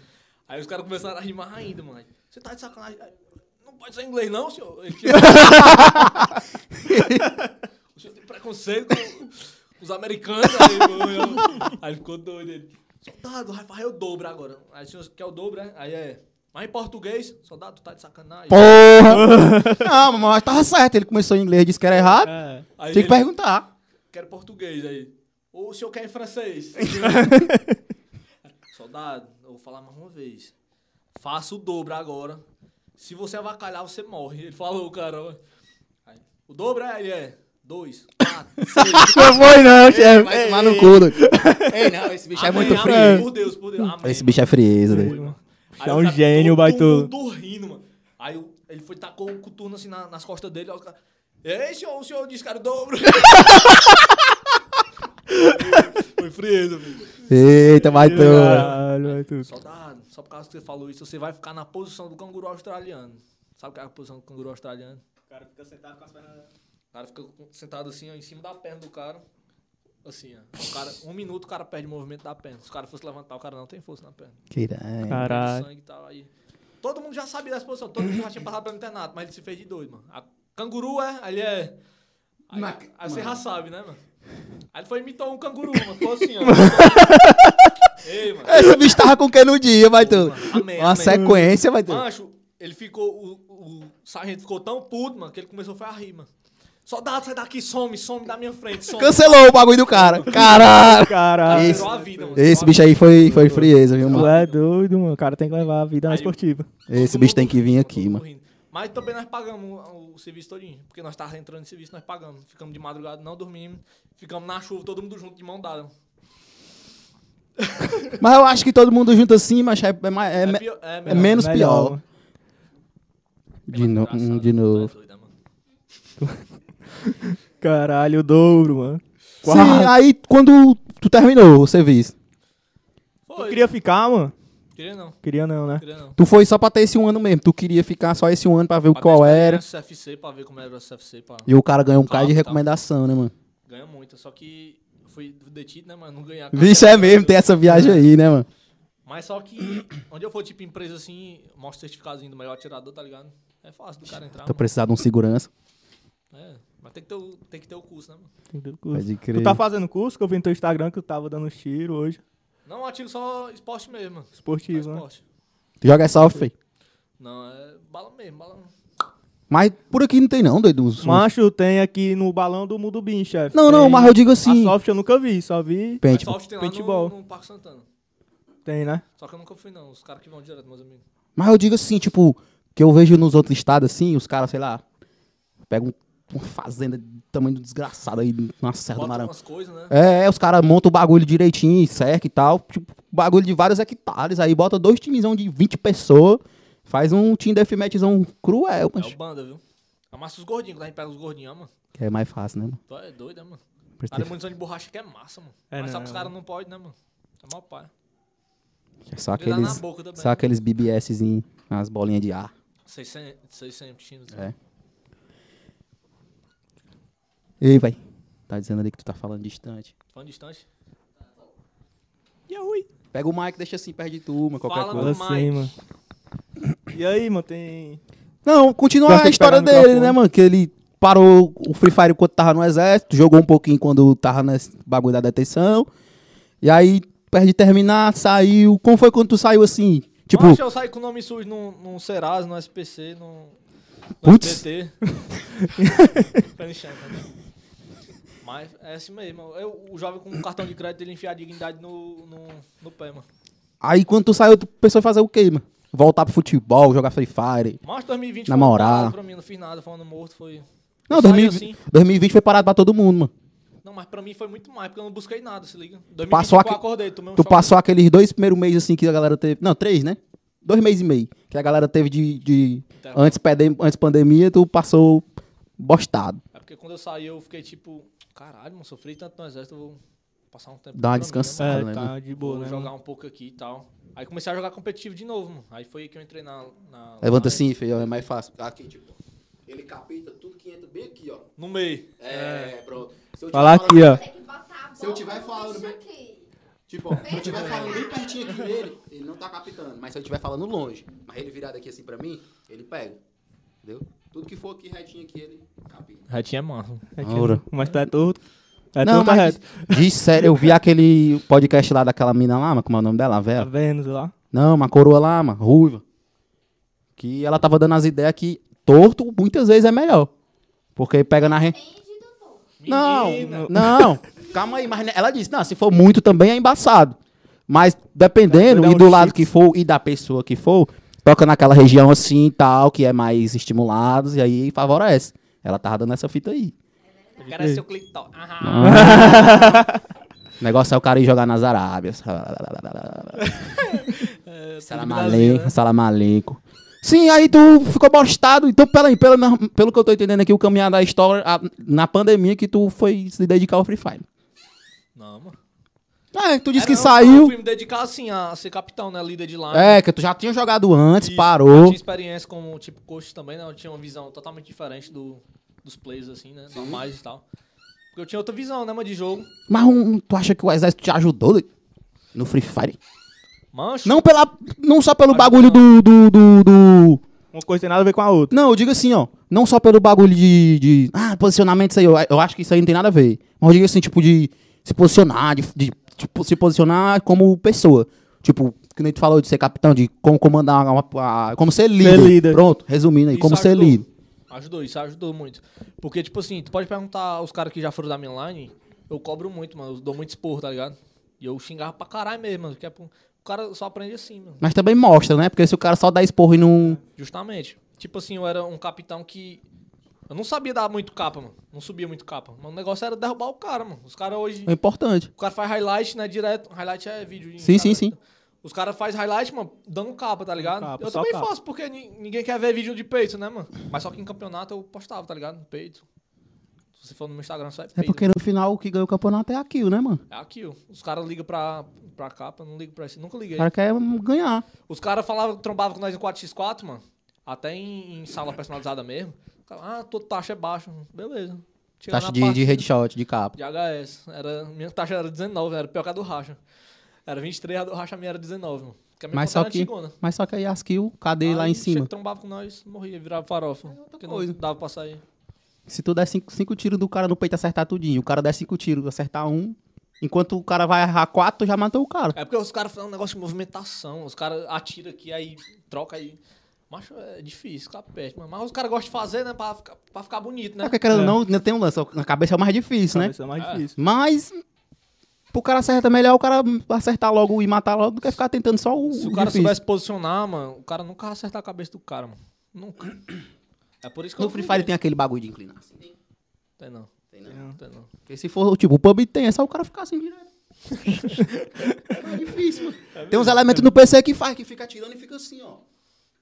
D: Aí os caras começaram a rimar ainda, mano. Você tá de sacanagem. Aí, Não pode ser inglês, não, senhor. Ele tinha... O senhor tem preconceito com, com os americanos? Aí, eu- eu- aí ele ficou doido. Ele, soldado, vai fazer o dobro agora. Aí o senhor quer o dobro, né? Aí é. Mas em português, soldado, tu tá de sacanagem.
A: Porra. Não, mas tava certo. Ele começou em inglês, disse que era errado.
C: É.
D: aí
A: Tinha que
D: ele,
A: perguntar.
D: Quero português aí. Ou o senhor quer em francês? Soldado, eu vou falar mais uma vez. Faça o dobro agora. Se você avacalhar, você morre. Ele falou, cara. ó. Aí, o dobro é, ele é dois, quatro, seis.
C: Não foi não, chefe.
A: Vai tomar no cu. doido. Ei, não, esse bicho é muito
D: Amém,
A: frio.
D: amém, Por Deus, por Deus. Amém.
A: Esse bicho é frieza, doido.
D: Aí
C: É
D: o
C: um
D: cara,
C: gênio,
D: todo
C: baitola.
D: mundo rindo, mano. Aí o- ele foi, tacou o coturno assim na- nas costas dele. Aí o cara, Ei, senhor, o senhor disse que era o dobro. foi frieza, filho.
A: Eita, baitola.
C: Caralho, vai tu.
D: Soldado, só por causa que você falou isso, você vai ficar na posição do canguru australiano. Sabe o que é a posição do canguru australiano?
B: O cara fica sentado com as pernas.
D: O cara fica com- sentado assim, ó, em cima da perna do cara. Assim, ó. O cara, um minuto o cara perde o movimento da perna. Se o cara fosse levantar, o cara não tem força na perna.
A: Caralho.
C: Caralho.
D: sangue e tal, aí. Todo mundo já sabia dessa posição, todo mundo já tinha passado pelo internato, mas ele se fez de doido, mano. A canguru é, aí ele é. Aí,
A: Na-
D: aí você já sabe, né, mano? Aí ele foi e imitou um canguru, mano. Ficou assim, ó. Ei, mano.
A: Esse bicho tava com quem no dia, baitola?
D: Amém,
A: Uma
D: amém.
A: sequência, baitola.
D: Macho, ele ficou. O, o sargento ficou tão puto, mano, que ele começou foi a rir, mano. Soldado, sai daqui, some, some da minha frente, some.
A: Cancelou o bagulho do cara. Caralho.
C: Caralho.
D: Aí
A: Esse-
D: zerou a vida, mano.
A: Esse bicho aí foi, foi frieza, viu,
C: Tu
A: mano?
C: é doido, mano. O cara tem que levar a vida na
D: Aí-
C: esportiva.
A: Esse
D: Todo
A: bicho tem
D: mundo
A: que vir
D: rindo,
A: aqui,
D: todo mundo
A: mano.
D: rindo. Mas também nós pagamos o, o serviço todinho. Porque nós tava entrando em serviço, nós pagamos. Ficamos de madrugada, não dormimos. Ficamos na chuva, todo mundo junto, de mão dada.
A: Mas eu acho que todo mundo junto assim, mas é, é, mais- é, me-
D: pior- é
A: é
D: melhor.
A: menos
C: Melhor,
A: pior.
C: mano.
A: De, no-
D: Engraçado,
A: hum, de novo.
D: tu é doido, né, mano?
C: Caralho, o dobro, mano.
A: Sim,
C: Quatro.
A: aí quando tu terminou o serviço,
D: Foi.
C: Tu queria ficar, mano?
D: Queria não,
C: Queria não, né?
D: queria não.
A: tu foi só pra ter esse um ano mesmo. Tu queria ficar só esse um ano pra né? ver o
D: Pra
A: qual
D: testar
A: era.
D: o CFC, pra ver como era o CFC, pra...
A: E o cara ganhou um cara de
D: Tá, tá.
A: recomendação, né, mano?
D: Ganha muito, só que eu fui detido, né, mas não ganhei a
A: Vixe, é
D: carteira.
A: mesmo, tem essa viagem aí, né, mano?
D: Mas só que onde eu for, tipo, empresa assim, mostra o certificadozinho do melhor atirador, tá ligado? É fácil do cara entrar,
A: Tô precisando de um segurança.
D: mano. É, mas tem que, ter o, tem que ter o curso, né, mano?
C: Entendeu?
A: Pode
C: Tu
A: crer.
C: tá fazendo curso que eu vi no teu Instagram que tu tava dando uns tiros hoje.
D: Não, um ativo só esporte mesmo, mano. Só
C: Esportivo, né?
D: esporte.
A: Tu joga é essa off, feio.
D: Não, é bala mesmo, bala.
A: Mas por aqui não tem não, doido. uns- uns-
C: Macho tem aqui no balão do mundo Bim, chefe.
A: Não, não,
C: Tem-
A: mas eu digo
C: A
A: assim.
C: soft eu nunca vi, só vi.
A: Pente,
D: a soft tem É lá
C: paintball.
D: no, no Parque Santana.
C: Tem, né?
D: Só que eu nunca fui, não. Os caras que vão direto, meus amigos.
A: Mas eu digo assim, tipo, que eu vejo nos outros estados assim, os caras, sei lá, pegam uma fazenda do tamanho do desgraçado aí na Serra do
D: Bota
A: Maranhão.
D: umas coisas, né?
A: É, os caras montam o bagulho direitinho, cerca e tal. Tipo, bagulho de vários hectares. Aí bota dois timezão de 20 pessoas. Faz um team deathmatchzão cruel,
D: É o
A: mas
D: banda, viu? Amassa os gordinhos, quando a gente pega os gordinhos, ó, mano.
A: que é mais fácil, né, mano?
D: Tu é doido, né, mano?
A: Por
D: Cara,
A: ter-
D: munição de borracha que é massa, mano.
C: É,
D: Mas
C: não,
D: só que os
C: não.
D: caras não podem, né, mano? É mal pai.
A: é Só
D: Ele dá na
A: aqueles,
D: boca também. né?
A: só aqueles BBSzinho, as bolinhas de ar.
D: 600, 600 tiros.
A: É. Ei, vai. Tá dizendo ali que tu tá falando distante.
D: Fã distante.
A: Pega o mic, deixa assim, perde tu, mano, qualquer
D: Fala,
A: coisa.
C: Fala
D: Mas-
C: assim, mano. E aí, mano, tem.
A: Não, continua
C: Gosta
A: a
C: de
A: história
C: pegar no
A: dele,
C: microfone.
A: né, mano? Que ele parou o Free Fire quando tava no exército, jogou um pouquinho quando tava nesse bagulho da detenção. E aí, perto de terminar, saiu. Como foi quando tu saiu assim? Tipo,
D: Macho, eu saí com é o nome sujo num, num Serasa, no SPC, num. No
A: Putz.
D: SBT. Pé no chão, pé no chão. Mas é assim mesmo. Eu, o jovem com cartão de crédito, ele enfia a dignidade no, no, no pé, mano.
A: aí quando tu saiu, tu pensou em fazer o quê, mano? Voltar pro futebol, jogar Free Fire.
D: Março de 2020
A: Namorar.
D: foi um parado pra mim, não fiz nada, foi um ano morto, foi...
A: Não,
D: Eu
A: 2020,
D: saí assim.
A: 2020 foi parado pra todo mundo, mano.
D: Não, mas pra mim foi muito mais, porque eu não busquei nada, se liga. 2020
A: Passou
D: eu
A: aque-
D: acordei, tomei um
A: Tu
D: choque.
A: passou aqueles dois primeiros meses assim que a galera teve. Não, três, né? Dois meses e meio. Que a galera teve de. de
D: Tá.
A: antes, pede- antes pandemia, tu passou bostado.
D: É porque quando eu saí, eu fiquei tipo... Caralho, mano, sofri tanto no exército, eu vou passar um tempo...
A: Dá uma
D: pra mim, né, mano?
A: descansada. Fala, né,
C: é, tá de boa,
D: Vou
C: né?
D: jogar
C: mano?
D: um pouco aqui e tal. Aí comecei a jogar competitivo de novo, mano. Aí foi que eu entrei na... na
A: Levanta
D: na-
A: assim, feio, é mais fácil. Aqui, tipo. Ele capita tudo que entra bem aqui, ó.
D: No meio.
A: É, pronto. Se eu
C: Falar aqui, ó.
E: Tem que botar a bola
A: Se eu tiver falando-
E: Isso aqui.
A: Tipo, ó, se eu tiver falando bem pertinho aqui dele, ele não tá captando. Mas se eu tiver falando longe, mas ele virado aqui assim pra mim, ele pega. Entendeu? Tudo que for aqui retinho aqui, ele capita.
D: Retinha é mano.
C: É que-
A: Aura.
C: Mas tu é torto. É
A: não,
C: torto, tá
A: mas
C: reto.
A: diz, diz sério, eu vi aquele podcast lá daquela mina lá, mas como é o nome dela,
C: Tá
A: velho?
C: vendo lá?
A: Não, uma coroa lá, mano, ruiva. Que ela tava dando as ideias que torto muitas vezes é melhor. Porque pega na re...
E: Entendi,
A: Não,
E: doutor.
A: não. Calma aí, mas né, ela disse, não, se for muito também é embaçado. Mas dependendo,
C: Vai dar
A: e do
C: um
A: lado
C: chips.
A: que for, e da pessoa que for, toca naquela região assim e tal, que é mais estimulados, e aí favorece. Ela tava dando essa fita aí.
D: O cara é seu clitóris.
A: O negócio é o cara ir jogar nas Arábias. Salam aleikum, salam aleikum. Sim, aí tu ficou postado. Então, peraí, pelo, pelo que eu tô entendendo aqui, o caminhar da história, a- na pandemia que tu foi se dedicar ao Free Fire.
D: Não, mano.
A: É, tu disse
D: É,
A: que
D: não, Eu
A: saiu.
D: fui me dedicar, assim, a ser capitão, né? Líder de line.
A: É, que tu já tinha jogado antes,
D: Isso, Eu
A: parou.
D: tinha experiência como, tipo, coach também, né? Eu tinha uma visão totalmente diferente do, dos players, assim, né? Normais e tal. Porque eu tinha outra visão, né, mano, de jogo.
A: Mas um- tu acha que o exército te ajudou doido? no Free Fire?
D: Mancho.
A: Não, pela, não só pelo
D: Olha,
A: bagulho do, do, do, do-
C: Uma coisa tem nada a ver com a outra.
A: Não, eu digo assim, ó. Não só pelo bagulho de. de ah, posicionamento, isso aí. Eu, eu acho que isso aí não tem nada a ver. Mas eu digo assim, tipo, de se posicionar, de, de, tipo, se posicionar como pessoa. Tipo, que nem tu falou de ser capitão, de como comandar uma. uma- como ser líder.
C: líder.
A: Pronto, resumindo aí,
D: Isso
A: como ser
D: ajudou.
A: líder.
D: Ajudou, isso ajudou muito. Porque, tipo assim, tu pode perguntar aos caras que já foram da minha line, eu cobro muito, mano. Eu dou muito esporro, tá ligado? E eu xingava pra caralho mesmo, mano. Que é pro- O cara só aprende assim, mano.
A: Mas também mostra, né? Porque se o cara só dá esporro e não.
D: Justamente. Tipo assim, eu era um capitão que. Eu não sabia dar muito capa, mano. Não subia muito capa. Mas o negócio era derrubar o cara, mano. Os caras hoje.
A: É importante.
D: O cara faz highlight, né? Direto. Highlight é vídeo. em
A: Sim,
D: cara.
A: sim, sim.
D: Os caras fazem highlight, mano, dando capa, tá ligado?
C: capa,
D: eu
C: só
D: também
C: capa.
D: faço, porque ni- ninguém quer ver vídeo de peito, né, mano? Mas só que em campeonato eu postava, tá ligado? Peito. Se você for no meu Instagram, só é peito.
A: É porque no final o que ganha o campeonato é aquilo, né, mano?
D: É aqui, ó. Os caras ligam pra, pra capa, não ligam pra isso. Nunca liguei.
A: O cara quer hum, ganhar.
D: Os caras falavam, trombavam com nós em 4x4, mano. Até em, em sala personalizada mesmo. O cara, Ah, tua taxa é baixa. Beleza. Chega
A: Taxa
D: na
A: de, de
D: partida-
A: headshot, de capa.
D: de HS. Era, minha taxa era 19, era pior que a do Racha. Era 23, a do Racha minha era 19, mano. Porque a minha
A: Mas
D: conta
A: só,
D: era
A: que,
D: antigona.
A: mas só que aí as kills, cadê lá
D: Aí
A: em cima?
D: chega, trombava com nós, morria, virava farofa. Porque não
A: coisa.
D: dava pra sair.
A: Se tu der cinco, cinco tiros do cara no peito acertar tudinho, o cara der cinco tiros, acertar um, enquanto o cara vai errar quatro, tu já matou o cara.
D: É porque os caras fazem um negócio de movimentação. Os caras atiram aqui, aí troca aí. Macho, é difícil, ficar perto, mano. Mas os caras gostam de fazer, né? Pra ficar, pra ficar bonito,
A: É
D: né?
A: porque querendo ou não, ainda tem um lance, na cabeça é o mais difícil, né?
C: Isso é mais
D: Ah.
C: difícil.
A: Mas pro cara acertar melhor, o cara acertar logo e matar logo do que ficar tentando só o,
D: Se o
A: o
D: cara
A: difícil.
D: soubesse posicionar, mano, o cara nunca ia acertar a cabeça do cara, mano. Nunca. É por isso que eu
A: No
D: não
A: Free
D: liguei.
A: Fire tem aquele bagulho de inclinar. assim.
D: Tem não. Tem não. Tem não.
A: Porque se for, tipo, o pub tem, é só o cara ficar assim direto. é difícil, mano. tem uns elementos no PC que faz, que fica atirando e fica assim, ó.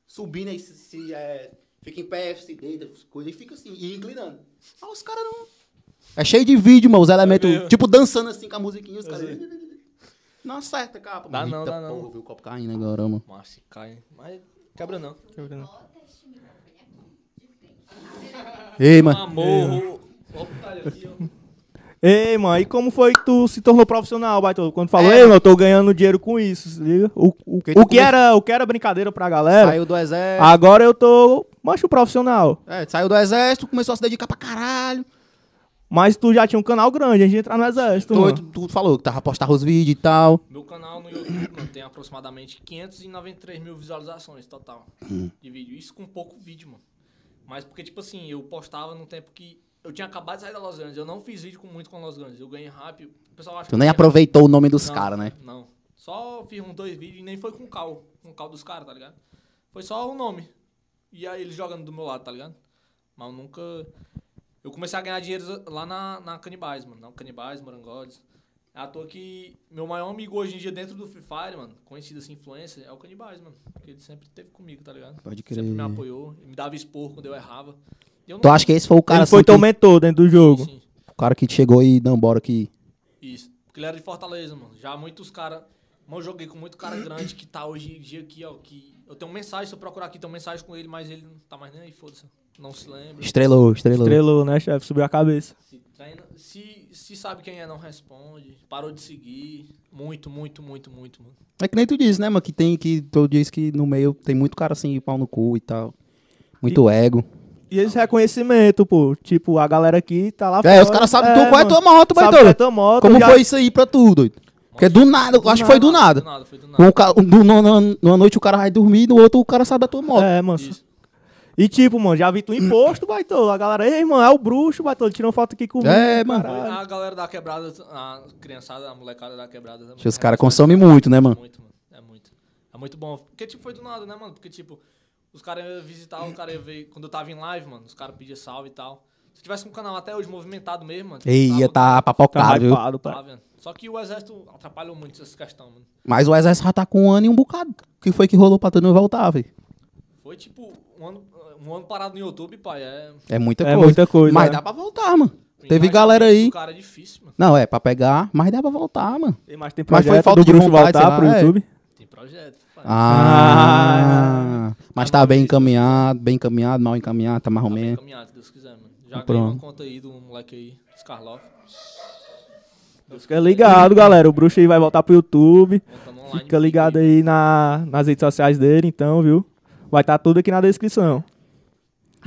A: Subindo aí, se, se, é, fica em pé, se deita, coisa, e fica assim, e inclinando. Ah, os caras não. É cheio de vídeo, mano, os elementos,
D: mesmo.
A: tipo, dançando assim com a musiquinha, os caras. Não acerta, capa.
D: Dá
A: Mano,
D: não,
A: eita
D: dá não.
A: porra, eu vi o copo caindo agora, mano.
D: Mas se cai. Mas quebra não.
A: Ei, mano.
D: Amor. Ó o cara aqui, ó.
C: Ei, mano, e como foi que tu se tornou profissional, Baitolo? Quando falou,
A: É.
C: ei, mano, eu tô ganhando dinheiro com isso, se liga? O, o,
A: Porque
C: o
A: tu
C: que
A: come-
C: era, o que era brincadeira pra galera,
A: Saiu é. do exército.
C: agora eu tô, macho, profissional.
A: É, saiu do exército, começou a se dedicar pra caralho.
C: Mas tu já tinha um canal grande antes de entrar no exército,
A: Tu,
C: mano.
A: tu, tu falou que tava postando os vídeos e tal.
D: Meu canal no YouTube, mano, tem aproximadamente 593 mil visualizações total de vídeo. Isso com pouco vídeo, mano. Mas porque, tipo assim, eu postava num tempo que eu tinha acabado de sair da Los Angeles. Eu não fiz vídeo com muito com Los Angeles. Eu ganhei rápido. O pessoal acha
A: Tu nem
D: eu ganhei
A: aproveitou o nome dos
D: Não,
A: caras, né?
D: Não. Só fiz um, dois vídeos e nem foi com o cal. Com o cal dos caras, tá ligado? Foi só o nome. E aí eles jogando do meu lado, tá ligado? Mas eu nunca. Eu comecei a ganhar dinheiro lá na, na Canibais, mano. Na Canibais, Morangodes. É à toa que meu maior amigo hoje em dia dentro do Free Fire, mano, conhecido assim, influencer, é o Canibais, mano. Porque ele sempre teve comigo, tá ligado?
A: Pode
D: Sempre me
A: crer.
D: apoiou, me dava expor quando eu errava. E eu assim.
A: Tu
D: não-
A: acha que é esse foi o cara,
C: Ele foi
A: assim,
C: teu
A: que-
C: mentor dentro do jogo.
D: Sim.
A: o cara que chegou e não, bora que
D: Isso. Porque ele era de Fortaleza, mano. Já muitos caras. Mano, eu joguei com muito cara grande que tá hoje em dia aqui, ó. Que eu tenho mensagem, se eu procurar aqui, tenho mensagem com ele, mas ele não tá mais nem aí, foda-se. Não se lembra.
A: estrelou, estrelou.
C: Estrelou, né, chefe? Subiu a cabeça.
D: Se, treina, se, se sabe quem é, não responde. Parou de seguir. Muito, muito, muito, muito, mano.
A: É que nem tu disse, né, mano? Que tem que. Tu diz que no meio tem muito cara assim, pau no cu e tal. Muito ego.
C: E esse reconhecimento, pô. Tipo, a galera aqui tá lá
A: É, os caras sabem tu- qual é a tua moto,
C: Sabe
A: Baitola.
C: qual é a tua moto.
A: Como
C: já-
A: foi isso aí pra tu, doido? Porque do nada, eu acho que foi do nada.
D: Do nada, foi do nada.
A: Um ca- um- do- no- no- Numa noite o cara vai dormir, no outro o cara sabe da tua moto.
C: É, mano.
D: Isso.
C: E tipo, mano, já vi tu imposto, Baitola. A galera, ei, mano, é o bruxo, Baitola. Tirou foto aqui comigo.
A: É, mano.
D: Foi
C: caralho.
D: a galera da quebrada, a criançada, a molecada da quebrada também.
A: Os caras consomem muito, né, mano?
D: Muito, mano. É muito. É É muito bom. Porque, tipo, foi do nada, né, mano? Porque, tipo, os caras iam visitar, os caras iam ver. Quando eu tava em live, mano, os caras pediam salve e tal. Se eu tivesse com o canal até hoje movimentado mesmo, mano. tipo,
A: Ei, ia tá
C: Tá
A: papocado, viu?
C: hypado,
D: Tá
C: pá.
D: vendo? Só que o exército atrapalhou muito essa questão, mano.
A: Mas o exército já tá com um ano e um bocado. O que foi que rolou pra tu não voltar, velho?
D: Foi tipo um ano, um ano parado no YouTube, pai. É.
A: É muita
C: É
A: coisa.
C: muita coisa,
A: Mas
C: né?
A: dá pra voltar, mano. Teve
D: Imagina
A: galera
D: isso do
A: aí.
D: Cara é difícil, mano.
A: Não, é, pra pegar, mas dá pra voltar, mano.
C: Tem mais tempo
A: Mas foi falta
C: do
A: de
C: bruxo
A: vontade, sei
C: voltar
A: lá,
C: pro
A: é.
C: YouTube.
D: Tem projeto. pai.
A: Ah. Mas tá bem encaminhado, bem encaminhado, mal encaminhado, tá mais ou
D: Tá bem
A: menos.
D: caminhado, se Deus quiser, mano. Já ganhei
A: Tá Pronto.
D: uma conta aí do moleque aí, Scarloff.
C: Fica ligado, galera. O bruxo aí vai voltar pro YouTube.
D: Montando online.
C: Fica ligado aí na, nas redes sociais dele, então, viu? Vai estar tudo aqui na descrição.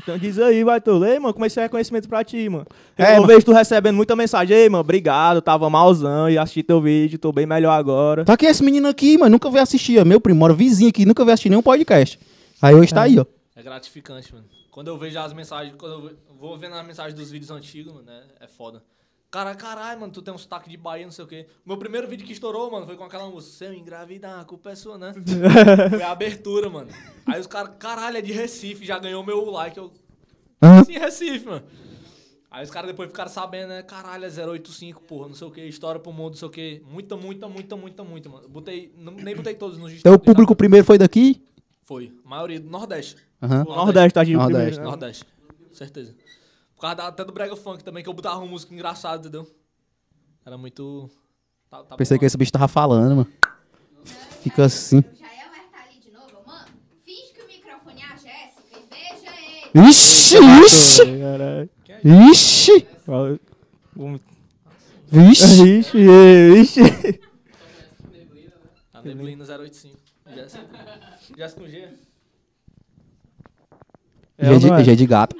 C: Então diz aí, vai tu. Ei, mano, como é esse reconhecimento pra ti, mano? Eu
A: É,
C: é,
A: mano.
C: vejo tu recebendo muita mensagem. Ei, mano, obrigado, tava malzão e assisti teu vídeo, tô bem melhor agora.
A: Tá aqui esse menino aqui, mano, nunca veio assistir, ó. Meu primo, mora vizinho aqui, nunca veio assistir nenhum podcast. Aí hoje tá aí, ó.
D: É gratificante, mano. Quando eu vejo as mensagens, quando eu ve- vou vendo as mensagens dos vídeos antigos, mano, é, é foda. Cara, caralho, mano, tu tem um sotaque de Bahia, não sei o quê. Meu primeiro vídeo que estourou, mano, foi com aquela música. Seu engravidar, a culpa é sua, né? foi a abertura, mano. Aí os caras, caralho, é de Recife, já ganhou meu like. Eu,
A: Hã?
D: Sim, Recife, mano. Aí os caras depois ficaram sabendo, né? Caralho, é 085, porra, não sei o que, história pro mundo, não sei o que. Muita, muita, muita, muita, muita, mano. Botei, não- nem botei todos nos
A: Então o
D: destaques,
A: público primeiro foi daqui?
D: Foi, a maioria do Nordeste.
A: Aham.
C: Nordeste, tá gente
A: Nordeste,
C: primeiro, né?
D: Nordeste, certeza. Por causa da- até do Brega Funk também, que eu botava uma música engraçada, entendeu? Era muito. Tá, tá
A: Pensei
D: bom,
A: que esse bicho tava falando, mano. Fica assim.
F: Eu já ia alertar ali de novo, mano. Finge que o microfone é a Jéssica e beija ele.
A: Ixi, ixi,
C: né?
A: ixi,
C: Caralho.
A: ixi.
C: Ixi, ixi.
D: mano. A Neblina 085. Jéssica Jéssica com G.
C: É
A: G
C: ou não é?
A: de, G de gato.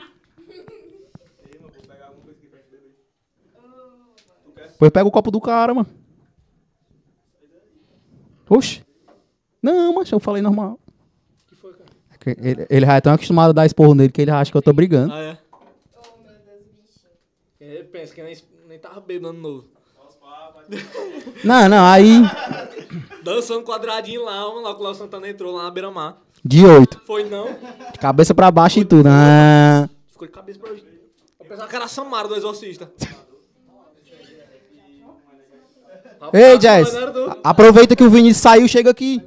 A: Pois pega o copo do cara, mano. Oxi. Não, mas eu falei normal. É que Ele, ele já é tão acostumado a dar esporro nele que ele acha que eu tô brigando.
D: Ah, é? É, pensa que nem, nem tava bebendo novo.
A: Não, não, aí.
D: Dançando quadradinho lá, mano, lá que o Léo Santana entrou lá na beira-mar.
A: De oito.
D: Foi não.
A: De Cabeça pra baixo e tudo. Ah.
D: Ficou de cabeça pra hoje. Eu pensava que era a Samara do Exorcista.
A: Ei,
D: Rapaz,
A: Jess,
D: mano, era do-
A: a- aproveita que o Vinícius saiu, chega aqui.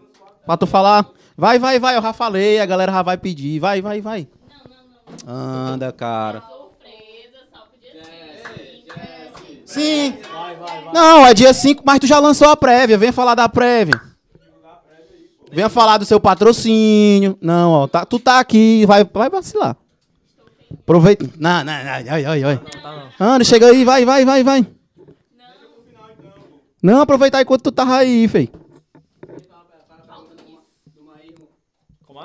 A: Pra tu falar. Vai, vai, vai, eu já falei, a galera já vai pedir. Vai, vai, vai.
E: Não, não, não.
A: Anda, cara.
E: Surpresa, só
A: É.
E: podia ser. assim.
A: Sim. Não, é dia 5, mas tu já lançou a prévia. Venha falar da prévia. Venha falar do seu patrocínio. Não, ó, tá- tu tá aqui, vai, vai vacilar. Aproveita. Não, não, não, oi, oi, oi. Anda, chega aí, vai, vai, vai, vai. Não, aproveitar enquanto tu tava aí, fei.
D: é?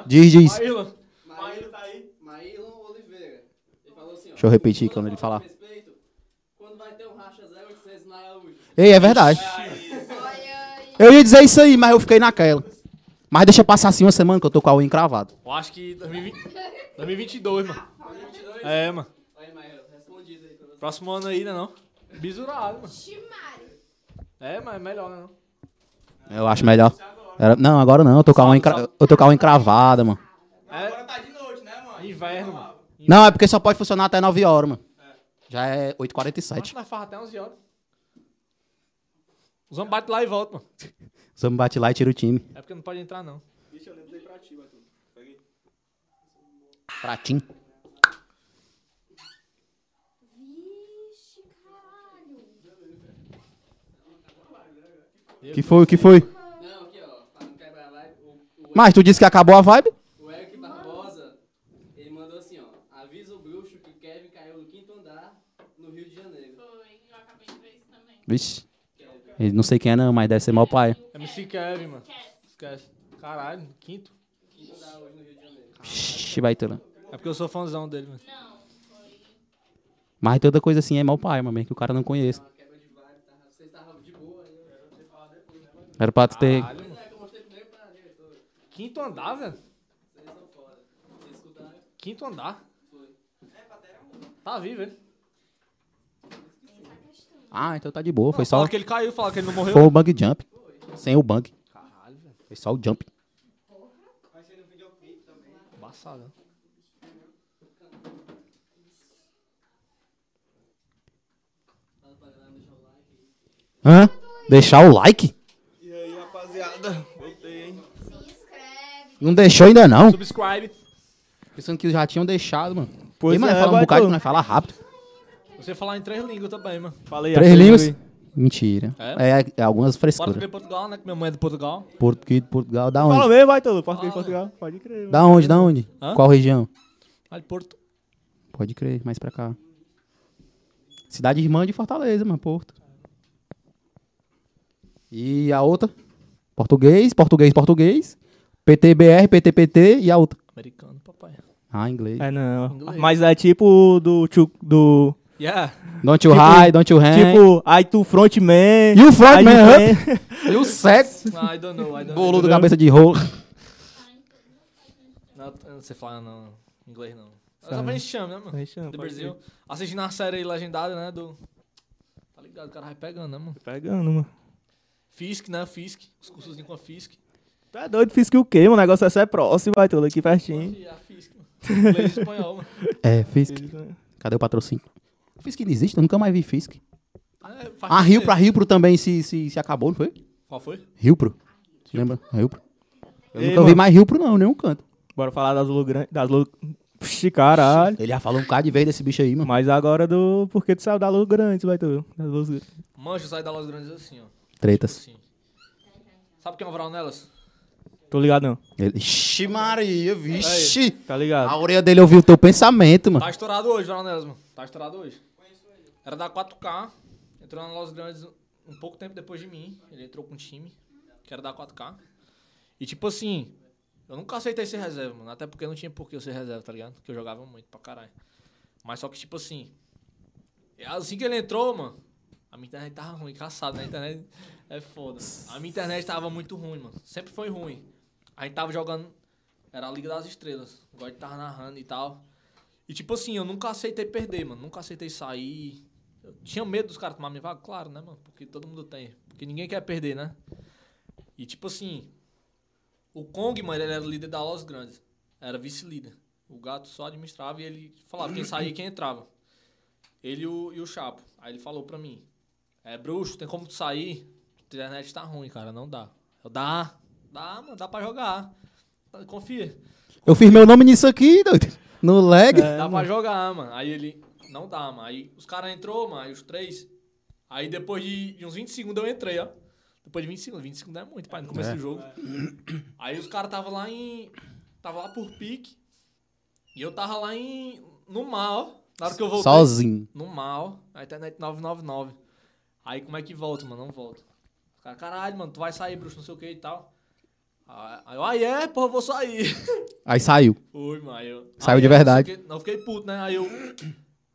A: Diz, diz.
D: Maíla.
B: Maílon tá aí. Maílon Oliveira. Ele falou assim, ó.
A: Deixa eu repetir quando ele falar.
B: Respeito, quando vai ter um racha 0800 na Araújo?
A: Ei, é verdade.
F: Olha aí.
A: Eu ia dizer isso aí, mas eu fiquei naquela. Mas deixa passar assim uma semana que eu tô com a unha encravada.
D: Eu acho que 2020 2022, mano. 2022? É, mano.
B: Aí, Maílon, respondido aí pra você.
D: Próximo ano aí, né não? Bisurado, mano.
F: Chimário.
D: É, mas é melhor, né não?
A: Eu acho melhor. Era- Não, agora não, eu tô com a unha, encra... eu tô com a unha encravada, mano.
D: É
B: Tá de noite, né, mano?
D: inverno, mano.
A: Não, é porque só pode funcionar até 9 horas, mano. Já é
D: Acho
A: 8h47.
D: que nós faz até 11 horas. Os homens batem lá e voltam, mano.
A: Só me bate lá e tira o time.
D: É porque não pode entrar, não.
B: Bicho, eu lembrei pra ti, Arthur. Peguei.
A: Pratinho.
F: Vixe, caralho.
A: Que foi, que foi?
B: Não, aqui, ó. Pra não quebrar a live, o, o,
A: Mas tu disse que acabou a vibe?
B: o Eric Barbosa, ele mandou assim, ó. Avisa o bruxo que o Kevin caiu do quinto andar no Rio de Janeiro.
E: Foi, eu acabei de ver isso também.
A: Vixe. Ele não sei quem é não, mas deve ser mal pai.
D: MC Kevin, mano. Esquece. Caralho, quinto.
B: Quinto andar hoje no Rio de Janeiro.
A: Vixe, vai tudo.
D: É porque eu sou fãzão dele, mano.
E: Não, foi.
A: Mas toda coisa assim é mal pai, mano, mesmo que o cara não conhece.
B: Uma quebra de vibe, tá? Vocês estavam de boa aí, eu sei falar depois, né? mano?
A: Era pra tu ter...
D: Caralho, mano.
B: Pois é, que eu mostrei primeiro pra diretora.
D: Quinto andar, velho.
B: Vocês são foda. Vocês escutaram? né?
D: Quinto andar.
B: Foi. É, batera um.
D: Tá vivo, ele.
A: Ah, então tá de boa, foi só...
D: Fala que ele caiu, fala que ele não morreu.
A: Foi o bug jump. Sem o bug.
D: Caralho, velho.
A: Foi só o jump.
D: passada.
B: Fala pra galera deixar o like.
A: Hã? Deixar o like?
D: E aí, rapaziada? Voltei, hein?
F: Se inscreve.
A: Não deixou ainda não.
D: Subscribe.
A: Pensando que já tinham deixado, mano.
C: Pois
A: Ei, mas
C: é,
A: fala um
C: vai
A: bocado
C: tu.
A: que nós fala rápido.
D: Você falar em três línguas também, mano.
C: Falei
A: Três
C: achei
A: línguas?
C: ruim.
A: Mentira. É, é algumas
D: Bora ver
A: frescuras.
D: Portugal, né? Que minha mãe é de Portugal.
A: Português de Portugal, da
C: Fala
A: onde?
C: mesmo, vai, Tolu. Português, Portugal. Pode crer, mano.
A: Da onde, da onde?
D: Hã?
A: Qual região?
D: Ah, de Porto.
A: Pode crer, mais pra cá. Cidade irmã de Fortaleza, mano, Porto. E a outra? Português, português, português. PTBR, PTPT e a outra?
D: Americano, papai.
A: Ah, inglês.
C: É, não.
D: Inglês.
C: Mas é tipo do... tchu- do
D: Yeah.
A: Don't you
C: Tipo-
A: hide, don't you hang.
C: Tipo, aí tu frontman...
A: É. E o
C: aí
A: frontman,
C: tu
A: hã?
C: tem-
A: E o
C: Tipo,
A: sexo.
D: Ah, I don't know, I don't know.
A: Boludo, cabeça de rolo.
D: Não, eu não sei falar não, inglês não. Eu só falei chama, né, mano?
C: Aí chama,
D: Do
C: pode
D: Brasil.
C: crer.
D: Assistindo a série legendária, né? Do. Tá ligado? O cara vai pegando, né, mano?
C: Pegando, mano.
D: Fisk, né? Fisk. Os cursos com a Fisk.
C: Tu é doido, fiz que o quê? O negócio é só é próximo, vai, Tolu. Aqui pertinho.
D: E a Fisk, mano. Inglês e espanhol, mano.
A: É, Fisk. Cadê o patrocínio? Fisk não existe, eu nunca mais vi Fisk.
D: Ah, é, faz
A: Ah, Rio pra
D: sentido.
A: Rio Pro também se, se, se acabou, não foi?
D: Qual foi?
A: Rio Pro. Você lembra? Rio Pro. Eu
C: Ei,
A: nunca vi
C: mano.
A: mais Rio Pro, não, nenhum canto.
C: Bora falar das Lu... gran- Das Lu... Puxa, caralho.
A: Ele já falou um bocado de vez desse bicho aí, mano.
C: Mas agora do... Porque tu saiu da Luz Grande, vai, Tolu. Da Luz Grande.
D: Manjo sai da Los Grandes assim, ó.
A: Tretas.
D: Assim. Sabe o que é um varal nelas?
C: Tô ligado, não.
A: Ele... Ixi, Maria, vixe.
C: Tá
A: A
C: ligado?
A: orelha dele ouviu o teu pensamento, mano.
D: Tá estourado hoje, varal nelas, mano. Tá estourado hoje. Era da 4K. Entrou na Los Grandes um pouco tempo depois de mim. Ele entrou com um time, que era da 4K. E tipo assim, eu nunca aceitei ser reserva, mano. Até porque não tinha por que eu ser reserva, tá ligado? Porque eu jogava muito pra caralho. Mas só que tipo assim, é assim que ele entrou, mano, a minha internet tava ruim, caçado, né? A internet é foda. A minha internet tava muito ruim, mano. Sempre foi ruim. A gente tava jogando, era a Liga das Estrelas. O God tava narrando e tal. E tipo assim, eu nunca aceitei perder, mano. Nunca aceitei sair. Eu tinha medo dos caras tomar minha vaga, claro, né, mano? Porque todo mundo tem. Porque ninguém quer perder, né? E tipo assim, o Kong, mano, ele era o líder da Los Grandes. Era vice-líder. O gato só administrava e ele falava quem saía e quem entrava. Ele e o, e o Chapo. Aí ele falou pra mim: É, bruxo, tem como tu sair? A internet tá ruim, cara, não dá. Eu, dá, dá, mano, dá pra jogar. "Tá, Confia.
A: Eu fiz meu nome nisso aqui, doido. No lag.
D: Dá pra jogar, mano. Aí ele, não dá, mano. Aí os caras entrou, mano, aí os três. Aí depois de, de uns 20 segundos eu entrei, ó. Depois de 20 segundos. 20 segundos é muito, pai, no começo do jogo. Aí os caras tava lá em... Tava lá por pique. E eu tava lá em... No mal, na hora que eu voltei.
A: Sozinho.
D: No mal, a internet 999. Aí como é que volta, mano? Não volta. Os caras, caralho, mano, tu vai sair, bruxo, não sei o que e tal. Aí eu, aí é, porra, eu vou sair.
A: Aí saiu.
D: Foi, mano. aí eu-
A: Saiu
D: aí
A: de
D: eu não
A: verdade.
D: fiquei- não fiquei puto, né? Aí eu.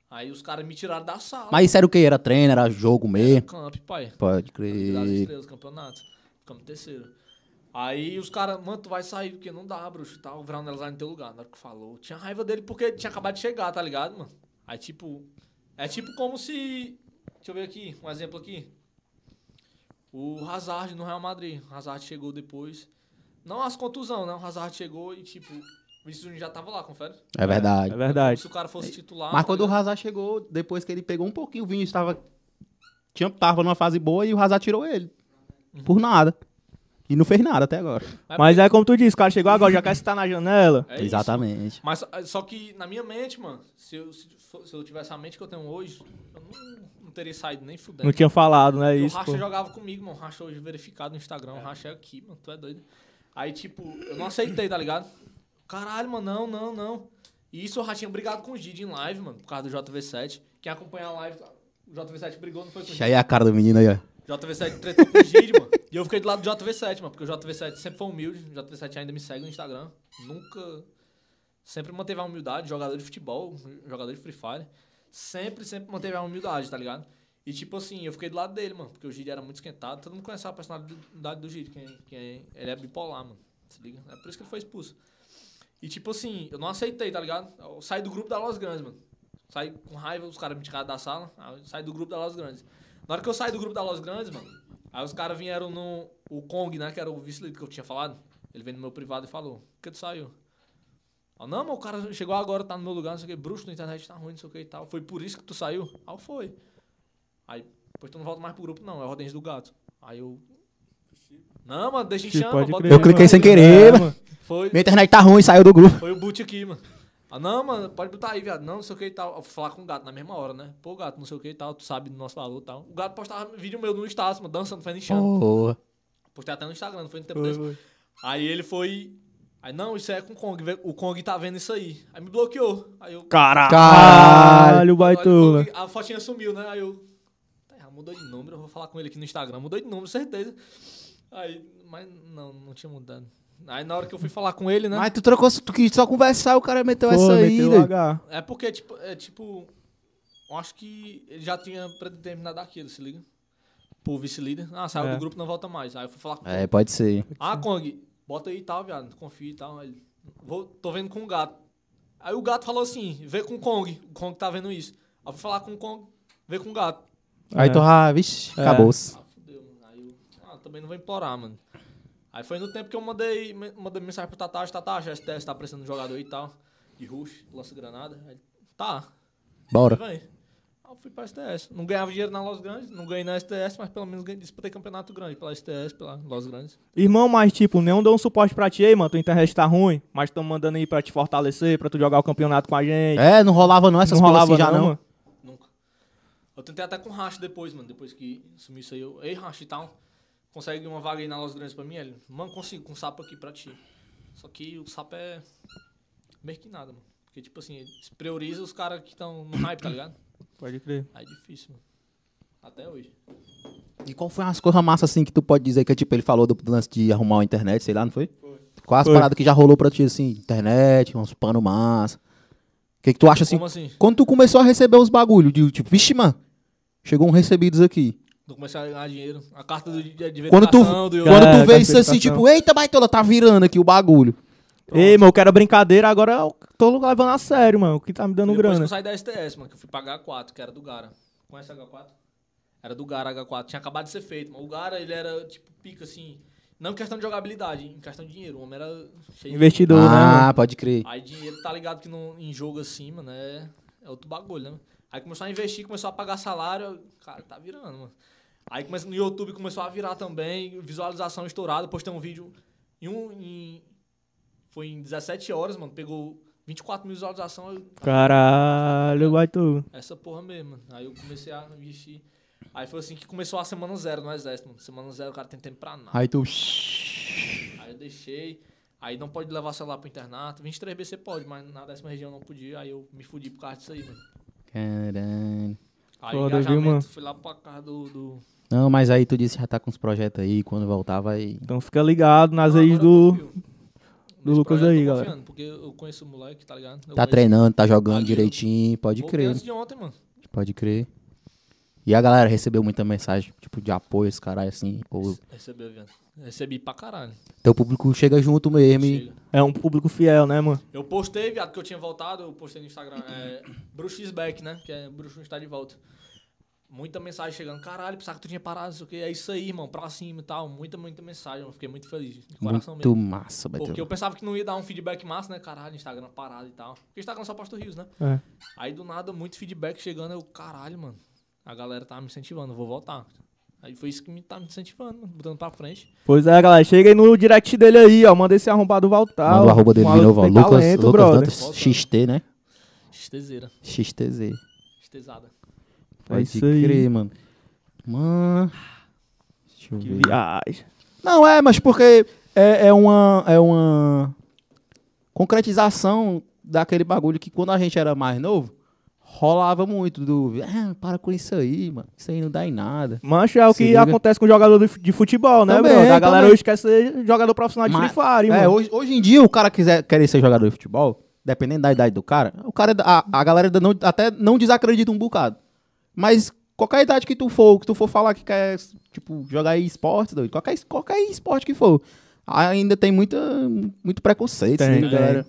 D: Aí os caras me tiraram da sala.
A: Mas isso era o que? Era treino, era jogo mesmo.
D: Camp, pai.
A: Pode
D: Cuidado dos
A: crer.
D: três campeonatos. Ficamos em terceiro. Aí os caras, mano, tu vai sair, porque não dá, bruxo, e tal. O Brown lá no teu lugar, na hora que falou. Tinha raiva dele porque ele tinha acabado de chegar, tá ligado, mano? Aí, tipo. É tipo como se. Deixa eu ver aqui, um exemplo aqui. O Hazard no Real Madrid. O Hazard chegou depois. Não as contusão, né? O Hazard chegou e, tipo, o Vinícius Júnior já tava lá, confere?
A: É verdade.
C: É verdade.
D: Se o cara fosse titular.
A: Mas
D: tá
A: quando o
D: ligado?
A: Hazard chegou, depois que ele pegou um pouquinho, o Vinicius tava... Tinha, tava numa fase boa e o Hazard tirou ele.
D: Uhum.
A: Por nada. E não fez nada até agora.
C: Mas é como tu disse, o cara chegou agora, já quer estar na janela.
D: É isso.
A: Exatamente.
D: Mas só- só que na minha mente, mano, se eu, se fo- se eu tivesse a mente que eu tenho hoje, eu não, não teria saído nem fudendo.
C: Não tinha falado, né?
D: Porque
C: Isso,
D: o Racha
C: pô.
D: jogava comigo, mano. O Racha hoje é verificado no Instagram. O Racha é aqui, mano. Tu é doido. Aí, tipo, eu não aceitei, tá ligado? Caralho, mano, não, não, não. E isso o Ratinha brigado com o Gid em live, mano, por causa do JV7. Quem acompanha a live, o JV7 brigou, não foi com o Gid.
A: Deixa aí é a cara do menino aí, ó.
D: JV7 tretou com o Gide, mano. E eu fiquei do lado do JV7, mano, porque o JV7 sempre foi humilde. O JV7 ainda me segue no Instagram. Nunca. Sempre manteve a humildade, jogador de futebol, jogador de Free Fire. Sempre, sempre manteve a humildade, tá ligado? E tipo assim, eu fiquei do lado dele, mano, porque o Gide era muito esquentado. Todo mundo conhece a personalidade do Gide, quem, quem, ele é bipolar, mano. Se liga? É por isso que ele foi expulso. E tipo assim, eu não aceitei, tá ligado? Eu saí do grupo da Los Grandes, mano. Saí com raiva, os caras me tiraram da sala. Aí eu saí do grupo da Los Grandes. Na hora que eu saí do grupo da Los Grandes, mano, aí os caras vieram no. O Kong, né? Que era o vice-líder que eu tinha falado. Ele veio no meu privado e falou: Por que tu saiu? Ela, não, mas o cara chegou agora, tá no meu lugar, não sei o que, bruxo na internet tá ruim, não sei o que e tal. Foi por isso que tu saiu? Ah, foi. Aí, pois tu não volta mais pro grupo, não, é ordens do gato. Aí eu. Não, mano, deixa em
C: Tipo,
D: chama,
C: pode
D: bota
C: crer,
D: em
A: Eu cliquei
D: chama.
A: sem querer.
C: É,
A: mano.
D: Foi,
A: Minha internet tá ruim, saiu do grupo.
D: foi o boot aqui, mano. Ah, não, mano, pode botar aí, viado. Não, não sei o que e tal. Eu fui falar com o gato na mesma hora, né? Pô, gato, não sei o que e tal, tu sabe do nosso valor e tal. O gato postava vídeo meu no Instagram, mano, dançando, fazendo chama.
A: Porra.
D: Postei até no Instagram, não foi no tempo
C: Foi,
D: desse.
C: foi.
D: Aí ele foi. Aí, não, isso é com o Kong. vê- O Kong tá vendo isso aí. Aí me bloqueou. Aí eu.
C: Caralho,
A: Caralho,
D: Olha,
C: baitula.
D: A fotinha sumiu, né? Aí eu. "Tá errado, Mudou de número, eu vou falar com ele aqui no Instagram. Mudou de número, certeza. Aí. Mas não, não tinha mudado. Aí na hora que eu fui falar com ele, né?
A: Mas tu trocou, tu quis só conversar, o cara meteu
C: Pô,
A: essa aí,
C: meteu
A: doido.
C: H.
D: É porque, tipo, é tipo. Eu acho que ele já tinha predeterminado aquilo, se liga? Pô, vice-líder. Ah, saiu
C: É.
D: do grupo, não volta mais. Aí eu fui falar com
A: É, pode ser.
D: Ah, Kong, bota aí e tal, viado. Confia e tal. Ele, vou, tô vendo com o gato. Aí o gato falou assim: vê com o Kong. O Kong tá vendo isso. Aí eu vou falar com o Kong, vê com o gato.
A: Aí
C: É.
A: tu, ah, vixi,
C: É.
A: acabou-se.
D: Ah, fudeu, mano. Aí eu, ah, também não vou implorar, mano. Aí foi no tempo que eu mandei, me- mandei mensagem pro Tatacha: Tatacha, STS tá precisando de jogador aí e tal. De rush, lança granada. Aí, ele, tá,
A: Bora.
D: Vem. Aí Ah, eu fui pra STS. Não ganhava dinheiro na Los Grandes, não ganhei na STS, mas pelo menos ganhei, disputei campeonato grande pela STS, pela Los Grandes.
C: Irmão, mas tipo, nenhum deu um suporte pra ti aí, mano. Tua internet tá ruim, mas tão mandando aí pra te fortalecer, pra tu jogar o campeonato com a gente.
A: É, não rolava não essas
C: não
A: coisas assim
C: rolava
A: já não.
C: mano.
D: Nunca. Eu tentei até com o Rash depois, mano. Depois que sumiu isso aí, eu. Ei, Rash e tal. Consegue uma vaga aí na Los Grandes pra mim? Ele, mano, consigo, com o sapo aqui pra ti. Só que o sapo é. meio que nada, mano. Porque, tipo assim, eles prioriza os caras que estão no hype, tá ligado?
C: Pode crer.
D: Aí é difícil, mano. Até hoje.
A: E qual foi as coisas massas assim que tu pode dizer que tipo ele falou do lance de arrumar a internet, sei lá, não foi? Qual as
C: Foi.
A: paradas que já rolou pra ti assim, internet, uns pano massa. O que que tu acha assim?
D: Como assim?
A: Quando tu começou a receber os bagulho de tipo, vixe, mano, chegou um recebidos aqui.
D: Não comecei a ganhar dinheiro. A carta do, de, de
A: Quando tu,
D: verificação do
A: quando tu
C: É,
A: vê isso
C: classificação.
A: assim, tipo, eita, baitola, tá virando aqui o bagulho.
C: Ei, meu, eu quero brincadeira, agora eu tô levando a sério, mano. O que tá me dando
D: Depois que
C: grana?
D: eu saí da STS, mano, que eu fui pra H4, que era do Gara. Conhece a H4? Era do Gara, H4. Tinha acabado de ser feito, mano. O Gara, ele era, tipo, pica, assim... Não em questão de jogabilidade, em questão de dinheiro. O homem era cheio de...
C: Investidor, né,
A: ah,
C: mano?
A: pode crer.
D: Aí dinheiro, tá ligado que não, em jogo assim, mano, é, é outro bagulho, né? mano? Aí começou a investir, começou a pagar salário. eu- Cara, tá virando, mano. Aí começa, no YouTube começou a virar também, visualização estourada. Postei um vídeo em um... Em, foi em 17 horas, mano. Pegou 24 mil visualizações. eu-
C: Caralho, vai tu.
D: essa porra mesmo. mano. Aí eu comecei a investir. Aí foi assim que começou a semana zero no exército, mano. Semana zero, o cara tem tempo pra nada.
A: Aí tu
D: Aí eu deixei. Aí não pode levar celular pro internato. 23B você pode, mas na décima região não podia. Aí eu me fudi por causa disso aí, mano.
A: Caralho.
C: Foda,
D: Aí
C: viu,
D: engajamento,
C: mano?
D: fui lá pra casa do. do...
A: Não, mas aí tu disse já tá com os projetos aí, quando voltar vai.
C: Então fica ligado nas
D: Ah,
C: redes
D: agora eu
C: é do.
D: confio.
C: do
D: Nesse
C: Lucas
D: projeto eu
C: aí,
D: tô
C: galera.
D: confiando, Porque eu conheço o moleque, tá ligado?
A: Tá
D: Eu conheço-
A: treinando, tá jogando
D: Imagino.
A: direitinho, pode
D: Voltei
A: crer.
D: antes de ontem, mano.
A: Pode crer. E a galera recebeu muita mensagem, tipo, de apoio, esse caralho, assim. Ou
D: Recebeu, viado. Recebi pra caralho.
A: teu público chega junto mesmo e...
D: Chega.
C: É um público fiel, né, mano?
D: Eu postei, viado, que eu tinha voltado, eu postei no Instagram, é, Bruxo is back, né? Que é Bruxo está de volta. Muita mensagem chegando, caralho, pensava que tu tinha parado, não sei o que, é isso aí, irmão, pra cima e tal. Muita, muita mensagem, eu fiquei muito feliz, de coração
A: Muito
D: mesmo.
A: massa,
D: Porque eu
A: Beto.
D: pensava que não ia dar um feedback massa, né? Caralho, Instagram parado e tal. Porque Instagram só posta rios, né?
C: É.
D: Aí do nada, muito feedback chegando, eu, caralho, mano, a galera tá me incentivando, eu vou voltar. Aí foi isso que me tá me incentivando, mano, botando pra frente.
C: Pois é, galera. Chega aí no direct dele aí, ó. Manda esse arrombado voltar.
A: Manda o arroba dele de novo, ó.
C: Ah, Tem
A: Lucas,
C: talento,
A: Lucas
C: brother.
A: Dantas XT, né?
D: Estezeira,
A: XTZ.
D: estezada.
A: Pode
C: isso
A: crer,
C: aí.
A: mano. Mano... Deixa eu
C: Que
A: ver.
C: viagem.
A: Não, é, mas porque é, é uma... É uma... Concretização daquele bagulho que quando a gente era mais novo, rolava muito do... Ah, para com isso aí, mano. Isso aí não dá em nada.
C: Mancha é o
A: Se
C: que
A: liga.
C: acontece com jogador de fu- de futebol, né,
A: Também,
C: brother? A galera
A: também.
C: hoje quer ser jogador profissional de
A: Mas-
C: Free Fire,
A: É,
C: mano.
A: hoje, hoje em dia o cara quiser querer ser jogador de futebol, dependendo da idade do cara, o cara é a, a galera ainda não- até não desacredita um bocado. Mas qualquer idade que tu for, que tu for falar que quer tipo jogar esporte, doido, qualquer es- qualquer esporte que for, ainda tem muita muito preconceito,
C: Tem,
A: né,
C: tem.
A: galera.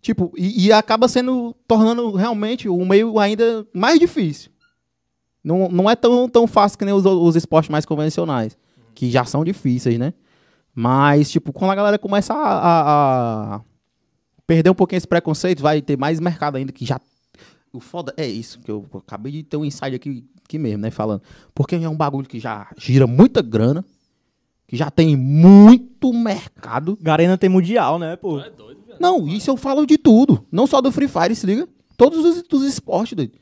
A: Tipo, e, e acaba sendo tornando realmente o meio ainda mais difícil. Não, não é tão, tão fácil que nem os, os esportes mais convencionais, que já são difíceis, né? Mas, tipo, quando a galera começa a, a- a perder um pouquinho esse preconceito, vai ter mais mercado ainda que já. O foda é isso, que eu acabei de ter um insight aqui, aqui mesmo, né? Falando. Porque é um bagulho que já gira muita grana, que já tem muito mercado.
C: Garena tem mundial, né, pô?
B: Tu é doido, velho.
A: Não, isso eu falo de tudo. Não só do Free Fire, se liga. Todos os dos esportes, doido.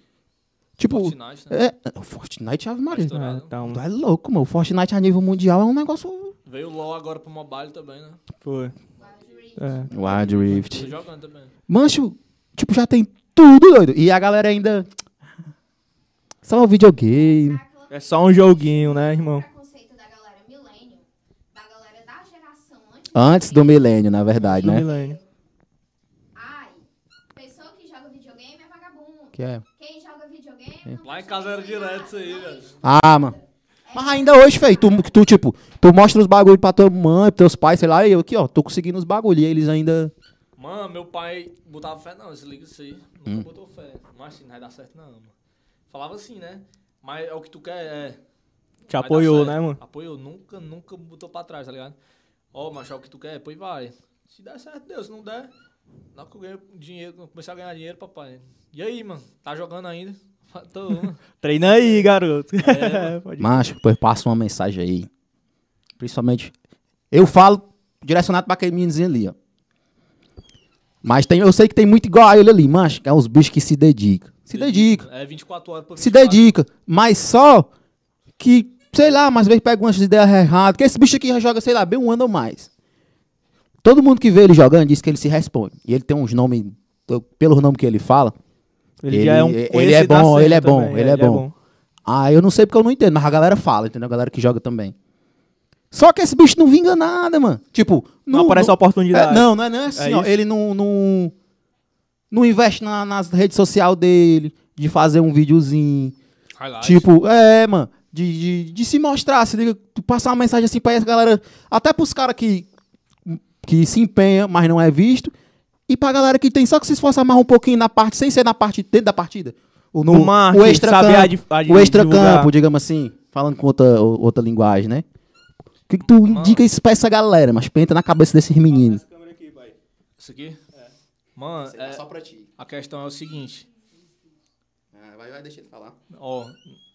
A: Tipo.
D: Fortnite, né?
A: É, o Fortnite Ave Maria.
D: Pastor-
C: Ah, então,
A: Tu é louco, mano. O Fortnite a nível mundial é um negócio.
D: Veio o LoL agora pro mobile também, né?
C: foi. É.
A: Wild Rift.
D: Tô jogando também.
A: Mancho, tipo, já tem tudo, doido. E a galera ainda. Só um videogame.
F: Tá Aquela
C: É só um joguinho, né, irmão?
F: preconceito da galera milênio, da galera da geração antes.
A: Antes do milênio, na verdade,
C: Do
A: né?
C: milênio.
F: Ai, pessoa que joga videogame é vagabundo.
A: Que é.
F: Quem joga videogame. não
D: Lá em
F: consegue
D: casa era
F: ser nada,
D: direto isso aí,
F: não
D: velho.
F: estuda.
A: Ah, mano. Mas ainda hoje, feio, tu, tu, tipo, tu mostra os bagulho pra tua mãe, pros teus pais, sei lá, e eu aqui, ó, tô conseguindo os bagulho. E eles ainda.
D: Mano, meu pai botava fé não, se liga isso aí. Nunca botou fé. Mas assim, não vai dar certo não, mano. Falava assim, né? Mas é o que tu quer, é...
C: Te
D: vai dar
C: apoiou,
D: certo.
C: né, mano?
D: Apoiou, nunca, nunca botou pra trás, tá ligado? Ó, macho, é o que tu quer, pois vai. Se der certo, Deus, se não der... Na hora que eu ganhei dinheiro, quando eu comecei a ganhar dinheiro, papai. E aí, mano? Tá jogando ainda? Tô, mano.
C: Treina aí, garoto.
D: É,
C: Pode-
A: Macho, pô, passa uma mensagem aí. Principalmente. Eu falo direcionado pra aquele meninozinho ali, ó. Mas tem, eu sei que tem muito igual a ele ali, macho, que é uns bichos que se dedicam. Se dedica.
D: É 24 horas por
A: se
D: 24.
A: dedica, mas só que, sei lá, mas às vezes pega umas ideias erradas, que esse bicho aqui já joga, sei lá, bem um ano ou mais. Todo mundo que vê ele jogando diz que ele se responde. E ele tem uns nomes, pelo nome que ele fala,
C: Ele, já é um
A: ele é
C: conhecido da
A: bom,
C: cena
A: ele é bom,
C: também,
A: ele é bom. ah, eu não sei porque eu não entendo, mas a galera fala, entendeu? A galera que joga também. Só que esse bicho não vinga nada, mano. Tipo,
C: Não aparece a oportunidade.
A: é, não, não é, não é assim,
C: É
A: ó.
C: isso?
A: Ele não, não, não investe na- nas redes sociais dele, de fazer um videozinho.
D: Highlight.
A: Tipo, é, mano, de, de, de se mostrar, se liga, tu passar uma mensagem assim pra essa galera, até pros caras que, que se empenha, mas não é visto, e pra galera que tem só que se esforçar mais um pouquinho na parte, sem ser na parte dentro da partida. O,
C: No marketing,
A: o extra
C: saber
A: campo,
C: a dif- a
A: o extra
C: divulgar.
A: campo, digamos assim, falando com outra, o- outra linguagem, né? O que, que tu indica isso pra essa galera, mas penta na cabeça desses meninos?
D: Isso aqui? É. Mano, é,
A: tá pra ti.
D: a questão é o seguinte.
A: Ah, Vai, vai, deixa ele falar.
D: Ó,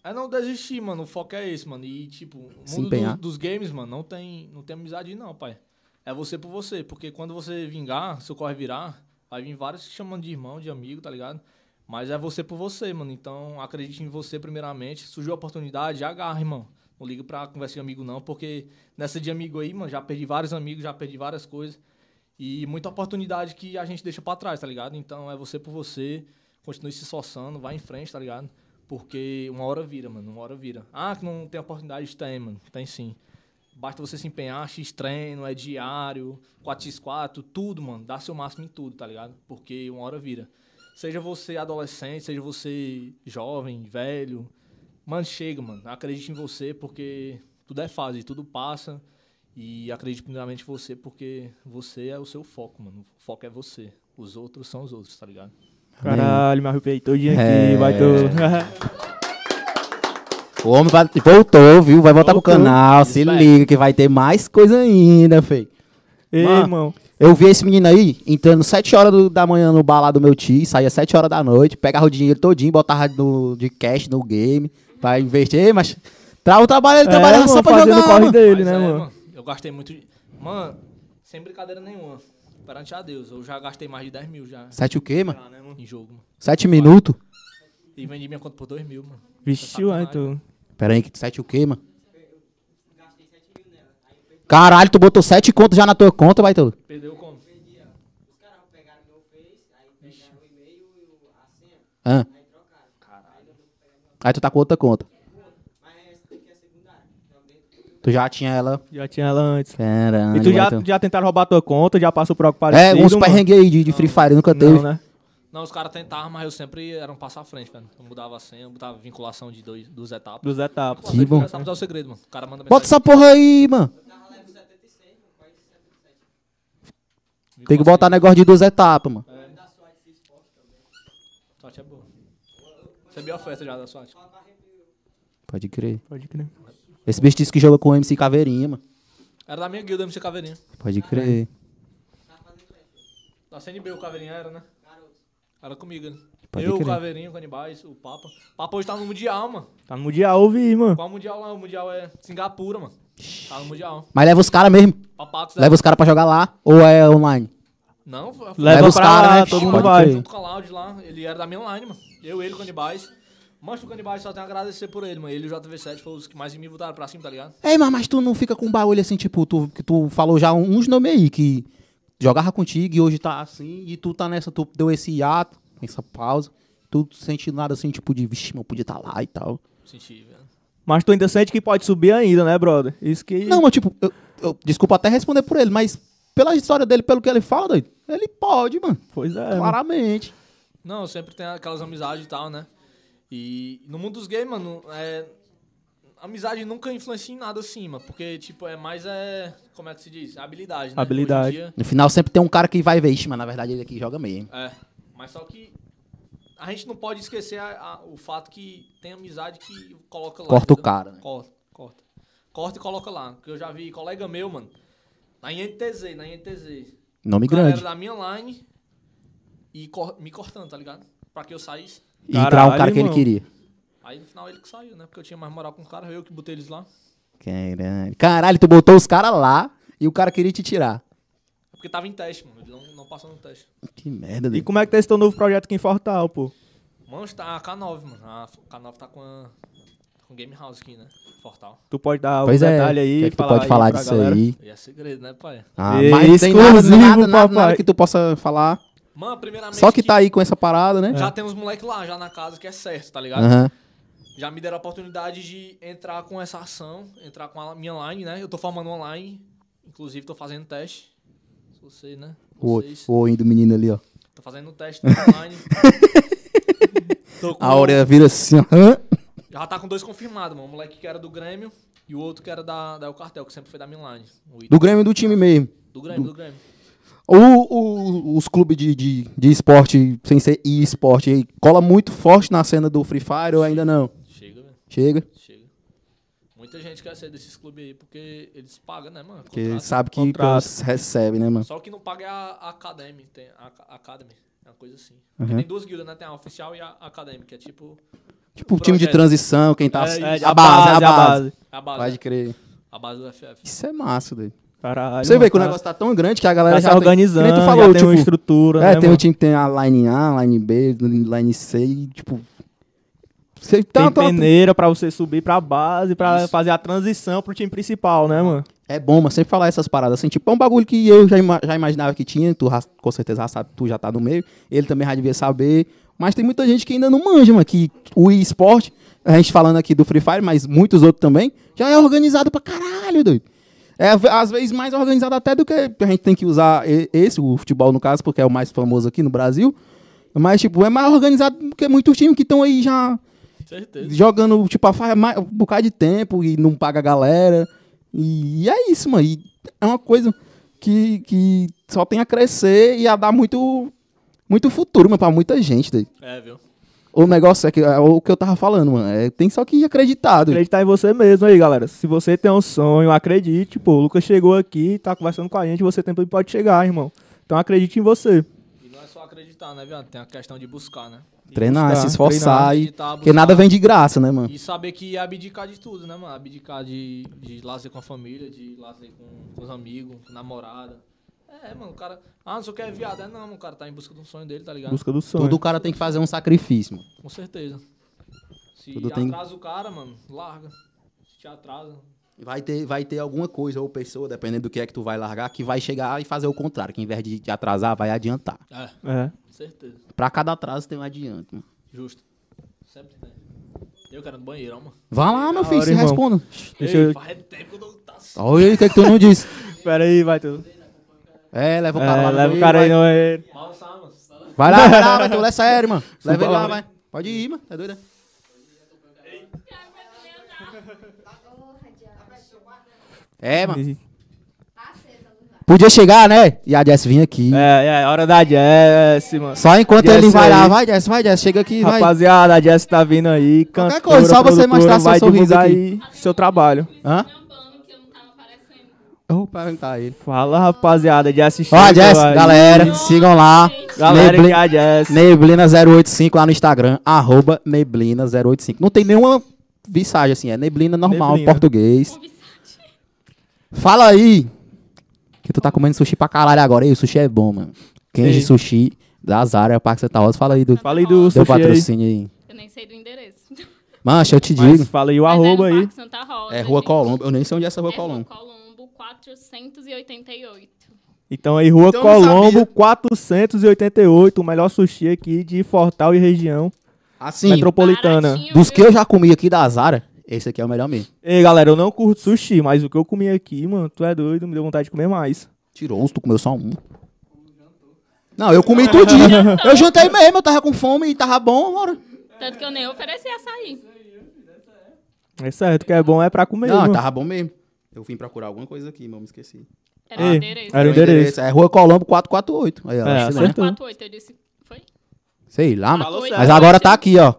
D: é não desistir, mano. O foco é esse, mano. E, tipo, o
A: Se
D: mundo
A: empenhar.
D: dos, dos games, mano, não tem, não tem amizade, não, pai. É você por você. Porque quando você vingar, seu corre virar, vai vir vários te chamando de irmão, de amigo, tá ligado? Mas é você por você, mano. Então, acredite em você, primeiramente. Surgiu a oportunidade, agarra, irmão. Não liga pra conversa de amigo, não, porque nessa de amigo aí, mano, já perdi vários amigos, já perdi várias coisas. E muita oportunidade que a gente deixa pra trás, tá ligado? Então, é você por você. Continue se esforçando, vai em frente, tá ligado? Porque uma hora vira, mano. Uma hora vira. Ah, que não tem oportunidade, tem, mano. Tem sim. Basta você se empenhar, X treino, é diário, 4x4, tudo, mano. Dá seu máximo em tudo, tá ligado? Porque uma hora vira. Seja você adolescente, seja você jovem, velho. Mano, chega, mano. Acredite em você, porque tudo é fase, tudo passa. E acredite primeiramente em você, porque você é o seu foco, mano. O foco é você. Os outros são os outros, tá ligado?
C: Caralho, me arrepiei todinho aqui,
A: É.
C: vai tu.
A: O homem vai- voltou, viu? Vai voltar pro
C: Voltou.
A: canal, se
D: Espera.
A: liga que vai ter mais coisa ainda, feio.
C: Ei,
A: Mano.
C: irmão.
A: Eu vi esse menino aí entrando 7 horas do- da manhã no bar lá do meu tio, saía 7 horas da noite, pegava o dinheiro todinho, botava no, de cash no game pra investir, Ei, mas trava o trabalho, ele
C: É,
A: trabalhava
C: mano,
A: só pra
C: fazendo
A: jogar.
C: corre
A: mano.
C: dele,
D: Mas
C: né,
D: é,
C: mano?
D: Eu gastei muito. de- Mano, sem brincadeira nenhuma. Perante a Deus, eu já gastei mais de 10 mil já
A: 7 o quê, mano?
C: Ah, né, mano?
D: em jogo, mano.
A: 7 minutos?
D: E vendi minha conta por 2 mil, mano.
C: Vixe, ué, tu.
A: Pera aí, 7 o quê, mano? Caralho, tu botou 7 contas já na tua conta, vai, tu.
D: Perdeu como?
A: Hã? Aí tu tá com outra conta. Tu já tinha ela.
C: Já tinha ela antes.
A: Caralho.
C: E tu
A: vai,
C: já,
A: tu.
C: já tentaram roubar tua conta, já passou por algo
A: então. É,
C: parecido,
A: uns
C: mano?
A: perrengue aí de, de Free Fire, nunca teve.
C: Não, né?
D: Não, os caras tentavam, mas eu sempre era um passo à frente, velho. Eu mudava a senha, eu botava vinculação de dois, duas etapas.
C: Dos etapas.
A: Que bom.
D: Essa é o segredo, mano. O cara manda
A: Bota essa porra aí, mano. Tem que botar negócio de duas etapas, mano.
D: Sorte é boa. Recebi a oferta já da sorte.
A: Pode crer.
C: Pode crer.
A: Esse bicho disse que joga com o MC Caveirinha, mano.
D: Era da minha guilda, MC Caveirinha.
A: Pode crer.
D: Na CNB o Caveirinha era, né?
B: Garoto.
D: Era comigo, né?
C: Pode
D: eu, o
C: crer.
D: Caveirinho, o Canibais, o Papa. O Papa hoje tá no Mundial, mano.
C: Tá no Mundial, eu vi, mano.
D: Qual Mundial lá? O Mundial é Singapura, mano. Tá no Mundial.
A: Mas leva os caras mesmo.
D: Papacos,
A: Leva os caras pra jogar lá. Ou é online?
D: Não, foi-
C: Leva,
A: Leva os
C: pra
A: cara,
C: lá,
A: né?
C: todo mundo
A: Pode
C: vai.
A: crer.
D: junto com o Cloud lá, ele era da minha line, mano. Eu, ele, o Canibais. Mas o Canibais só tem a agradecer por ele, mano. Ele e o JV7 foram os que mais me botaram pra cima, tá ligado?
A: Ei, mas, mas tu não fica com um bagulho assim, tipo, tu, que tu falou já um, uns nomes aí que jogava contigo e hoje tá assim, e tu tá nessa, tu deu esse hiato, essa pausa. Tu sente nada assim, tipo, de vixe, mano, eu podia estar lá e tal.
D: Senti, velho.
C: Mas tu ainda sente que pode subir ainda, né, brother? Isso que.
A: Não, mas tipo, eu- eu- desculpa até responder por ele, mas pela história dele, pelo que ele fala, doido, ele pode, mano.
C: Pois é. mano.
A: claramente.
D: Não, sempre tem aquelas amizades e tal, né? E no mundo dos games, mano, é... amizade nunca influencia em nada assim, mano. Porque, tipo, é mais, é... como é que se diz? Habilidade, né?
C: Habilidade.
D: Hoje em dia,
A: No final sempre tem um cara que vai ver, ixi, mas na verdade ele aqui joga mesmo.
D: É, mas só que a gente não pode esquecer a- a- o fato que tem amizade que coloca lá.
A: Corta o
D: entendeu?
A: cara, né?
D: Corta, corta. Corta e coloca lá. Porque eu já vi colega meu, mano, na INTZ, na INTZ.
A: Nome
D: O cara era
A: grande.
D: da minha line e cor- me cortando, tá ligado? Pra que eu saísse.
A: E entrar o
C: Caralho,
A: cara que ele
C: irmão.
A: queria.
D: Aí no final ele que saiu, né? Porque eu tinha mais moral com o cara, eu que botei eles lá.
A: Caralho. Caralho, tu botou os caras lá e o cara queria te tirar.
D: É Porque tava em teste, mano. Ele não, não passou no teste.
A: Que merda,
C: E
A: doido.
C: como é que tá esse teu novo projeto aqui em Fortal, pô?
D: Mano, tá a K9, mano. A K9 tá com a. Tá com Game House aqui, né? Fortal.
C: Tu pode dar o
A: Pois é,
C: detalhe aí.
A: o que, é que tu
C: falar
A: pode
C: aí
A: falar
C: pra
A: disso
C: galera?
A: aí?
D: E é segredo, né, pai?
A: Ah,
C: É
A: mas tem nada,
C: exclusivo,
A: nada, nada,
C: papai.
A: nada que tá tu possa falar.
D: Mano, primeiramente.
A: Só que tá aí com essa parada, né?
D: Já tem uns moleques lá, já na casa, que é certo, tá ligado?
A: Aham.
D: Já me deram a oportunidade de entrar com essa ação, entrar com a minha line, né? Eu tô formando online. Inclusive, tô fazendo teste. Você, né?
A: O
D: Vocês.
A: o olhinho do menino ali, ó.
D: Tô fazendo um teste online. Tô com-
A: A Aurea vira assim, ó. Hã?
D: Já tá com dois confirmados, mano. Um moleque que era do Grêmio e o outro que era da, da El Cartel, que sempre foi da Milan. O Ito.
A: Do Grêmio e do time mesmo.
D: do Grêmio, do Grêmio.
A: O, o- os clubes de, de, de esporte, sem ser e-esporte, aí, cola muito forte na cena do Free Fire ou ainda não?
D: Chega, velho.
A: Chega.
D: Chega. Muita gente quer ser desses clubes aí porque eles pagam, né, mano?
A: Porque
D: Contrato.
A: sabe que
C: contrato.
A: pô, recebe, né, mano?
D: Só o que não paga é a a Academy. Tem a a Academy. É uma coisa assim. Porque
A: Uhum.
D: Tem duas guildas, né? Tem a oficial e a Academy, que é tipo
A: Tipo, o time de
D: Projeto.
A: transição, quem tá.
C: É,
A: a base, é a base.
D: a base.
A: Pode
D: Pode...
A: crer.
D: A base do FF.
A: Isso é massa, doido.
C: Caralho.
A: Você vê
C: mano,
A: que o
C: tá-
A: negócio tá tão grande que a galera
C: tá
A: já
C: se
A: tem-
C: organizando,
A: que nem tu
C: já
A: falou,
C: tem uma
A: tipo,
C: estrutura,
A: É,
C: né,
A: tem
C: mano?
A: o time que tem a line A, line B, line C, e, tipo. Você tá,
C: Tem
A: tá-
C: peneira pra você subir pra base, pra
D: Isso.
C: fazer a transição pro time principal, né, mano?
A: É bom, mas sempre falar essas paradas assim, tipo, é um bagulho que eu já, ima- já imaginava que tinha, tu já- com certeza já sabe, tu já tá no meio, ele também já devia saber, mas tem muita gente que ainda não manja, mano, que o esporte, a gente falando aqui do Free Fire, mas muitos outros também, já é organizado pra caralho, doido. É v- às vezes mais organizado até do que a gente tem que usar e- esse, o futebol no caso, porque é o mais famoso aqui no Brasil, mas tipo, é mais organizado do que muitos times que estão aí já
D: Certeza.
A: jogando, tipo, a faz mais- um bocado de tempo e não paga a galera. E, é isso, mano. E é uma coisa que, que só tem a crescer e a dar muito, muito futuro, mano, pra muita gente. doido.
D: É, viu?
A: O negócio é que é o que eu tava falando, mano. É, tem só que acreditar. doido.
C: Acreditar em você mesmo aí, galera. Se você tem um sonho, acredite, pô. O Lucas chegou aqui, tá conversando com a gente, você também pode chegar, irmão. Então acredite em você.
A: Tá.
D: E não é só acreditar, né, viado? Tem a questão de buscar, né?
A: Treinar,
C: buscar,
A: se esforçar.
C: treinar,
A: e,
D: acreditar,
A: porque
D: buscar.
A: nada vem de graça, né, mano?
D: E saber que é abdicar de tudo, né, mano? Abdicar de, de lazer com a família, de lazer com, com os amigos, com namorada. É, mano, o cara. Ah, não sei o que é viado. É não, mano, o cara tá em busca de um sonho dele, tá ligado?
C: Busca do sonho.
A: Todo cara tem que fazer um sacrifício, mano.
D: Com certeza. Se
A: Tudo tem-
D: atrasa o cara, mano, larga. Se te atrasa.
A: Vai ter, vai ter alguma coisa ou pessoa, dependendo do que é que tu vai largar, que vai chegar e fazer o contrário. Que em vez de te atrasar, vai adiantar.
D: É,
C: É.
D: com certeza.
A: Pra cada atraso tem um adianto, mano.
D: Justo. Sempre tem. Eu quero ir no banheiro, ó, mano.
A: Vá lá, meu
C: Da
A: filho,
C: hora,
A: se
C: irmão.
A: responda.
C: Deixa
D: Ei,
C: eu-
D: faz tempo que eu não tá assim.
A: Olha aí, o que, é que tu não disse?
C: Pera aí, vai, tu.
A: É, leva o cara
C: É,
A: lá. no
C: leva o
A: meio,
C: cara aí,
A: vai.
C: não é.
D: Mal sabe, mano.
A: Vai lá, vai lá, vai, tu leva sério, mano. Leva ele
C: Suba
A: lá,
C: lá,
A: vai. Pode ir, mano. Tá doido?
E: Cara, vai também andar.
F: É, Porra, Diana.
A: É,
D: né?
A: mano.
F: Tá acesa a luz lá.
A: Podia chegar, né? E a Jess vinha aqui.
C: É, é, hora da Jess, mano.
A: Só enquanto
C: Jess
A: ele vai lá.
C: aí.
A: Vai, Jess, vai, Jess. Chega aqui, vai.
C: Rapaziada, a Jess tá vindo aí.
A: Qualquer
C: Cantora,
A: coisa, só você
C: produtora,
A: mostrar seu
C: vai
A: sorriso
C: divulgar
A: aqui.
C: aí seu trabalho.
A: Hã?
E: Me ambando que eu não tava aparecendo.
A: Eu vou perguntar a ele.
C: Fala, rapaziada, de assistir.
A: Ó, a Jess,
C: aí.
A: galera, sigam lá.
E: Gente,
C: Galera,
A: Neblin-
C: que é a Jess.
A: Neblina085 lá no Instagram, arroba Neblina085. Não tem nenhuma visagem assim, é Neblina normal,
C: Neblina.
A: em português.
E: convisate.
A: Fala aí que tu tá comendo sushi pra caralho agora. Ei, o sushi é bom, mano. Kenji
C: Ei.
A: sushi da Zara, Parque Santa Rosa. Fala aí do
C: Tá Fala aí do
E: Deu
A: teu
C: sushi aí.
A: patrocínio aí.
E: Eu nem sei do endereço.
A: Mancha, eu te
C: Mas
A: digo.
C: fala aí o
E: Mas
C: arroba
E: é no
C: aí.
E: Parque Santa Rosa,
A: É Rua
E: gente.
A: Colombo. Eu nem sei onde é essa Rua
E: é
A: Colombo.
E: Rua Colombo 488.
C: Então aí, Rua
D: Então eu não
C: Colombo,
D: sabia.
C: 488, o melhor sushi aqui de Fortal e região
A: Assim,
C: metropolitana.
E: Baratinho,
A: dos
E: viu?
A: que eu já comi aqui da Zara, esse aqui é o melhor mesmo.
C: Ei, galera, eu não curto sushi, mas o que eu comi aqui, mano, tu é doido, me deu vontade de comer mais.
A: Tirou, tu comeu só um. Não, eu comi tudinho. eu jantei mesmo, eu tava com fome e tava bom, bora.
E: Tanto que eu nem ofereci açaí.
C: É certo, que é bom é pra comer,
A: Não, tá.
C: mano.
A: tava bom mesmo. Eu vim procurar alguma coisa aqui, mas eu me esqueci.
E: Era
C: Ei,
E: o endereço.
C: era o
A: É
C: endereço.
A: É Rua Colombo 448. Aí, ó,
C: É,
A: sei, lá.
C: acertou.
E: 448, eu disse. Foi?
A: sei lá, mano.
D: Falou certo.
A: né?
E: é,
A: Mas agora tá aqui, ó.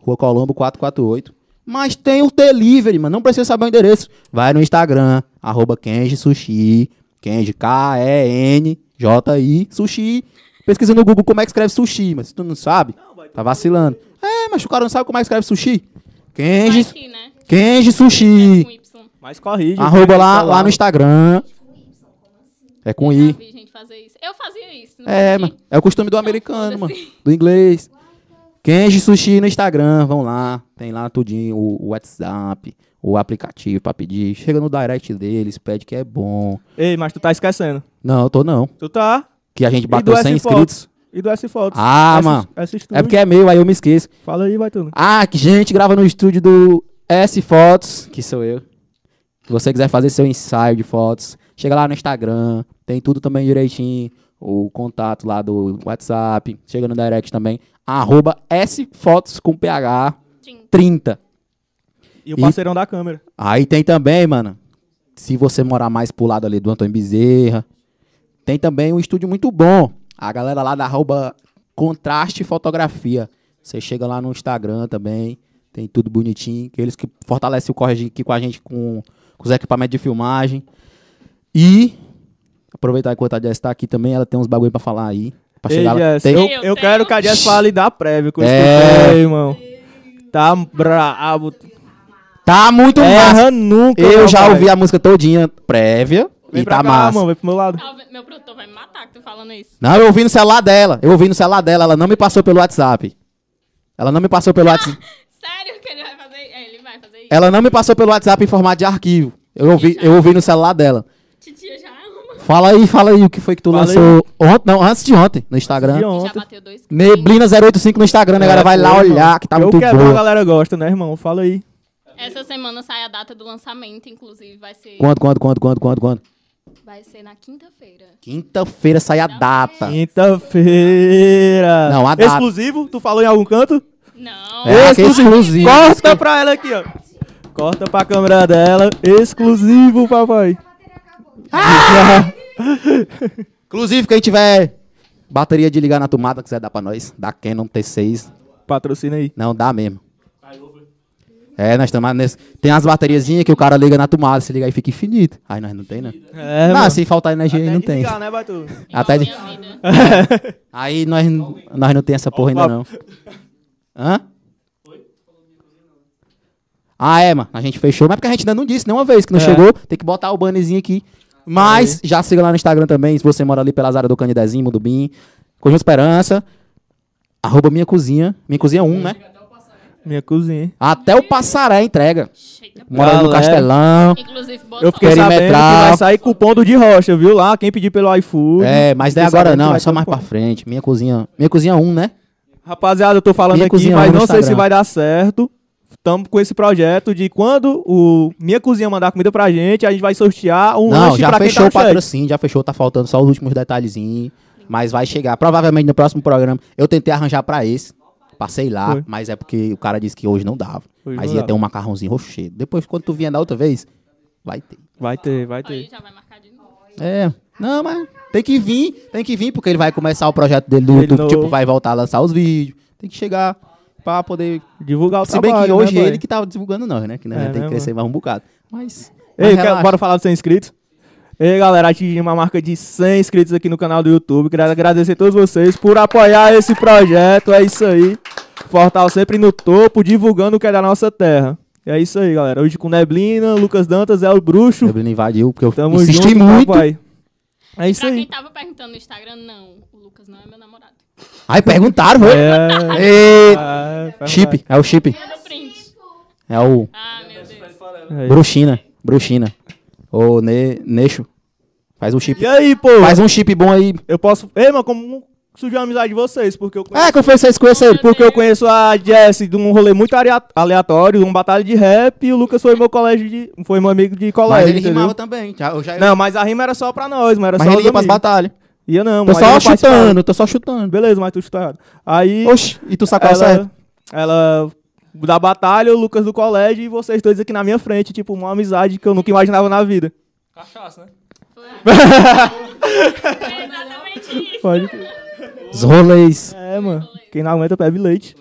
A: Rua Colombo 448. Mas tem o delivery, mano. Não precisa saber o endereço. Vai no Instagram, arroba Kenji Sushi. Kenji, K-E-N-J-I, Sushi. Pesquisa no Google como é que escreve sushi, mas se tu não sabe, tá vacilando. É, mas o cara não sabe como é que escreve sushi.
E: Foi
A: Kenji,
E: aqui, né?
A: Kenji
E: É
A: Sushi.
E: com né? Y.
C: Mas corrige.
A: Arroba
C: cara,
A: lá,
C: tá
A: lá no Instagram. É com
E: Eu já
A: I.
E: vi gente fazer isso. Eu fazia isso. não
A: É,
E: sei.
A: mano. É o costume do americano, mano. Do inglês. Kenji Sushi no Instagram, vão lá. Tem lá tudinho o o WhatsApp, o aplicativo pra pedir. Chega no direct deles, pede que é bom.
C: Ei, mas tu tá esquecendo.
A: Não, eu tô não.
C: Tu tá.
A: Que a gente
C: E
A: bateu
C: do
A: 100 inscritos.
C: S-Fotos. E do S-Fotos.
A: Ah,
C: Essa-
A: mano.
C: Essa estúdio.
A: É porque é meu, aí eu me esqueço.
C: Fala aí, Baitano.
A: Ah, que gente grava no estúdio do S Fotos, que sou eu. Se você quiser fazer seu ensaio de fotos, chega lá no Instagram, tem tudo também direitinho. O contato lá do WhatsApp, chega no direct também. Arroba S Fotos com PH
E: Sim.
A: 30.
C: E o
A: E-
C: parceirão da câmera.
A: Aí tem também, mano. Se você morar mais pro lado ali do Antônio Bezerra, tem também um estúdio muito bom. A galera lá da arroba Contraste Fotografia. Você chega lá no Instagram também, tem tudo bonitinho. Que eles que fortalecem o corre aqui com a gente com, com os equipamentos de filmagem. E aproveitar enquanto a Jess tá aqui também, ela tem uns bagulho pra falar aí. Pra
C: Ei,
A: chegar lá.
C: Jess,
A: Tem-
C: eu,
E: Eu
C: eu
E: tenho.
C: quero que a Jess fale da prévia que eu
A: É.
C: escutei, irmão. Tá brabo.
A: Tá muito massa.
C: Erra nunca.
A: Eu
C: É, meu
A: já
C: pai.
A: ouvi a música todinha prévia.
C: Vem
A: e
C: pra
A: tá
C: cá,
A: massa.
C: mano, vem pro meu lado.
E: Talvez- Meu produtor vai me matar que tô falando isso.
A: Não, eu ouvi no celular dela. Eu ouvi no celular dela. Ela não me passou pelo WhatsApp. Ela não me passou pelo WhatsApp.
E: Sério que ele vai fazer isso? Ele vai fazer isso.
A: Ela não me passou pelo WhatsApp em formato de arquivo. Eu ouvi, eu ouvi no celular dela.
E: Titia já ama.
A: Fala aí, fala aí o que foi que tu
C: Fala
A: lançou ontem, não, antes de ontem no Instagram.
C: De
E: Já
C: ontem. É,
E: bateu dois quilos.
A: Neblina085 no Instagram, né, galera? Vai lá
C: foi, irmão.
A: olhar que tá
C: eu
A: muito
C: quero a
A: boa.
C: galera gosta, né, irmão? Fala aí.
E: Essa semana sai a data do lançamento, inclusive. Vai ser,
A: Quanto, quanto, quanto, quanto, quanto, quanto?
E: vai ser na quinta-feira.
A: Quinta-feira sai a data.
C: Quinta-feira.
A: Tá. Não, a data.
C: Exclusivo? Tu falou em algum canto?
E: Não.
A: É, que exclusivo.
C: Corta pra ela aqui, ó. Corta pra câmera dela. Exclusivo, papai.
A: Ah! Inclusive, quem tiver bateria de ligar na tomada, quiser dar pra nós, da Canon T6,
C: Patrocina aí.
A: Não, dá mesmo. É, nós estamos nesse. Tem as bateriazinhas que o cara liga na tomada, se ligar e fica infinito. Aí nós não tem, né?
C: É,
A: não, se faltar energia aí não tem.
C: Ligar, né, Batu?
A: Até de-
E: Minha vida.
A: Aí nós, n- nós não tem essa porra ainda não. Hã? Ah, é, mano. A gente fechou, mas porque a gente ainda não disse nenhuma vez que não
C: É.
A: chegou. Tem que botar o bannerzinho aqui. Mas já siga lá no Instagram também, se você mora ali pelas áreas do Canidezinho, Mudubim, Conjunto Esperança. Arroba minha cozinha. Minha cozinha 1, né?
C: Minha cozinha.
A: Até o Passaré entrega.
E: Chega.
A: Mora ali no
C: Galera.
A: Castelão.
E: Inclusive, botou.
C: Eu fiquei sabendo que
A: Perimetral.
C: vai sair cupom do de rocha, viu? Lá, quem pedir pelo iFood.
A: É, mas daí
C: Fiquei
A: agora
C: sabendo que
A: não, é
C: vai um
A: só
C: ter
A: mais
C: cupom.
A: pra frente. Minha cozinha. Minha cozinha 1, né?
C: Rapaziada, eu tô falando
A: Minha
C: aqui,
A: Cozinha
C: mas
A: lá no
C: não sei se
A: Instagram.
C: vai dar certo. Tamo com esse projeto de quando o Minha Cozinha mandar comida pra gente, a gente vai sortear um
A: não,
C: lanche
A: já
C: pra quem tá
A: fechou
C: no
A: o
C: chat.
A: patrocínio, já fechou, tá faltando só os últimos detalhezinhos. Mas vai chegar. Provavelmente no próximo programa. Eu tentei arranjar pra esse. Passei lá,
C: Foi.
A: mas é porque o cara disse que hoje não dava.
C: Hoje
A: mas ia
C: não dava.
A: ter um macarrãozinho rochedo. Depois, quando tu vier da outra vez, vai ter.
C: Vai ter, vai
E: Aí
C: ter.
E: já vai marcar de novo.
A: É. Não, mas tem que vir, tem que vir, porque ele vai começar o projeto dele do
C: Ele
A: YouTube,
C: não-
A: tipo, vai voltar a lançar os vídeos. Tem que chegar pra poder
C: Divulgar o
A: Se bem que
C: trabalho,
A: hoje
C: né,
A: ele
C: boy?
A: que tava divulgando nós, né? Que nós
C: É,
A: já tem
C: né,
A: que crescer mais um bocado. Mas. mas
C: Ei, eu quero-
A: relaxa.
C: bora falar dos 100 inscritos? Ei, galera, atingimos a marca de 100 inscritos aqui no canal do YouTube. Quero agradecer a todos vocês por apoiar esse projeto. É isso aí. Fortal sempre no topo, divulgando o que é da nossa terra. É isso aí, galera. Hoje com Neblina, Lucas Dantas, é o Bruxo.
A: Neblina invadiu, porque eu
C: Tamo
A: insisti
C: junto,
A: muito.
C: papai. É isso
E: Pra quem
C: aí.
E: tava perguntando no Instagram, não. O Lucas não é meu namorado.
A: Aí perguntaram, velho.
C: É,
A: Ei,
C: é, vai
A: Chip, é o chip.
E: Manda print.
A: É o
E: Ah, meu Deus.
C: lá. É.
A: Bruxina. Bruxina. Ô, ne, Neixo. Faz um chip.
C: E aí, pô?
A: Faz um chip bom aí.
C: Eu posso. Ei, mano, como surgiu a amizade de vocês? Porque eu conheço,
A: É, que eu fui vocês conhecerem.
C: porque eu conheço a Jess de um rolê muito aria- aleatório, de um batalha de rap, e o Lucas foi meu colégio de. Foi meu amigo de
A: Mas
C: colégio.
A: ele
C: entendeu?
A: rimava também. Já, eu já,
C: Não, mas a rima era só pra nós, mas era
A: mas
C: só
A: ele
C: os
A: ia pras
C: amigos.
A: batalhas.
C: Ia não,
A: Tô
C: mas
A: só
C: eu participava.
A: chutando, tô só chutando.
C: Beleza, mas tu chutou errado. Aí
A: Oxi, e tu sacou
C: ela,
A: essa?
C: ela da batalha, o Lucas do colégio e vocês dois aqui na minha frente, tipo, uma amizade que eu nunca imaginava na vida.
D: Cachaça, né?
E: É exatamente isso.
C: Pode crer.
A: Os rolês.
C: É, mano. Quem não aguenta bebe leite.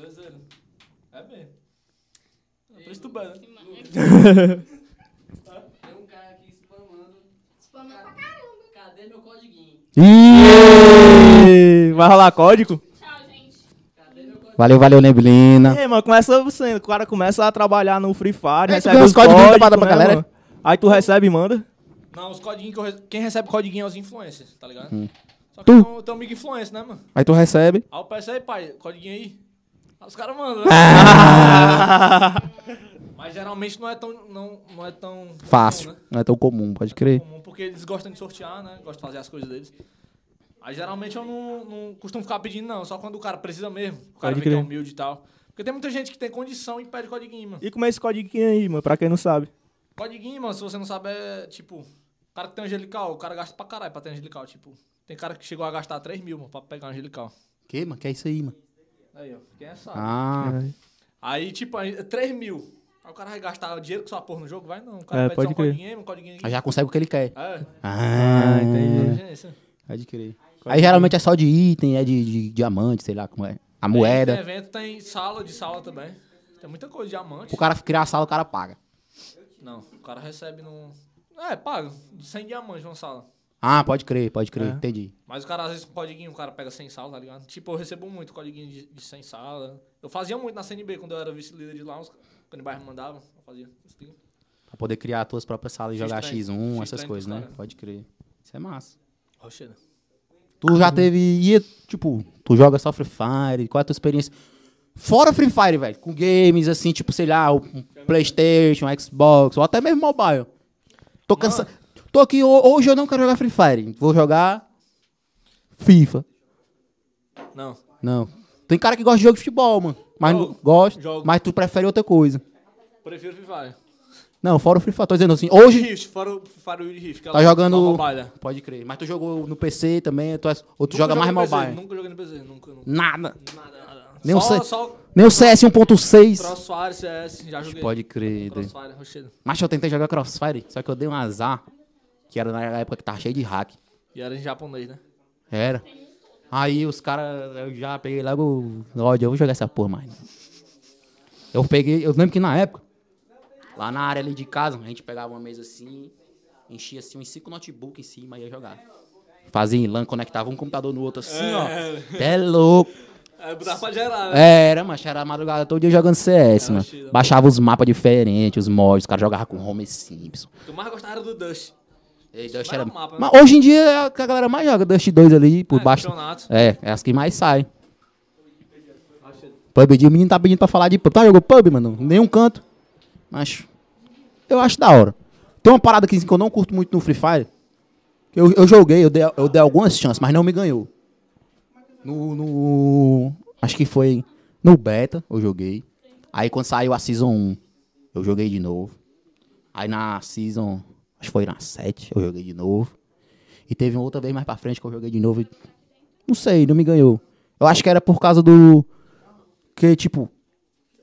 D: É bem. É por isso tu bebe, né?
B: Tem um cara aqui spamando.
F: Spamando pra caramba.
B: Cadê meu codiguinho?
C: É. E... Vai rolar código?
E: Tchau, gente.
A: Valeu, valeu, Neblina.
C: É, mano, começa cena. O cara começa a trabalhar no Free Fire,
A: É, tu
C: recebe
A: ganha
C: os
A: uns códigos
C: códigos,
A: pra dar pra
C: né,
A: galera?
C: mano? Aí tu recebe e manda.
D: Não, os codiguinhos que eu re... Quem recebe codiguinho é os influencers, tá ligado? Só que
A: Tu.
D: tu tem um amigo influencer, né, mano?
A: Aí tu recebe.
D: Aí eu peço aí, pai, codiguinho aí. Aí os caras mandam, né? Mas geralmente não é tão. Não, não é tão.
A: Fácil.
D: comum, né?
A: Não é tão comum, pode crer.
D: Comum, porque eles gostam de sortear, né? Gostam de fazer as coisas deles. Aí geralmente eu não, não costumo ficar pedindo, não. Só quando o cara precisa mesmo. O cara
C: Pode
D: vê que é
C: crer.
D: humilde e tal. Porque tem muita gente que tem condição e pede codiguinho, mano.
C: E como é esse codiguinho aí, mano, pra quem não sabe.
D: Codiguinho, mano, se você não sabe, é tipo. O cara que tem angelical, o cara gasta pra caralho pra ter angelical. Tipo, tem cara que chegou a gastar 3 mil, mano, pra pegar um angelical.
A: Que, mano? Que é isso aí, mano?
D: Aí, ó, quem é sabe?
A: Ah,
D: Aí, tipo, aí, 3 mil. Aí o cara vai gastar o dinheiro que só porra no jogo? Vai não. O cara
C: É,
D: pede
C: pode
D: só um
C: crer.
D: codiguinho, um codiguinho
A: aí
D: aqui.
A: Ah. já consegue o que ele quer.
D: É,
A: Ah,
C: entendi.
D: é isso.
A: Pode crer. Aí geralmente é só de item, é de, de diamante, sei lá como é. A
D: Tem
A: moeda.
D: evento, tem sala de sala também. Tem muita coisa, diamante.
A: O cara criar a sala, o cara paga.
D: Não, o cara recebe num. É, paga. 100 diamantes numa sala.
A: Ah, pode crer, pode crer,
C: É.
A: entendi.
D: Mas o cara, às vezes, com codiguinho, o cara pega 100 sala, tá ligado? Tipo, eu recebo muito codiguinho de, de 100 sala. Eu fazia muito na CNB, quando eu era vice-líder de lá, os canibais me mandavam, eu fazia. isso aqui.
A: Pra poder criar as tuas próprias salas e
D: Fiz
A: jogar
D: treino,
A: X1,
D: fiz
A: essas
D: treino
A: coisas,
D: pros
A: né?
D: caras.
A: Pode crer. Isso é massa.
D: Rocheira.
A: Tu já teve. E, tipo, tu joga só Free Fire, qual é a tua experiência? Fora Free Fire, velho, com games assim, tipo, sei lá, um PlayStation, Xbox, ou até mesmo mobile. Tô cansado. Tô aqui, ho- hoje eu não quero jogar Free Fire, vou jogar. FIFA.
D: Não.
A: Não. Tem cara que gosta de jogo de futebol, mano. Mas não
D: Jogo.
A: gosta,
D: Jogo.
A: mas tu prefere outra coisa.
D: Prefiro Free Fire.
A: Não, fora o Free Fire. Tô dizendo assim, hoje.
D: Rift, fora o Free Fire e Rift. que é
A: Tá
D: ela-
A: jogando-
D: ela trabalha.
A: Pode crer. Mas tu jogou no PC também, tu é- ou tu
D: Nunca
A: joga mais
D: joguei no PC,
A: mobile?
D: Nunca joguei no PC, nunca. nunca.
A: Nada.
D: Nada, nada.
A: Nem o
D: só,
A: C- um
D: só
A: Nem o CS 1.6.
D: Crossfire, CS, já joguei.
A: Pode né? crer. doido.
D: Crossfire, Rochedo.
A: Mas eu tentei jogar Crossfire, só que eu dei um azar. Que era na época que tava cheio de hack.
D: E era em japonês, né?
A: Era. Aí os caras, eu já peguei logo o ódio, eu vou jogar essa porra mais. Eu peguei, eu lembro que na época, lá na área ali de casa, a gente pegava uma mesa assim, enchia assim uns cinco notebook em cima e ia jogar. Fazia em LAN, conectava um computador no outro assim, ó. É louco.
D: É, dá pra gerar, né?
A: Era, mas era a madrugada todo dia jogando CS, mano.
D: cheio da-
A: Baixava os mapas diferentes, os mods, os caras jogavam com Homer Simpson.
D: O que eu mais gostava era do Dust.
A: Ei, Dust
D: Mas
A: era...
D: é um mapa, né?
A: Mas hoje em dia é a que a galera mais joga Dust 2 ali por
D: É,
A: baixo.
D: campeonato.
A: É, é as que mais saem. PUBG, o menino tá pedindo pra falar de pub. Tá, jogou pub, mano? Nenhum canto. Mas. Eu acho da hora. Tem uma parada que, assim, que eu não curto muito no Free Fire. que Eu, eu joguei, eu dei, eu dei algumas chances, mas não me ganhou. No, no- Acho que foi no beta, eu joguei. Aí quando saiu a Season 1, eu joguei de novo. Aí na Season. Acho que foi na 7, eu joguei de novo. E teve uma outra vez mais pra frente que eu joguei de novo. e- Não sei, não me ganhou. Eu acho que era por causa do. Que, tipo,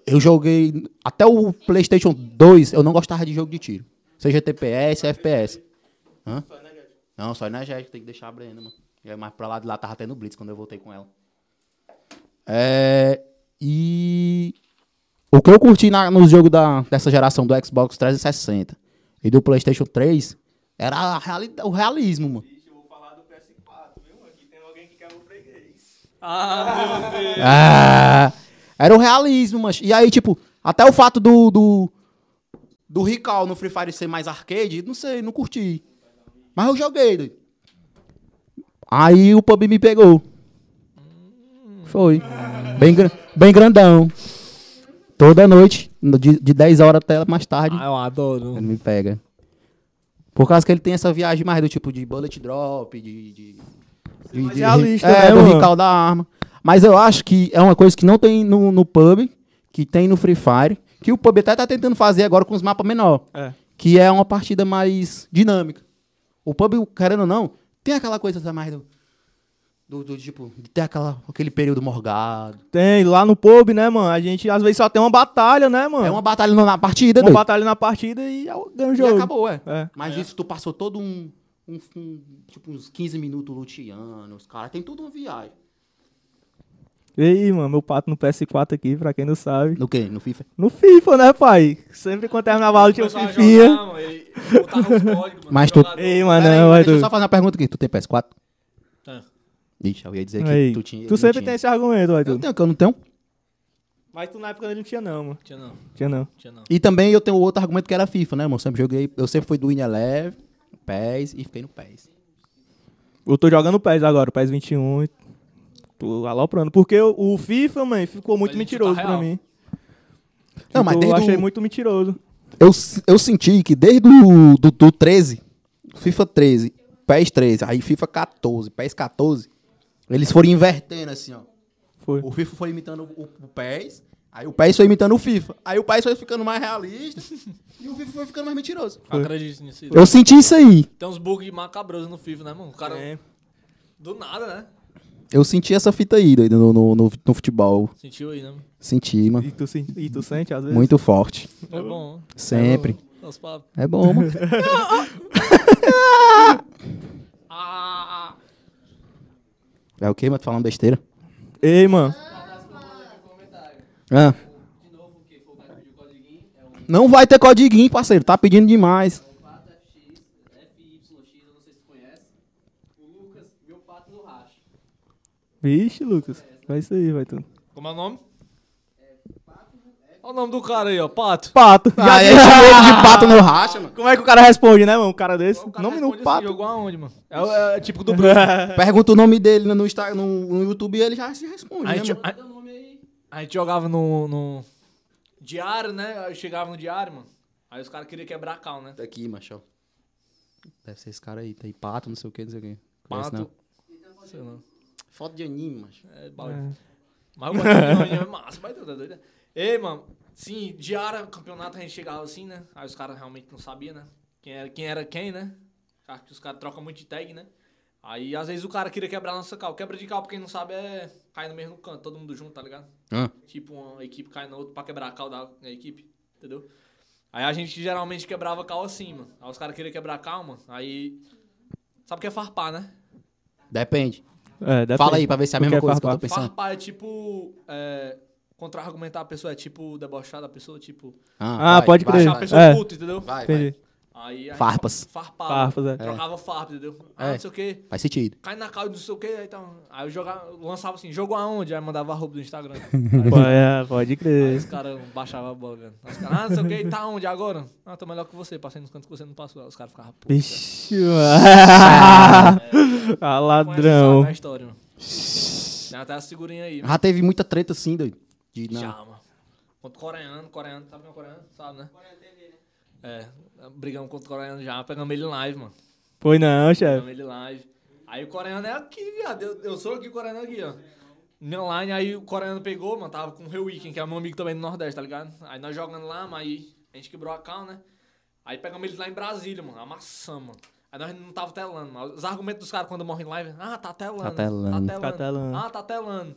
A: eu joguei. Até o PlayStation 2 eu não gostava de jogo de tiro. Seja TPS, FPS. Hã? Não, só energético, tem que deixar a Brenda, mano. Já mais pra lá de lá tava tendo Blitz quando eu voltei com ela. É. E. O que eu curti na, nos jogos da, dessa geração do Xbox 360 e do PlayStation 3 Era a reali- o realismo, mano.
G: Vixe, eu vou falar do PS4, viu? Aqui tem alguém que quer o freguês.
D: Ah, meu Deus.
A: Ah, era o realismo, mas E aí, tipo, até o fato do. do, do Recall no Free Fire ser mais arcade, não sei, não curti. Mas eu joguei. doido. Aí o pub me pegou. Foi. Bem, gran- bem grandão. Toda noite, no- de, de 10 horas até mais tarde.
C: Ah, eu adoro.
A: Ele me pega. Por causa que ele tem essa viagem mais do tipo de bullet drop, de. de, de,
C: mais
A: de-
C: realista,
A: é,
C: né,
A: do
C: mano?
A: recall da arma. Mas eu acho que é uma coisa que não tem no, no pub, que tem no Free Fire, que o pub até tá tentando fazer agora com os mapas menor.
C: É.
A: Que é uma partida mais dinâmica. O pub, querendo ou não, tem aquela coisa tá mais do. Do, do tipo, tem aquela, aquele período morgado.
C: Tem, lá no pub, né, mano? A gente às vezes só tem uma batalha, né, mano?
A: É uma batalha na partida,
C: Uma
A: doido.
C: batalha na partida e ah, ganha o
A: E
C: jogo.
A: acabou, é.
C: É.
A: Mas isso tu passou todo um, um- um- Tipo, uns 15 minutos luteando, os caras. Tem tudo uma viagem.
C: E aí, mano, meu pato no PS4 aqui, pra quem não sabe.
A: No quê? No FIFA?
C: No FIFA, né, pai? Sempre quando terminava a aula tinha um
D: Começava a
C: FIFA.
D: jogar, mano, e botava os códigos, mano.
A: Mas
D: no
A: tu-
D: jogador.
C: Ei, mano,
A: Pera aí,
C: não,
A: mas deixa
C: é
A: eu
C: doido.
A: só fazer uma pergunta aqui. Tu tem PS4?
D: Tá.
A: Ixi, eu ia dizer que
C: Aí,
A: tu tinha.
C: tu
A: não
C: sempre
A: tinha.
C: tem esse argumento, vai
A: Eu
C: tu.
A: tenho, que eu não tenho.
C: Mas tu na época dele não tinha não, mano.
D: Tinha não,
C: Tinha não.
D: tinha não.
A: E também eu tenho outro argumento que era FIFA, né, irmão? Eu sempre joguei. Eu sempre fui do Ineleve, PES e fiquei no PES.
C: Eu tô jogando o PES agora, o PES 21. e Tô aloprando. Porque o, o FIFA, mano, ficou muito
D: Mas ele
C: mentiroso
D: chuta
C: pra
D: real.
C: mim.
A: Não, mas desde
C: Ficou- Tipo, eu
A: o-
C: achei muito mentiroso.
A: Eu, se- eu senti que desde o do, do 13, FIFA 13, PES 13, aí FIFA 14, PES 14, eles foram invertendo assim, ó.
C: Foi.
A: O FIFA foi imitando o, o PES, aí o PES foi imitando o FIFA. Aí o PES foi ficando mais realista e o FIFA foi ficando mais mentiroso.
D: Acredito nisso aí.
A: Eu senti isso aí.
D: Tem uns bugs macabrosos no FIFA, né, mano? O cara,
C: É.
D: do nada, né?
A: Eu senti essa fita aí doido, no, no, no, no futebol.
D: Sentiu aí, né? mano?
A: Senti, mano.
C: E tu, sente, e tu sente, às vezes?
A: Muito forte.
D: É bom, né?
A: Sempre.
D: Nosso papo.
A: É bom, mano.
D: Ah,
A: É o que, mano? Tô falando besteira.
C: Ei, mano.
A: Ah.
B: De novo, o que for vai pedir o código é o
A: Não vai ter codiguinho, parceiro. Tá pedindo demais.
B: 4FX, FYX, eu não sei se conhece. O Lucas, meu pato no racho.
C: Vixe, Lucas. Vai isso aí, vai tu.
D: como é o nome? Olha o nome do cara aí, ó, Pato.
C: Pato. Já-
A: Ah, é ele de pato no racha, mano.
C: Como é que o cara responde, né, mano? Um cara desse.
D: O cara
C: Nome
D: responde
C: no
D: assim,
C: pato.
D: Jogou aonde, mano? É, o- é tipo do Bruno.
A: Pergunta o nome dele no, Insta- no, no YouTube e ele já se responde,
D: A
A: né,
D: gente,
A: mano?
D: a- a gente jogava no, no diário, né? Aí chegava no diário, mano. Aí os caras queriam quebrar cal, né?
A: Tá aqui, macho. ó. Deve ser esse cara aí. Tá aí, pato, não sei o que, não sei o que. Conhece,
D: Pato.
A: não.
D: Sei não.
A: Foto de anime, macho.
D: É, balde. Mas eu gosto de reunião, é massa, mas tá doido, né? Ei, mano, sim, diária, campeonato a gente chegava assim, né? Aí os caras realmente não sabiam, né? Quem era quem, era quem né? Acho que os caras trocam muito de tag, né? Aí às vezes o cara queria quebrar a nossa cal. Quebra de cal, pra quem não sabe, é cair no mesmo canto, todo mundo junto, tá ligado?
A: Ah.
D: Tipo, uma equipe cai na outra pra quebrar a cal da da equipe, entendeu? Aí a gente geralmente quebrava a cal assim, mano. Aí os caras queriam quebrar a cal, mano. Aí. Sabe o que é farpar, né?
A: Depende.
C: É, depende.
A: Fala aí pra ver se é a
C: Tu
A: mesma
C: quer
A: coisa que eu tô
C: farpar?
A: pensando.
D: Farpar é tipo. É, Contra-argumentar a pessoa, é tipo debochar da pessoa, tipo.
C: Ah, pode
A: vai,
C: crer.
D: Deixar a
A: vai.
D: pessoa
C: É.
D: puta, entendeu?
A: Vai, vai.
C: Entendi.
D: Aí a
A: Farpas.
D: gente Farpava.
C: Farpas, é.
D: Trocava farpas, entendeu? Ah,
A: É.
D: não sei o quê.
A: Faz sentido.
D: Cai na calda, não sei o quê. Aí, então, aí eu jogava, eu lançava assim, jogo aonde? Aí mandava a roupa do Instagram.
C: Pô, é, pode
D: aí
C: crer.
D: os caras baixavam a bola, velho. Aí Os caras, ah, não sei o quê, tá onde agora? Ah, tô melhor que você, passei nos cantos que você não passou. Aí Os caras ficavam putos.
C: Vixe, mano. ah, ladrão.
D: Na história, mano. Tem até essa figurinha aí.
A: Já teve muita treta assim, doido. De, não.
D: Já, mano. Contra o coreano, coreano, sabe quem é o coreano? Sabe, né? É, brigamos contra o coreano já, pegamos ele live, mano.
C: Foi não,
A: É.
C: chefe.
D: Pegamos ele live. Aí o coreano é aqui, viado. Eu, eu sou aqui, o coreano é aqui, ó. Minha line, aí o coreano pegou, mano, tava com o Real Weekend, que é meu amigo também do Nordeste, tá ligado? Aí nós jogando lá, mas aí a gente quebrou a cal, né? Aí pegamos eles lá em Brasília, mano, amassamos, mano. Aí nós não tava telando, mano. Os argumentos dos caras quando morrem em live, ah, tá telando.
A: Tá telando.
D: Tá
C: Tá telando.
D: Ah, tá telando.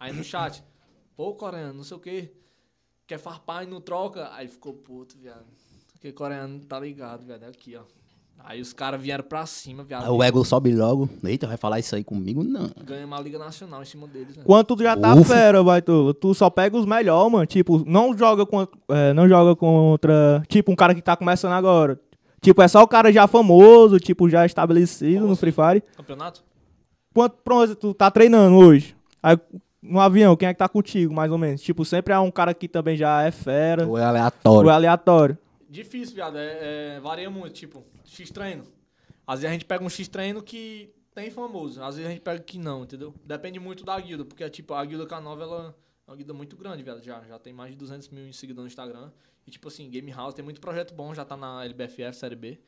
D: Aí no chat, pô, coreano, não sei o quê. Quer farpar e não troca? Aí ficou puto, viado. Porque coreano tá ligado, viado, é aqui, ó. Aí os caras vieram pra cima,
A: Aí
D: viado.
A: O ego sobe logo. Eita, vai falar isso aí comigo? Não.
D: Ganhamos a Liga Nacional em cima deles, né?
C: Quanto tu já tá
A: Ufa.
C: fera, Baitolo. Tu só pega os melhores, é, mano. Tipo, não joga contra. não joga contra. Tipo, um cara que tá começando agora. Tipo, é só o cara já famoso, tipo, já estabelecido no Free Fire.
D: Campeonato?
C: Quanto, pronto, tu tá treinando hoje. Aí, no avião, quem é que tá contigo, mais ou menos? Tipo, sempre é um cara que também já é fera,
A: Ou é
C: ou é
A: aleatório.
C: aleatório.
D: Difícil, viado. É, é, varia muito, tipo, X treino. Às vezes a gente pega um X treino que tem famoso, às vezes a gente pega que não, entendeu? Depende muito da guilda, porque tipo, a guilda K9 ela é uma guilda muito grande, viado. Já, já tem mais de 200 mil seguidores no Instagram. E tipo assim, Game House tem muito projeto bom, já tá na LBFF, Série B.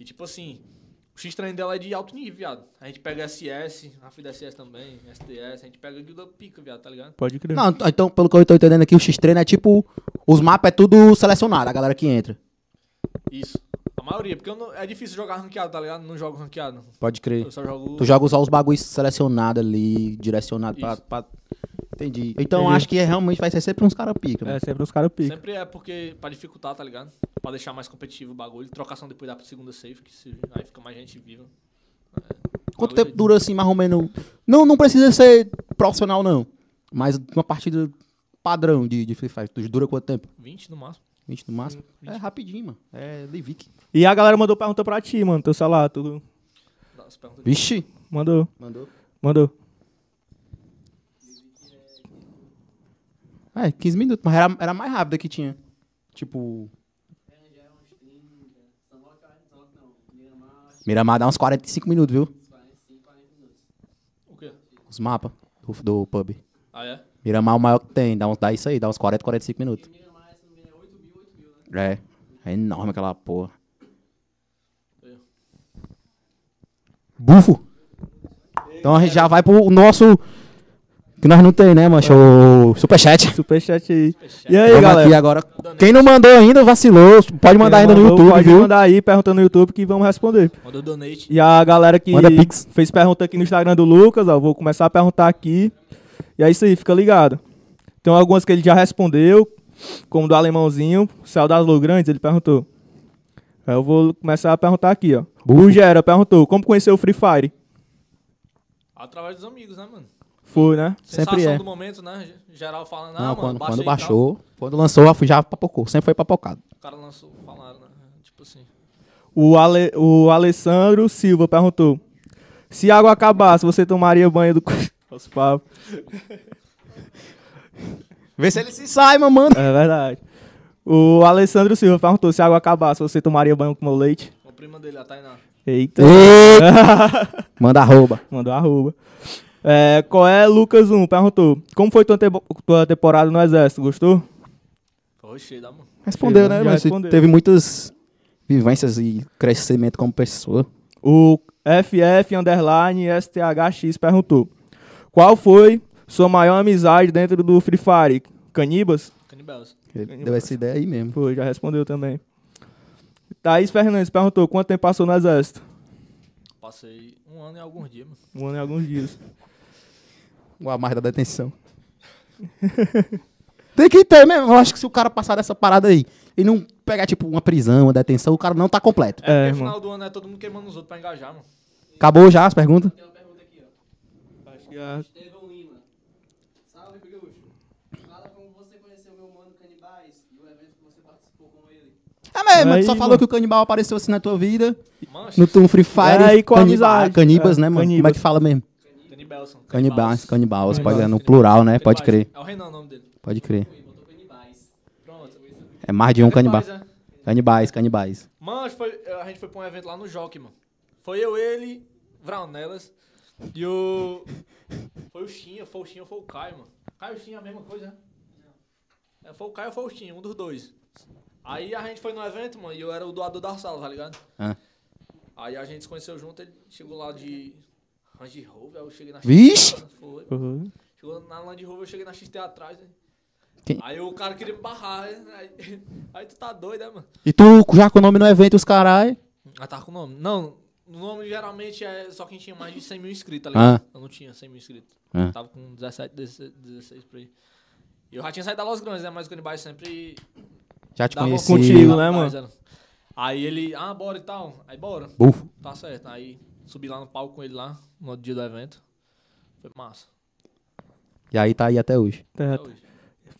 D: E tipo assim, o X treino dela é de alto nível, viado. A gente pega SS, a FIDSS também, STS, a gente pega a guilda pica, viado, tá ligado?
C: Pode crer.
A: Não, ent- então, pelo que eu tô entendendo aqui, o X-Treino é tipo. Os mapas é tudo selecionado, a galera que entra.
D: Isso. A maioria, porque eu não- é difícil jogar ranqueado, tá ligado? Não jogo ranqueado.
A: Pode
D: Eu
A: crer.
D: só jogo.
A: Tu joga só os bagulhos selecionados ali, direcionados pra,
D: Isso.
A: pra- Entendi. Então
C: Entendi.
A: acho que é, realmente vai ser sempre uns caras pica, mano.
C: É, sempre os caras picam.
D: Sempre é porque pra dificultar, tá ligado? Pra deixar mais competitivo o bagulho. Trocação depois dá pra segunda safe, que se- aí fica mais gente viva. É,
A: Quanto tempo dura assim, mais ou menos? Não, não precisa ser profissional, não. Mas uma partida padrão de, de Free Fire, tu dura quanto tempo?
D: 20 no máximo.
A: 20 no máximo? É rapidinho, mano. É Levic.
C: E a galera mandou pergunta pra ti, mano, teu celular, tu
D: Dá as perguntas.
A: Vixe.
C: mandou,
A: Mandou.
C: mandou.
A: É, 15 minutos, mas era, era mais rápida que tinha. Tipo. Miramar dá uns 45 minutos, viu?
D: O quê?
A: Os mapas do, do pub.
D: Ah, é?
A: Miramar é o maior que tem, dá, uns, dá isso aí, dá uns 40, 45 minutos. É, é enorme aquela porra. Bufo! Então a gente já vai pro nosso. Que nós não tem, né, mancha? O superchat.
C: Superchat aí. E aí,
A: Vamos
C: galera?
A: aqui agora. Quem não mandou ainda, vacilou. Pode mandar
C: Quem
A: ainda no
C: mandou,
A: YouTube,
C: pode
A: viu?
C: mandar aí, perguntando no YouTube que vamos responder.
D: Manda o donate.
C: E a galera que
A: Manda pix.
C: fez pergunta aqui no Instagram do Lucas, ó, vou começar a perguntar aqui. E é isso aí, fica ligado. Tem algumas que ele já respondeu, como do alemãozinho, céu das Lograndes, ele perguntou. Aí Eu vou começar a perguntar aqui, ó. O Gera perguntou, como conheceu o Free Fire?
D: Através dos amigos, né, mano?
C: Foi, né?
A: Sempre
D: Sensação
A: é.
D: do momento, né? Geral fala, não,
A: Não, quando,
D: mano, baixei então.
A: quando
D: e tal.
A: baixou, quando lançou, já- já papocou. Sempre foi papocado.
D: O cara lançou, falaram, né? Tipo assim.
C: O, Ale, o Alessandro Silva perguntou, se a água acabasse, você tomaria banho do... cu-" Os papos.
A: Vê se ele se sai, mamando.
C: É verdade. O Alessandro Silva perguntou, se a água acabasse, você tomaria banho com meu leite?
D: A prima dele, a Tainá.
C: Eita.
A: Eita. Manda arroba.
C: Mandou arroba. É, qual é Lucas 1? Perguntou. Como foi tua, tempo- tua temporada no Exército? Gostou?
D: Foi cheio da mão.
A: Respondeu,
C: Chegou,
A: né?
C: já
A: Mas
C: respondeu.
A: teve muitas vivências e crescimento como pessoa.
C: O FF underline STHX perguntou. Qual foi sua maior amizade dentro do Free Fire? Canibas?
D: Canibels.
C: é
A: Ele
C: um
A: deu essa ideia aí mesmo.
C: Foi, já respondeu também. Thaís Fernandes perguntou. Quanto tempo passou no Exército?
D: Passei um ano e alguns dias,
A: É,
D: mano.
C: Um ano e alguns dias.
A: O amar da detenção. Tem que ter mesmo. Eu acho que se o cara passar dessa parada aí e não pegar, tipo, uma prisão, uma detenção, o cara não tá completo.
C: É,
D: É, no
C: irmão.
D: final do ano é todo mundo queimando os outros pra engajar, mano.
A: Acabou já as perguntas?
B: Tem uma pergunta aqui, ó.
C: É,
B: Estevão Lima. Salve, Bruxo. Fala como você conheceu meu mano Canibais e o evento que você participou com ele.
A: É mesmo,
C: Aí,
A: tu só falou
C: mano.
A: que o canibal apareceu assim na tua vida,
D: Mancha,
A: no teu Free Fire.
C: É, e com a
A: Canibal-
C: amizade.
A: Canibas,
C: É,
A: né, mano? Como é
C: canibas.
A: que fala mesmo?
D: Canibelson.
A: Canibais, canibais. Pode
C: Canibais.
A: é no plural, né? Pode crer,
D: É o Renan o nome dele.
A: pode crer.
B: Foi, botou Canibais.
D: Pronto.
A: É mais de um canibal.
D: Canibais, é.
A: Canibais, canibais.
D: Mano, foi- a gente foi pra um evento lá no Jockey, mano. Foi eu, ele, Braunelas e o. Foi o Xinha, foi o Xinha, foi o Caio, mano. Caio e o Xinha é a mesma coisa, né? É, foi o Caio ou foi o Xinha, um dos dois. Aí a gente foi no evento, mano, e eu era o doador da sala, tá ligado?
A: Ah.
D: Aí a gente se conheceu junto, ele chegou lá de Range Rover, aí eu cheguei na
A: Vixe!
D: XTA, Foi.
C: uhum.
D: Chegou na Land Rover, eu cheguei na XT atrás, né?
A: Quem-
D: Aí o cara queria me barrar, né? aí, aí tu tá doido, né, mano?
A: E tu já com o nome no evento, os carai.
D: Ah, tá com o nome. Não, o nome geralmente é só quem tinha mais de 100 mil inscritos, tá
A: Ah.
D: ligado? Eu não tinha 100 mil inscritos.
A: Ah.
D: Eu tava com 17, 16, 16 por aí. E eu já tinha saído da Los Grandes, né? Mas o Canibais sempre...
A: Já te
D: dava uma
A: conheci.
C: contigo,
D: força,
C: né,
D: rapaz,
C: mano?
D: era. Aí ele, ah, bora e tal. Aí bora,
A: Bufo.
D: tá certo. Aí subi lá no palco com ele lá, no outro dia do evento. Foi massa.
A: E aí tá aí até hoje.
D: até
C: Certo.
D: hoje.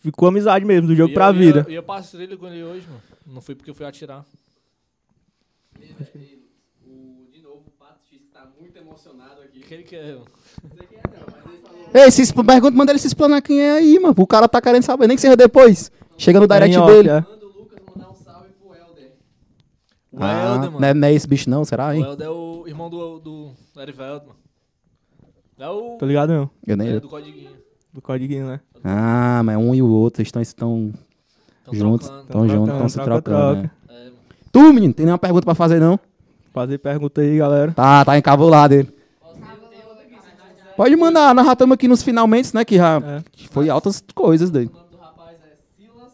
C: Ficou amizade mesmo, do jogo
D: E
C: pra
D: eu,
C: vida.
D: E eu, e eu passei ele com ele hoje, mano. Não fui porque eu fui atirar.
B: perder, velho. E o- De novo, o Pato X que tá muito emocionado aqui.
D: Aquele que é.
B: Não sei quem é não, mas ele falou.
A: Ei, se expl- pergunta, manda ele se explanar quem é aí, mano. O cara tá querendo saber, nem que seja depois. Chega no direct
C: Em off,
A: dele.
C: é.
B: Manda o Lucas mandar um salve pro Helder.
D: O
A: Ah,
D: Helder,
A: não,
D: mano.
A: é, não é esse bicho não, será,
D: O
A: hein?
D: Helder é o irmão do, do, do Erivelto, mano. É o.
C: Tô Tá ligado não.
A: Eu nem...
D: É do Codiguinho.
C: Do codiguinho, né?
A: Ah, mas um e o outro estão... estão...
D: Tão
A: Juntos,
D: Então, trocando.
A: estão juntos,
C: trocando,
A: estão se
C: troca,
A: trocando. né?
D: É, mano.
A: Tu, menino, tem nenhuma pergunta pra fazer, não?
C: Fazer pergunta aí, galera.
A: Tá, tá encavulado ele. Pode mandar, nós já estamos aqui nos finalmente, né? Que já
C: É.
A: foi altas coisas daí.
B: O nome do rapaz é Silas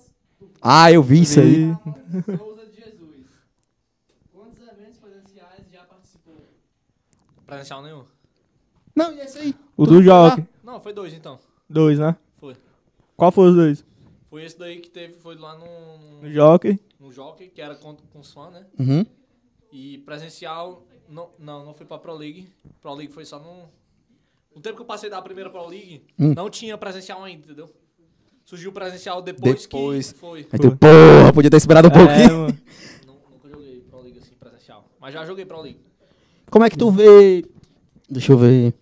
A: Ah, eu vi isso aí.
B: Souza de Jesus. Quantos eventos presenciais já participou?
D: Presencial um nenhum?
A: Não, e esse aí?
C: O
A: Tu-
C: do Jock.
D: Não, foi dois então.
C: Dois, né?
D: Foi.
C: Qual foi os dois?
D: Foi esse daí que teve, foi lá no.
C: O
D: no,
C: Jockey.
D: no Jockey, que era com, com os fãs, né?
A: Uhum.
D: E presencial, não, não, não fui pra Pro League. Pro League foi só no. No tempo que eu passei da primeira Pro League,
A: Hum.
D: não tinha presencial ainda, entendeu? Surgiu o presencial depois,
A: Depois.
D: que foi.
A: Aí tu, porra, podia ter esperado um pouquinho.
C: É, mano.
D: Nu- Nunca joguei Pro League assim, presencial. Mas já joguei Pro League.
A: Como é que tu vê. Deixa eu ver.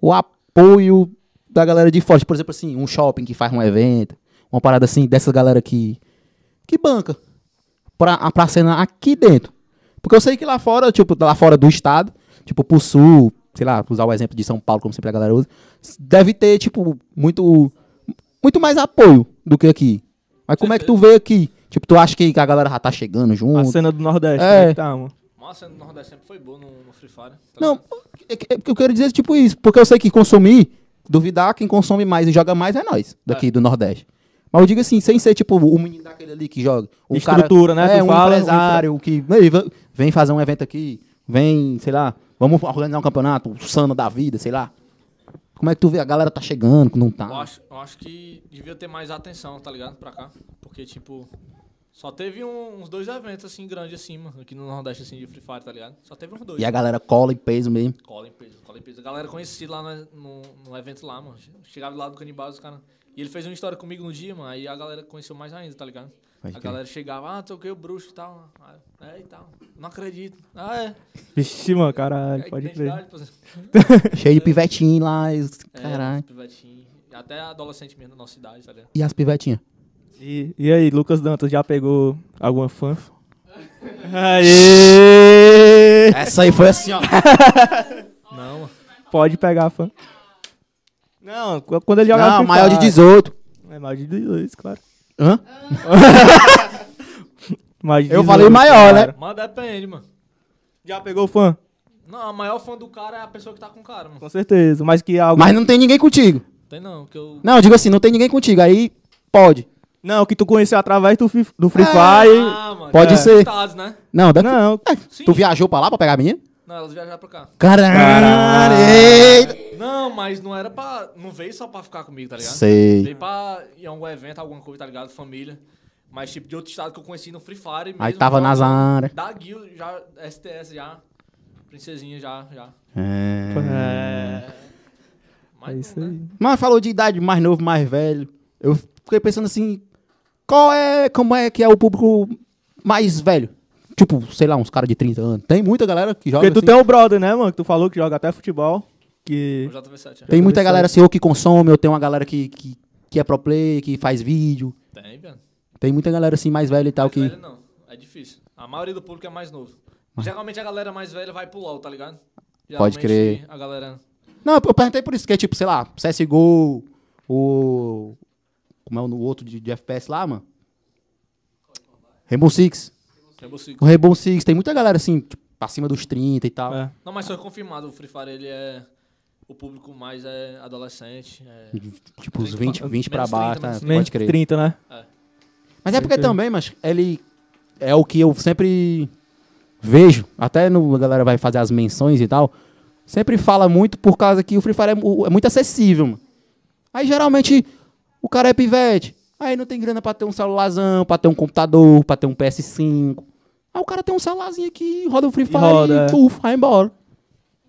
A: O apoio da galera de fora. Por exemplo, assim, um shopping que faz um evento. Uma parada assim, dessa galera que. Que banca. Pra, a- pra cena aqui dentro. Porque eu sei que lá fora, tipo, lá fora do estado, tipo, pro sul, sei lá, usar o exemplo de São Paulo, como sempre a galera usa, deve ter, tipo, muito. Muito mais apoio do que aqui. Mas como é que tu vê aqui? Tipo, tu acha que a galera já tá chegando
C: A
A: junto?
C: cena do Nordeste,
A: É.
C: como é que tá, mano?
D: Mas a cena do Nordeste sempre foi boa no, no Free Fire. tá
A: Não,
D: ligado?
A: é que- é que eu quero dizer tipo isso, porque eu sei que consumir, duvidar, quem consome mais e joga mais é nós, daqui do Nordeste. Mas eu digo assim, sem ser tipo o menino daquele ali que joga. O
C: Estrutura,
A: cara,
C: né?
A: É,
C: Tu
A: um
C: fala, um
A: empresário que "Ei, va- vem fazer um evento aqui, vem, sei lá, vamos organizar um campeonato, o sano da vida, sei lá. Como é que tu vê? A galera tá chegando, não
D: Eu
A: tá.
D: acho, eu acho que devia ter mais atenção, tá ligado? Pra cá. Porque, tipo, só teve um- uns dois eventos, assim, grandes, assim, mano. Aqui no Nordeste, assim, de Free Fire, tá ligado? Só teve uns dois.
A: E a galera cola e peso mesmo.
D: Cola em peso, cola em peso. A galera conhecida lá no, no- no evento lá, mano. Chegava lá do Canibal, os caras. E ele fez uma história comigo no dia, mano. Aí a galera conheceu mais ainda, tá ligado?
A: Pode
D: a
A: crer.
D: galera chegava, ah, toquei o bruxo e tal. Ah, É e tal. Não acredito. Ah, é.
C: Vixe, mano, caralho,
D: É
C: pode crer.
D: identidade, pô.
A: Cheio de pivetinho lá, e-
D: É,
A: caralho.
D: pivetinho. Até adolescente mesmo da nossa idade, tá ligado?
A: E as pivetinhas?
C: E, e aí, Lucas Dantas, já pegou alguma fã? Aê!
A: Essa aí foi assim, ó.
D: Não,
C: Pode pegar fã. Não, qu- quando ele jogava
A: Não,
C: Free
A: maior de
C: Fire.
A: 18.
C: É maior de 18, claro.
A: Hã?
C: Maior de
A: Eu falei
C: 18,
A: maior, né?
C: claro.
D: Mas depende, mano.
C: Já pegou fã?
D: Não, a maior fã do cara é a pessoa que tá com o cara, mano.
C: Com certeza. Mas que algo.
A: Mas não tem ninguém contigo.
D: Tem não, que eu.
A: Não, eu digo assim, não tem ninguém contigo. Aí pode.
C: Não, que tu conheceu através do, Fi- do Free
A: É.
C: Fire.
D: mano.
A: Pode
D: é,
A: ser.
D: Estados, né?
A: Não, daqui. É,
C: Não,
D: Sim.
A: Tu viajou pra lá pra pegar a menina?
D: Não, elas viajaram pra cá.
A: Caralho! eita.
D: Não, mas não era pra. Não veio só pra ficar comigo, tá ligado?
A: Sei.
D: Veio pra ir a algum evento, alguma coisa, tá ligado? Família. Mas tipo de outro estado que eu conheci no Free Fire mesmo.
A: Aí tava
D: já,
A: nas áreas.
D: Da Guild, já, STS já. Princesinha já, já.
A: É.
C: É,
D: Mas
C: é
D: não,
C: isso
D: né?
C: aí.
A: Mas falou de idade mais novo, mais velho. Eu fiquei pensando assim, qual é. Como é que é o público mais velho? Tipo, sei lá, uns caras de 30 anos. Tem muita galera que joga.
C: Porque tu
A: assim.
C: tem o brother, né, mano? Que tu falou que joga até futebol. Que.
D: O JV7
A: Tem
D: já.
A: muita galera assim, ou que consome, ou tem uma galera que, que, que é pro play, que faz vídeo.
D: Tem, velho.
A: Tem muita galera assim mais velha e tal É
D: Mais
A: que.
D: velha não. É difícil. A maioria do público é mais novo. Geralmente a galera mais velha vai pro LOL, tá ligado?
A: Pode
D: Geralmente
A: crer.
D: A galera.
A: Não, eu perguntei por isso, que é tipo, sei lá, CSGO, o. Como é o outro de, de FPS lá, mano? Rainbow Six.
D: Rainbow Six.
A: O Rainbow Six, tem muita galera assim, tipo, acima dos 30 e tal.
C: É.
D: Não, mas foi confirmado. O Free Fire, ele é. O público mais é adolescente. É...
A: Tipo, os
D: 30,
A: 20, 20 pra
D: menos
A: baixo,
D: 30,
A: tá?
D: menos
C: Nem
A: pode crer.
C: 30, né?
A: Mas é porque também, mas ele é o que eu sempre vejo, até no, a galera vai fazer as menções e tal, sempre fala muito por causa que o Free Fire é, mu- é muito acessível, mano. Aí geralmente o cara é pivete, aí não tem grana pra ter um celularzão, pra ter um computador, pra ter um PS5. Aí o cara tem um celularzinho aqui, roda o Free Fire
C: roda, é.
A: e puf, vai embora.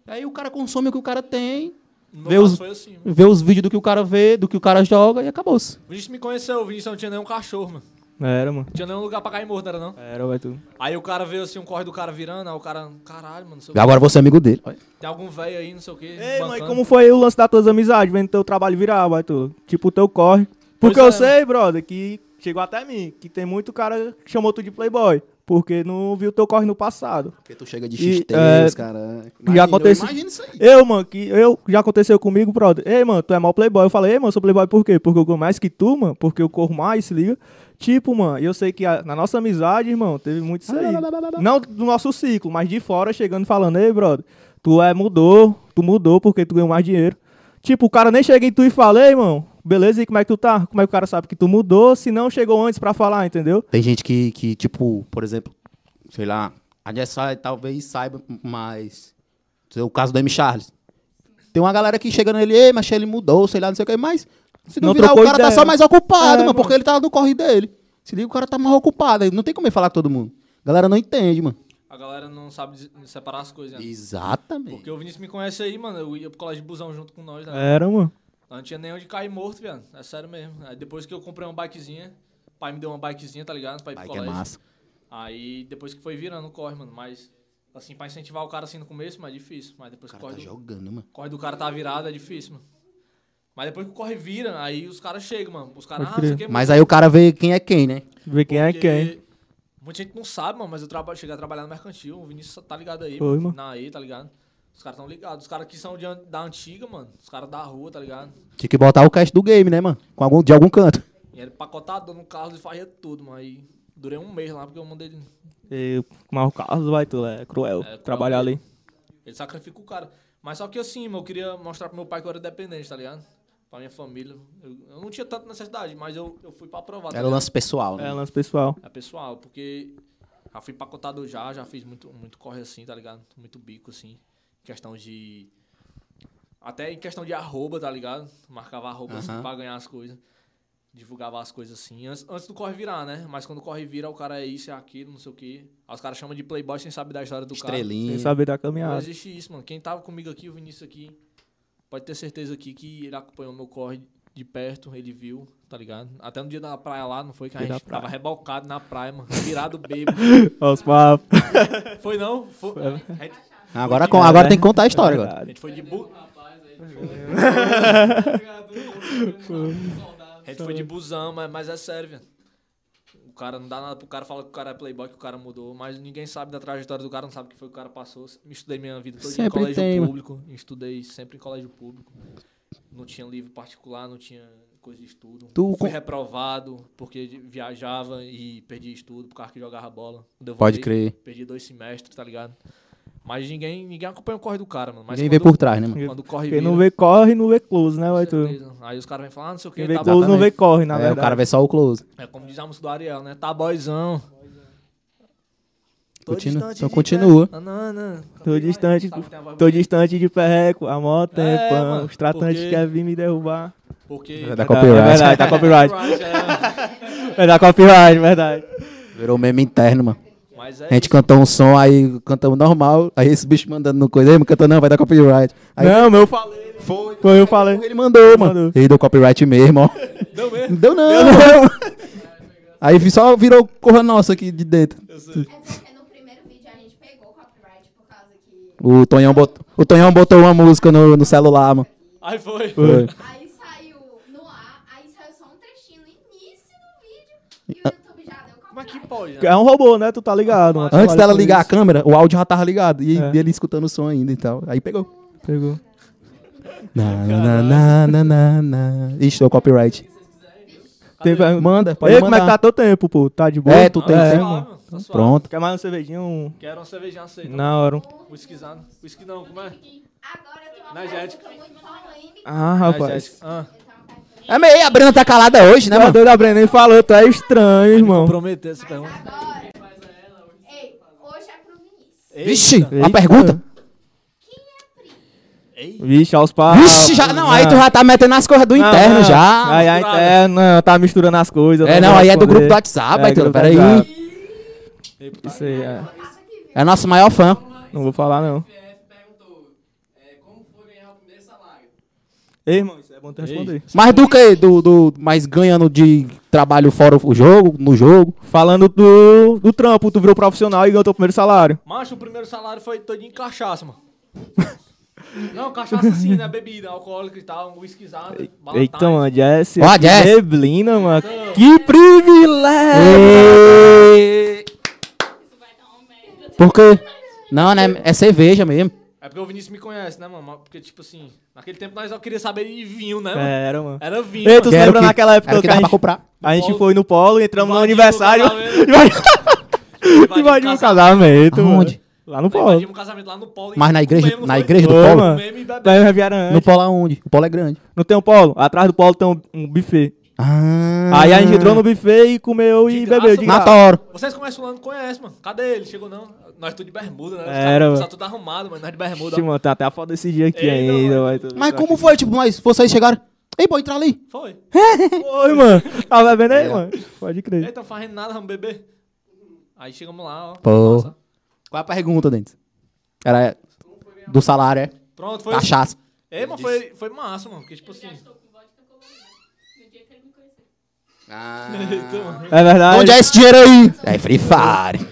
A: Aí o cara consome o que o cara tem,
D: No
A: Vê
D: caso
A: os-
D: foi assim, mano.
A: vê os vídeos do que o cara vê, do que o cara joga e acabou-se.
D: O Vinícius me conheceu, o Vinícius não tinha nenhum cachorro, mano.
C: Era, mano.
D: Tinha nenhum lugar pra cair morto, não era não?
C: Era, vai tu.
D: Aí o cara veio assim, um corre do cara virando, aí o cara, caralho, mano, não sei o
A: Agora você é amigo dele.
D: que. Tem algum velho aí, não sei o que.
C: Ei, mano, e como foi o lance das tuas amizades, vendo teu trabalho virar, vai tu? Tipo, o teu corre. Porque
D: Pois
C: eu
D: é.
C: sei, brother, que chegou até mim, que tem muito cara que chamou tu de playboy, porque não viu teu corre no passado.
A: Porque tu chega de
C: E,
A: X3,
C: é,
A: cara.
C: aconteceu-
A: Imagina isso aí.
C: Eu, mano, que eu já aconteceu comigo, brother. Ei, mano, tu é mal playboy. Eu falei, ei, mano, eu sou playboy por quê? Porque eu corro mais que tu, mano, porque eu corro mais, se liga. Tipo, mano, eu sei que a- na nossa amizade, irmão, teve muito isso aí. Não do nosso ciclo, mas de fora chegando e falando, ei, brother, tu é mudou, tu mudou porque tu ganhou mais dinheiro. Tipo, o cara nem chega em tu e fala, ei, irmão, beleza, e como é que tu tá? Como é que o cara sabe que tu mudou se não chegou antes pra falar, entendeu?
A: Tem gente que, que, tipo, por exemplo, sei lá, a Jessai talvez saiba, mas. sei lá, O caso do M. Charles. Tem uma galera que chega nele, ei, mas ele mudou, sei lá, não sei o que, mas. Se não,
C: Não
A: virar, o
C: trocou
A: cara tá
C: ideia.
A: só mais ocupado,
C: É,
A: mano,
C: mano.
A: porque ele tá no corre dele. Se liga, o cara tá mais ocupado, aí não tem como ele falar com todo mundo. A galera não entende, mano.
D: A galera não sabe des- separar as coisas, né?
A: Exatamente.
D: Porque o Vinícius me conhece aí, mano, eu ia pro colégio de busão junto com nós,
A: É.
D: né?
C: Era, mano.
D: Não tinha nem onde cair morto, viado. É sério mesmo. Aí depois que eu comprei uma bikezinha, o pai me deu uma bikezinha, tá ligado? Pra ir pro
A: Aí que é
D: colégio.
A: massa.
D: Aí depois que foi virando, corre, mano. Mas, assim, pra incentivar o cara assim no começo, mas é difícil. Mas
A: O
D: depois que
A: cara
D: corre,
A: tá
D: do,
A: jogando, mano.
D: corre do cara tá virado, é difícil, mano. Mas depois que o corre vira, aí os caras chegam, mano. Os caras,
C: Pode
D: ah,
C: crer.
D: você quer
A: Mas aí o cara vê quem é quem, né?
C: Ver quem é quem.
D: Muita gente não sabe, mano, mas eu traba- cheguei a trabalhar no mercantil. O Vinícius tá ligado aí,
C: Foi, mano.
D: Na aí, tá ligado? Os caras tão ligados. Os caras que são de an- da antiga, mano. Os caras da rua, tá ligado?
A: Tinha que botar o cast do game, né, mano? Com algum, de algum canto.
D: E era pacotador no carro e fazia tudo, mano. Aí durei um mês lá porque eu mandei ele.
C: E, mas o Carlos, vai tu, é cruel
D: cruel
C: trabalhar ali.
D: Ele sacrifica o cara. Mas só que assim, mano, eu queria mostrar pro meu pai que eu era dependente, tá ligado? Pra minha família. Eu, eu não tinha tanta necessidade, mas eu, eu fui pra provar. Tá
A: Era o
D: ligado?
A: lance pessoal, né?
C: É, lance pessoal.
D: É pessoal, porque já fui pacotado já, já fiz muito, muito corre assim, tá ligado? Muito bico assim. Em Questão de. Até em questão de arroba, tá ligado? Marcava arroba assim
A: Aham.
D: pra ganhar as coisas. Divulgava as coisas assim. Antes, antes do corre virar, né? Mas quando o corre vira, o cara é isso, é aquilo, não sei o quê. Aí os caras chamam de playboy sem saber da história do
A: Estrelinha.
C: Sem saber da
D: cara. Não
C: caminhada.
D: existe isso, mano. Quem tava comigo aqui, o Vinícius aqui, pode ter certeza aqui que ele acompanhou meu corre de perto, ele viu, tá ligado? Até no dia da praia lá, não foi? Que a
C: Dia da
D: gente
C: praia.
D: tava rebalcado na praia, mano. Virado bêbado.
C: Ó, os papos.
D: Foi não? Foi. A gente-
A: Agora, com- agora tem que contar a
C: É
A: história agora.
D: a gente foi de bu...
B: Rapaz, aí. Foi.
D: a gente foi de busão, mas, mas é sério, velho. O cara não dá nada pro cara fala que o cara é playboy, que o cara mudou, mas ninguém sabe da trajetória do cara, não sabe o que foi que o cara passou. Me estudei minha vida toda em
A: Sempre
D: colégio
A: tem, mano.
D: público, estudei sempre em colégio público. Não tinha livro particular, não tinha coisa de estudo.
A: Tu
D: Fui
A: com-
D: reprovado porque de- viajava e perdi estudo por causa que jogava bola. Quando eu
A: Pode
D: voltei,
A: crer.
D: Perdi dois semestres, tá ligado? Mas ninguém, ninguém acompanha o corre do cara, mano. Mas
A: Ninguém vê
D: quando-
A: por trás, né, mano?
D: Quando corre
C: Quem não
D: vira,
C: vê corre, não vê close, né, vai tu?
D: certeza. Aí os caras vêm falar, ah, não sei o que,
C: Quem vê
D: tá
C: close não
A: exatamente.
C: vê corre, na
A: é,
C: verdade.
A: o cara vê só o close.
D: É como diz a música do Ariel, né? Tá boyzão. Tô
A: Continua-
D: distante
A: então
D: de
A: continua.
D: pé. Não, não, não.
C: Tô distante,
D: Sabe que tem a voz
C: tô
D: bonita?
C: distante de perreco, há mó tempo.
D: mano,
C: os tratantes
D: porque-
C: querem vir me derrubar.
D: Porque.
A: É da copyright.
C: É verdade, tá copyright.
D: copyright,
C: É da copyright, verdade.
A: Virou meme interno, mano.
D: é. Mas é
A: A gente
D: isso.
A: cantou um som, aí cantamos normal, aí esse bicho mandando no coisa, aí não cantou não, vai dar copyright. Aí
C: Não, meu eu falei. Foi, eu falei.
A: ele mandou, mano.
C: Mandou.
A: Ele deu copyright mesmo, ó.
D: Não mesmo.
A: Não deu não. aí vi- só virou corra nossa aqui de dentro.
F: É porque no primeiro vídeo a gente pegou copyright por causa que.
A: O Tonhão botou, o Tonhão botou uma música no, no celular, mano.
D: Aí foi.
A: Foi.
F: Aí saiu no ar, aí saiu só um trechinho no início do vídeo e o YouTube já deu copyright.
D: Mas que pode, né?
C: É um robô, né? Tu tá ligado, mano.
A: Antes dela ligar a
C: a
A: câmera, o áudio já tava ligado. E
C: É.
A: ele escutando o som ainda e tal. Aí pegou.
C: Pegou.
A: Na, na, na, na, na, na. Ixi, deu copyright.
C: Tem pergunta-
A: Manda, pode
C: Ei, como
A: mandar.
C: é que tá teu tempo, pô? Tá de boa?
A: É, tu tem
D: tá
A: tempo.
D: suave, mano. Tá suave.
A: Pronto.
C: Quer mais uma cervejinha? Um...
D: Quero uma cervejinha aceita.
C: Na hora. um-
D: Whiskyzado. Whisky não, como é?
F: Agora eu tenho uma
D: Na Jéssica.
F: pergunta muito polêmica.
C: Ah,
D: Ah,
C: rapaz.
D: Jéssica. Ah,
A: É meio, a Brena tá calada hoje, né,
C: Tá
A: mano?
C: doido, a Brenda nem falou, tu é estranho, irmão.
D: Prometeu essa
F: Mas
D: pergunta.
F: agora. Ei, hoje é pro Vinícius.
A: Vixe,
C: Eita.
A: a pergunta.
C: Vixe, aos papos.
A: Vixe, já Ah, não, aí tu já tá metendo as coisas do
C: Não,
A: interno
C: não.
A: já.
C: Aí, aí, é, não, tá misturando as coisas.
A: é, não,
C: vou
A: aí é do
C: responder.
A: grupo do WhatsApp,
C: É,
A: aí tu,
C: grupo do
A: peraí.
C: WhatsApp. Isso aí, é.
A: É nosso maior fã.
C: Não vou falar, não.
B: FF perguntou é, como foi ganhar o primeiro salário.
C: Ei, irmão, isso é bom tu responder.
A: Mas do que? Do, do, mas ganhando de trabalho fora o jogo, no jogo.
C: Falando do, do trampo, tu virou profissional e ganhou teu primeiro salário.
D: Macho, o primeiro salário foi todo em cachaça, mano. Não, cachaça sim, né? Bebida alcoólica e tal, um whiskyzado. Valentine's.
C: Eita, mano, Jess.
A: Ó,
C: que
A: Jess.
C: Neblina, mano. Que privilégio!
E: Isso vai dar uma merda.
A: Por quê? Não, né? É cerveja mesmo.
D: É porque o Vinícius me conhece, né, mano? Mas Porque, tipo assim, naquele tempo nós só queríamos saber de vinho, né, mano?
C: Era,
A: É
C: mano.
D: Era vinho.
C: É. Ei,
D: mano.
C: tu
A: Quero
C: lembra
A: que-
C: naquela época
A: era que
C: a
A: dava pra
C: gente,
A: comprar.
C: a gente
D: Polo.
C: foi no polo, entramos no
D: Invadimos
C: aniversário.
D: o casamento.
C: Invadimos o casamento, mano.
A: Aonde?
C: Lá no polo.
D: Invadimos um casamento lá no Polo. e
A: Mas na igreja-
D: comemos,
A: na
D: foi?
A: igreja do
D: Comemos
C: Polo?
D: mesmo e bebemos.
C: Daí me vieram
A: No polo aonde? O polo é grande.
C: Não tem um polo? Atrás do polo tem um, um buffet.
A: Ah.
C: Aí a gente entrou no buffet e comeu
D: De
C: e
D: graça,
C: bebeu de
A: Na
C: graça.
A: Toro.
D: Vocês conhecem o fulano, conhece, mano. Cadê ele? Chegou não. Nós tudo de bermuda, né? Os
C: Era,
D: caras-
C: mano.
D: Só tudo arrumado, mano. Nós de bermuda.
C: Ixi, mano, tá até a foto desse dia aqui
D: Ei, não,
C: ainda.
D: mano.
C: vai, tu-
A: Mas
C: tu
A: como
C: acha-
A: foi? Tipo, mas vocês chegaram. Ei, pô, entrar ali.
D: Foi.
C: Foi, mano. Tava bebendo
A: É.
C: aí, mano. Pode crer.
D: Ei, tão fazendo nada, vamos beber. Aí chegamos lá, ó.
A: Pô.
D: Nossa.
A: Qual é a pergunta, Dentes? Era do salário, é?
D: Pronto, foi.
A: Cachaça.
D: Ei, mas foi, foi massa, mano. Porque, tipo assim.
E: Já estou com vodka colorida. No dia que ele me conheceu.
D: Eita, mano.
C: É verdade.
A: Onde é esse dinheiro aí? É Free Fire.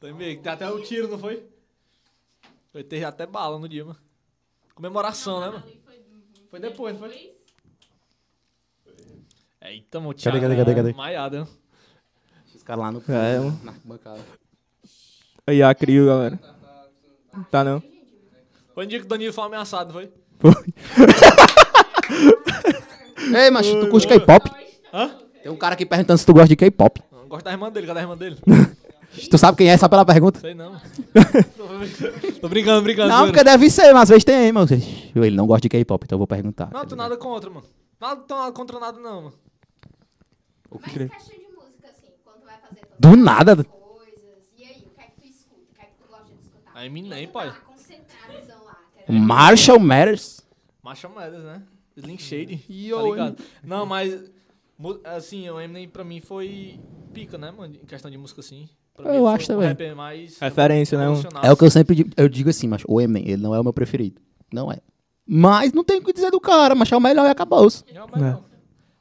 D: Foi meio que tem até o tiro, não foi? Foi ter até bala no dia, mano. Comemoração, né, mano?
E: Ali foi
D: Foi depois, não foi?
E: depois.
D: Eita, mano,
A: Cadê,
D: Thiago.
A: cadê, cadê, cadê?
D: Maiada. né?
A: Os caras lá no...
C: É, mano.
A: na bancada.
C: Aí, a crio, galera. Tá não.
D: Foi no dia que o Danilo foi ameaçado, não foi?
A: Ei, macho, tu curte K-pop?
D: Hã?
A: Tem um cara aqui perguntando se tu gosta de K-pop.
D: Não gosto da irmã dele, cadê a irmã dele?
A: Tu sabe quem é só pela pergunta?
D: Sei não. Tô brincando,
C: Tá
D: brincando.
A: Não,
D: zoeira.
A: porque deve ser, mas às vezes tem, mano. Ele não gosta de K-pop, então eu vou perguntar.
D: Não, tô nada contra, mano. Nada, tô nada contra nada, não, mano.
F: Mas questão de música, assim, quando vai fazer todas
A: Do nada.
F: as coisas. E aí, o que é que tu escuta? O que é que tu gosta de escutar?
D: Aí me nem,
F: Quando
D: pai.
F: tá lá, concentradozão lá, quer dizer,
A: Marshall Matters.
D: Macho Moedas, né? Link Shade.
A: Yo,
D: tá ligado? Não, mas. mu- Assim, o Eminem pra mim foi pica, né, mano? Em questão de música, assim. Pra
A: Eu
D: mim foi
A: acho
D: um
A: também.
D: rapper mais
C: Referência, né, mano?
D: evolucionado,
A: É o que eu sempre digo, eu digo assim, macho. O Eminem, ele não é o meu preferido. Não é. Mas não tem o que dizer do cara, macho. É o melhor e acabou-se.
D: É, mas,
C: Né.
D: não.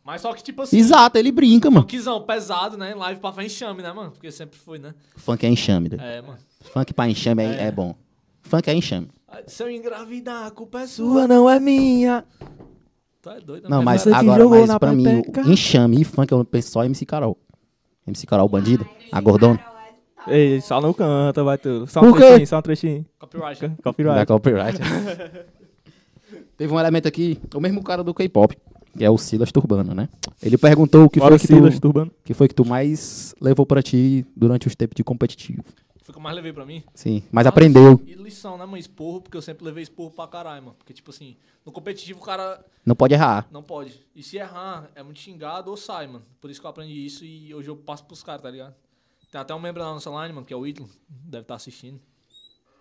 D: Mas só que, tipo assim,
A: Exato, ele brinca, mano.
D: funkzão pesado, né? Live pra fazer enxame, né, mano? Porque sempre fui, né?
A: Funk é enxame, doido.
D: É, mano.
A: Funk pra enxame é, é bom. Funk é enxame.
D: Ah, Se eu engravidar, a culpa é sua.
C: Sua não é minha.
D: Tu é doido, né?
A: Não, mas
C: Então, Você que
A: agora,
C: jogou
A: mas
C: na
A: pra mim,
C: pepeca.
A: o enxame e funk, eu penso só em MC Carol. MC Carol, bandida, a gordona.
F: Carol é top.
C: Ei, só não canta, vai tu. Só
A: Por
C: um
A: quê?
C: trechinho, só um trechinho.
D: Copyright. né?
C: C-
A: Da
C: Copyright.
A: copyright. Teve um elemento aqui, o mesmo cara do K-pop, que é o Silas Turbano, né? Ele perguntou o que
C: Bora,
A: foi que,
C: Silas,
A: tu,
C: Turbano.
A: que foi que tu mais levou pra ti durante os tempos de competitivo.
D: Foi o que eu mais levei pra mim.
A: Sim, mas aprendeu.
D: E lição, né, mano? Esporro, porque eu sempre levei esporro pra caralho, mano. Porque, tipo assim, no competitivo o cara
A: Não pode errar.
D: não pode. E se errar, é muito xingado ou sai, mano. Por isso que eu aprendi isso e hoje eu passo pros caras, tá ligado? Tem até um membro da nossa line, mano, que é o Ítalo. Deve estar assistindo.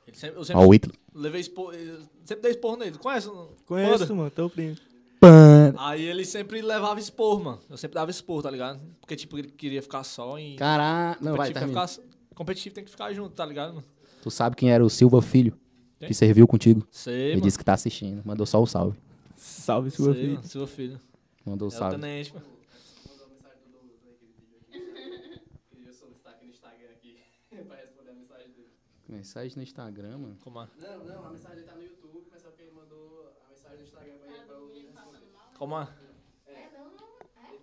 D: Ele sempre, eu sempre
A: Ó, o Ítalo.
D: levei esporro. eu Sempre dei esporro nele. Conhece? não? Manda.
C: Conheço, mano, teu primo.
A: Pã.
D: Aí ele sempre levava expor, mano. Eu sempre dava expor, tá ligado? Porque, tipo, ele queria ficar só em.
A: Caralho. Não, vai,
D: competitivo, tem que
A: termina.
D: ficar- competitivo tem que ficar junto, tá ligado, mano?
A: Tu sabe quem era o Silva Filho,
D: Quem?
A: que serviu contigo.
D: Sei,
A: Ele
D: mano.
A: disse que tá assistindo, mandou só o salve.
C: Salve,
D: Sei,
C: sua filha.
D: mano. Sua filha.
A: Mandou o
D: É o
A: salve.
D: tenente, mano.
B: né, Eu sou destaque no Instagram aqui pra responder a mensagem dele.
A: Mensagem no Instagram, mano.
D: Como é?
B: Não, não, a mensagem tá no YouTube, mas só que ele mandou a mensagem no Instagram pra ele pra eu responder.
D: Como é?
B: Ele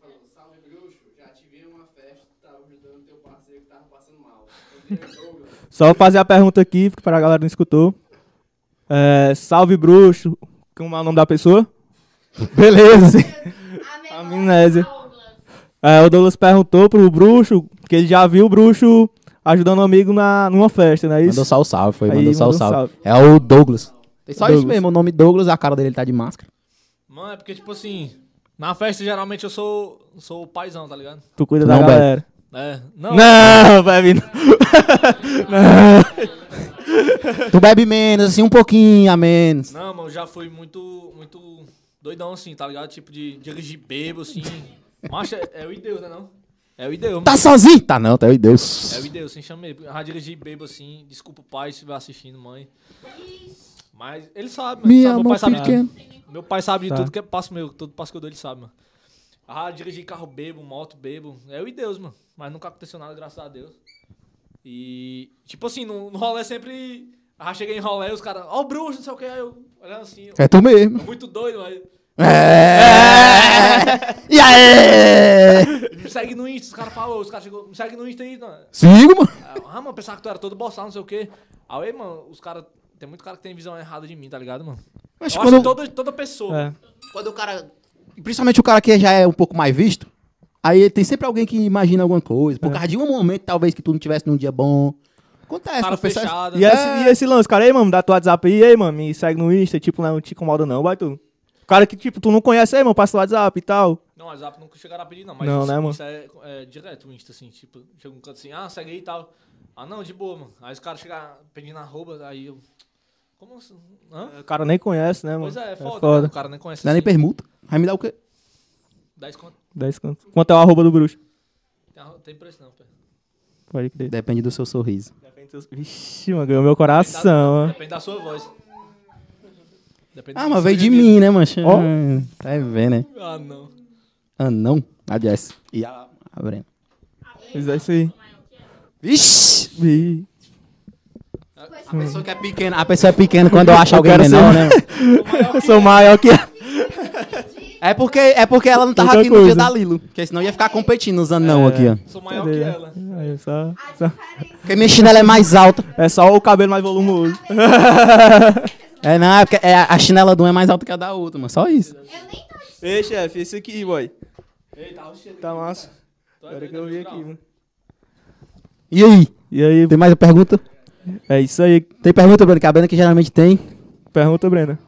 B: falou, salve bruxo, já te vi em uma festa, que tava ajudando teu parceiro que tava passando mal. Eu dei Douglas.
C: Só fazer a pergunta aqui, porque pra galera que não escutou. É, salve, bruxo. Como é o nome da pessoa? Beleza.
F: A memória
C: Amnésia.
E: Douglas.
C: É, o Douglas perguntou pro bruxo, que ele já viu o bruxo ajudando um amigo na, numa festa, não é isso?
A: Mandou só o salve, foi.
C: Aí,
A: mandou só o
C: mandou um
A: salve.
C: salve.
A: É o Douglas. Tem só
C: Douglas.
A: isso mesmo, o nome Douglas, a cara dele tá de máscara.
D: Mano, é porque, tipo assim, na festa geralmente eu sou, sou o paizão, tá ligado?
C: Tu cuida
A: Tu
C: da
A: não
C: galera.
D: É. Não,
C: Não, bebe não.
A: tu bebe menos, assim, um pouquinho a menos.
D: não, mano, eu já fui muito, muito doidão, assim, tá ligado? Tipo de dirigir bebo, assim. Macho, é, é o Ideus, né? Não? É o Ideus, mano.
A: Tá sozinho? Tá não, tá eu e
D: É o
A: Deus.
D: Ideus, sem chamei. Já dirigi bebo, assim. Desculpa o pai se estiver assistindo, mãe. Mas ele sabe, mano.
A: Me
D: sabe, meu
A: amou
D: pai sabe de tudo. é
A: pequeno.
D: Meu pai sabe de
C: Tá.
D: tudo que eu passo meu, todo passo que eu dou, ele sabe, mano. Ah, dirigi carro bebo, moto bebo. É Eu e Deus, mano. Mas nunca aconteceu nada, graças a Deus. E, tipo assim, no, no rolê sempre. Ah, cheguei em rolê, os caras, ó o bruxo, não sei o que. Aí eu olhando assim,
A: É tu mesmo.
D: eu, muito doido, mas.
A: É! E aí?
D: Me segue no Insta, os caras falam, os caras chegou, me segue no Insta aí. Não.
A: Sigo, mano.
D: Ah, Ah, mano, pensava que tu era todo boçal, não sei o quê. Aí, mano, os caras. Tem muito cara que tem visão errada de mim, tá ligado, mano?
A: Acho
D: eu
A: que quando-
D: acho toda, toda pessoa.
C: É.
A: Quando o cara. Principalmente o cara que já é um pouco mais visto. Aí tem sempre alguém que imagina alguma coisa.
D: É.
A: Por causa de um momento, talvez, que tu não tivesse num dia bom. Acontece,
D: Cara
A: com pessoas-
D: fechada. né?
C: E é assim, esse, e esse lance, cara, ei, mano, dá teu WhatsApp aí, ei, mano, me segue no Insta, tipo, não te incomoda não, vai tu. Cara que, tipo, tu não conhece, ei, mano, passa o WhatsApp e tal.
D: Não, WhatsApp nunca chegaram a pedir, não. Mas
C: Não,
D: isso,
C: né, mano?
D: Isso é, é direto, o Insta, assim. Tipo, chega um canto assim, ah, segue aí e tal. Ah, não, de boa, mano. Aí os caras chegam pedindo arroba, aí eu... Como assim? Hã?
C: O cara nem conhece, né, mano?
D: Pois é, é foda. né? O cara nem conhece
A: Não é nem
D: assim.
A: permuta. Vai me dar o quê?
D: 10 conto.
C: Dez conto. Quanto é o arroba do bruxo?
D: Tem, arro- tem preço não, pé.
C: Pode crer.
A: Depende do seu sorriso.
C: Vixe, mano, ganhou meu coração, ó.
D: Depende da sua voz. Depende
A: Ah,
D: do
A: mas
D: seu
A: veio de
D: jeito.
A: mim, né, mancha?
C: Ó.
A: Ah, Tá vendo, né?
D: Ah, não.
A: Ah, não. A Jess. E a, a Brena.
C: Mas é isso aí.
A: Vixe!
C: Ih,
A: A pessoa que é pequena, a pessoa é pequena quando acha alguém
C: quero
A: menor,
C: ser-
A: né?
C: Eu sou maior que...
A: É porque, é porque ela não tava
C: Outra
A: aqui no dia
C: coisa.
A: da Lilo. Porque senão ia ficar competindo os anão aqui, ó.
D: Sou maior que ela.
C: Aí, só-
F: A
C: só-
F: diferença
A: Porque minha chinela é mais alta.
C: É só o cabelo mais volumoso.
A: É, não, é porque é, a chinela de uma é mais alta que a da outra, mano. Só isso.
F: Eu nem tô achando.
C: Ei, chefe, esse aqui, boy.
D: Ei, tá cheio.
C: Tá massa.
D: Tu é
C: Agora
D: doido,
C: que eu
D: é
C: vi
D: natural.
C: aqui, mano.
A: E aí?
C: E aí,
A: Tem mais uma pergunta?
C: é isso aí.
A: Tem pergunta, Breno, que a Brena que geralmente tem.
C: Pergunta, Brena.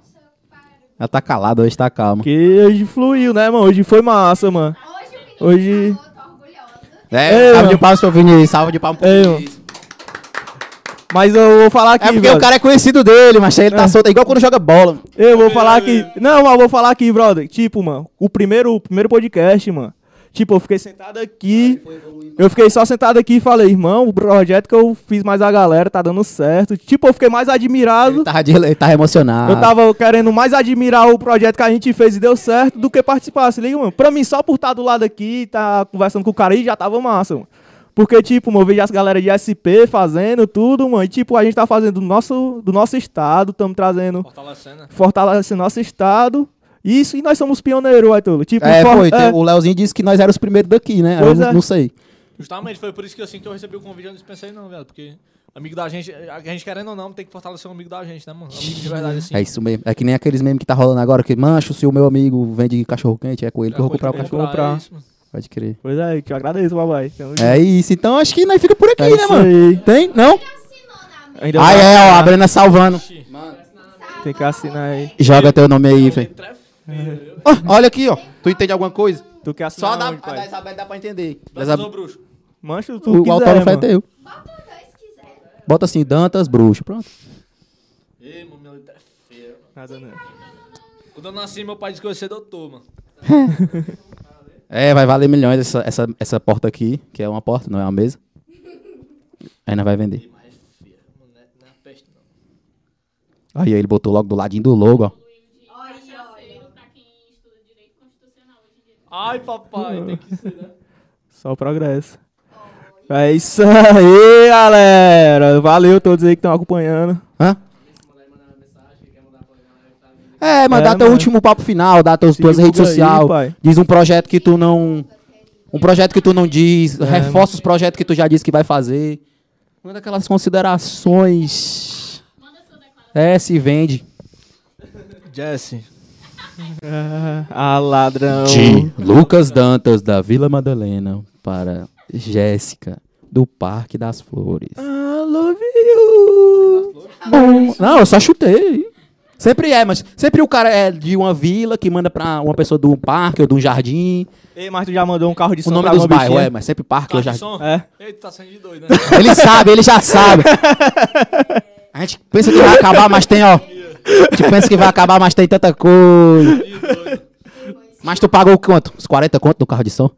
A: Ela tá calada, hoje tá calma.
C: Que hoje fluiu, né, mano? Hoje foi massa, mano.
F: Hoje o Vinícius
C: Hoje-
F: falou, tô orgulhosa.
A: É,
C: Ei,
A: salve de
C: mano.
A: palmas pro Vinícius, salve de palmas pro
C: Ei,
A: Vinícius.
C: Mas eu vou falar aqui,
A: É porque
C: brother.
A: o cara é conhecido dele, mas aí ele tá
C: É.
A: solto. É igual quando joga bola.
C: Eu vou falar aqui. Não, mas eu vou falar aqui, brother. Tipo, mano, o primeiro, o primeiro podcast, mano. Tipo, eu fiquei sentado aqui. Eu fiquei só sentado aqui e falei, irmão, o projeto que eu fiz mais a galera tá dando certo. Tipo, eu fiquei mais
A: Ele
C: admirado.
A: tava, de- ele tava emocionado.
C: Eu tava querendo mais admirar o projeto que a gente fez e deu certo do que participar, se liga, mano. Pra mim, só por estar do lado aqui, tá conversando com o cara aí, já tava massa, mano. Porque, tipo, mano, eu vejo as galera de SP fazendo tudo, mano. E, tipo, a gente tá fazendo do nosso, do nosso estado, estamos trazendo,
D: Fortalecendo, né?
C: fortalecendo nosso estado. Isso, e nós somos pioneiros, Arthur. Tipo,
A: É,
C: for-
A: foi.
C: é,
A: O Leozinho disse que nós éramos os primeiros daqui, né? Eu
C: Pois
A: não,
C: é.
A: não sei.
D: Justamente, foi por isso que assim que eu recebi o convite, eu não pensei não, velho. Porque amigo da gente, a gente querendo ou não, tem que fortalecer um amigo da gente, né, mano? Amigo de verdade, assim.
A: É isso mesmo. É que nem aqueles memes que tá rolando agora, que, mancho, se o meu amigo vende cachorro quente, é com ele que eu vou comprar o cachorro.
C: comprar.
D: é isso, mano.
A: Pode crer.
C: Pois é, eu te agradeço, papai. Tamo junto.
A: É isso. Então acho que nós fica por aqui,
C: É
A: né,
C: isso
A: mano?
C: aí.
A: Tem? Não?
F: Tá Assinou na minha.
C: Ainda
A: Ah,
C: vai-
A: é, ó. A Brena salvando. é.
C: Tem que assinar aí.
A: Joga teu nome aí, velho.
D: Trefeiro.
A: olha aqui, ó. Tu entende alguma coisa?
C: Tu quer assinar
A: Só da,
C: onde,
A: a da
C: pai?
A: Isabel dá pra entender. Da
D: Dantas
A: Isabel-
D: ou bruxo?
C: Mancha o que tu
A: o autógrafo
C: quiser,
A: é
C: mano.
A: teu.
F: Bota dois quiser.
A: Bota assim, Dantas, bruxo. Pronto.
D: Ei, mano, meu letra é feia, mano.
C: Nada, né? não.
D: Quando eu nasci, meu pai disse que eu ia ser doutor, mano.
A: É, vai valer milhões essa, essa, essa porta aqui, que é uma porta, não é uma mesa. Ainda vai vender.
D: Mas, feia, mano, não é- não é peste, não.
A: Aí ele botou logo do ladinho do logo, ó.
F: Olha, olha.
E: pra quem estuda direito constitucional hoje em dia.
D: Ai, papai, tem que ser, né?
C: Só o progresso. É isso aí, galera. Valeu todos aí que estão acompanhando.
A: Hã? É, mano, dá
C: É,
A: teu
C: mano.
A: último papo final, dá tuas, tuas
C: Siga
A: redes
C: aí,
A: sociais.
C: pai.
A: Diz um projeto que tu não. Um projeto que tu não
C: É.
A: diz. reforça os projetos que tu já disse que vai fazer. Manda aquelas considerações.
E: Manda sua declaração.
A: É, se vende.
D: Jesse.
C: Ah, ladrão.
A: De Lucas Dantas, da Vila Madalena, para Jéssica, do Parque das Flores.
C: I love you.
A: Bom, não, eu só chutei. Sempre é, mas sempre o cara é de uma vila que manda pra uma pessoa de um parque ou de um jardim.
C: Ei, mas tu já mandou um carro de som
A: o nome
C: pra
A: dos
C: alguma
A: bairros, é,
C: bichinha?
A: mas sempre parque ou jardim.
D: som?
C: É.
D: Eita, tá saindo de doido, né?
A: Ele sabe, ele já sabe. A gente pensa que vai acabar, mas tem, ó. A gente pensa que vai acabar, mas tem tanta coisa.
D: De doido.
A: Mas tu pagou quanto? Uns 40 conto no carro de som?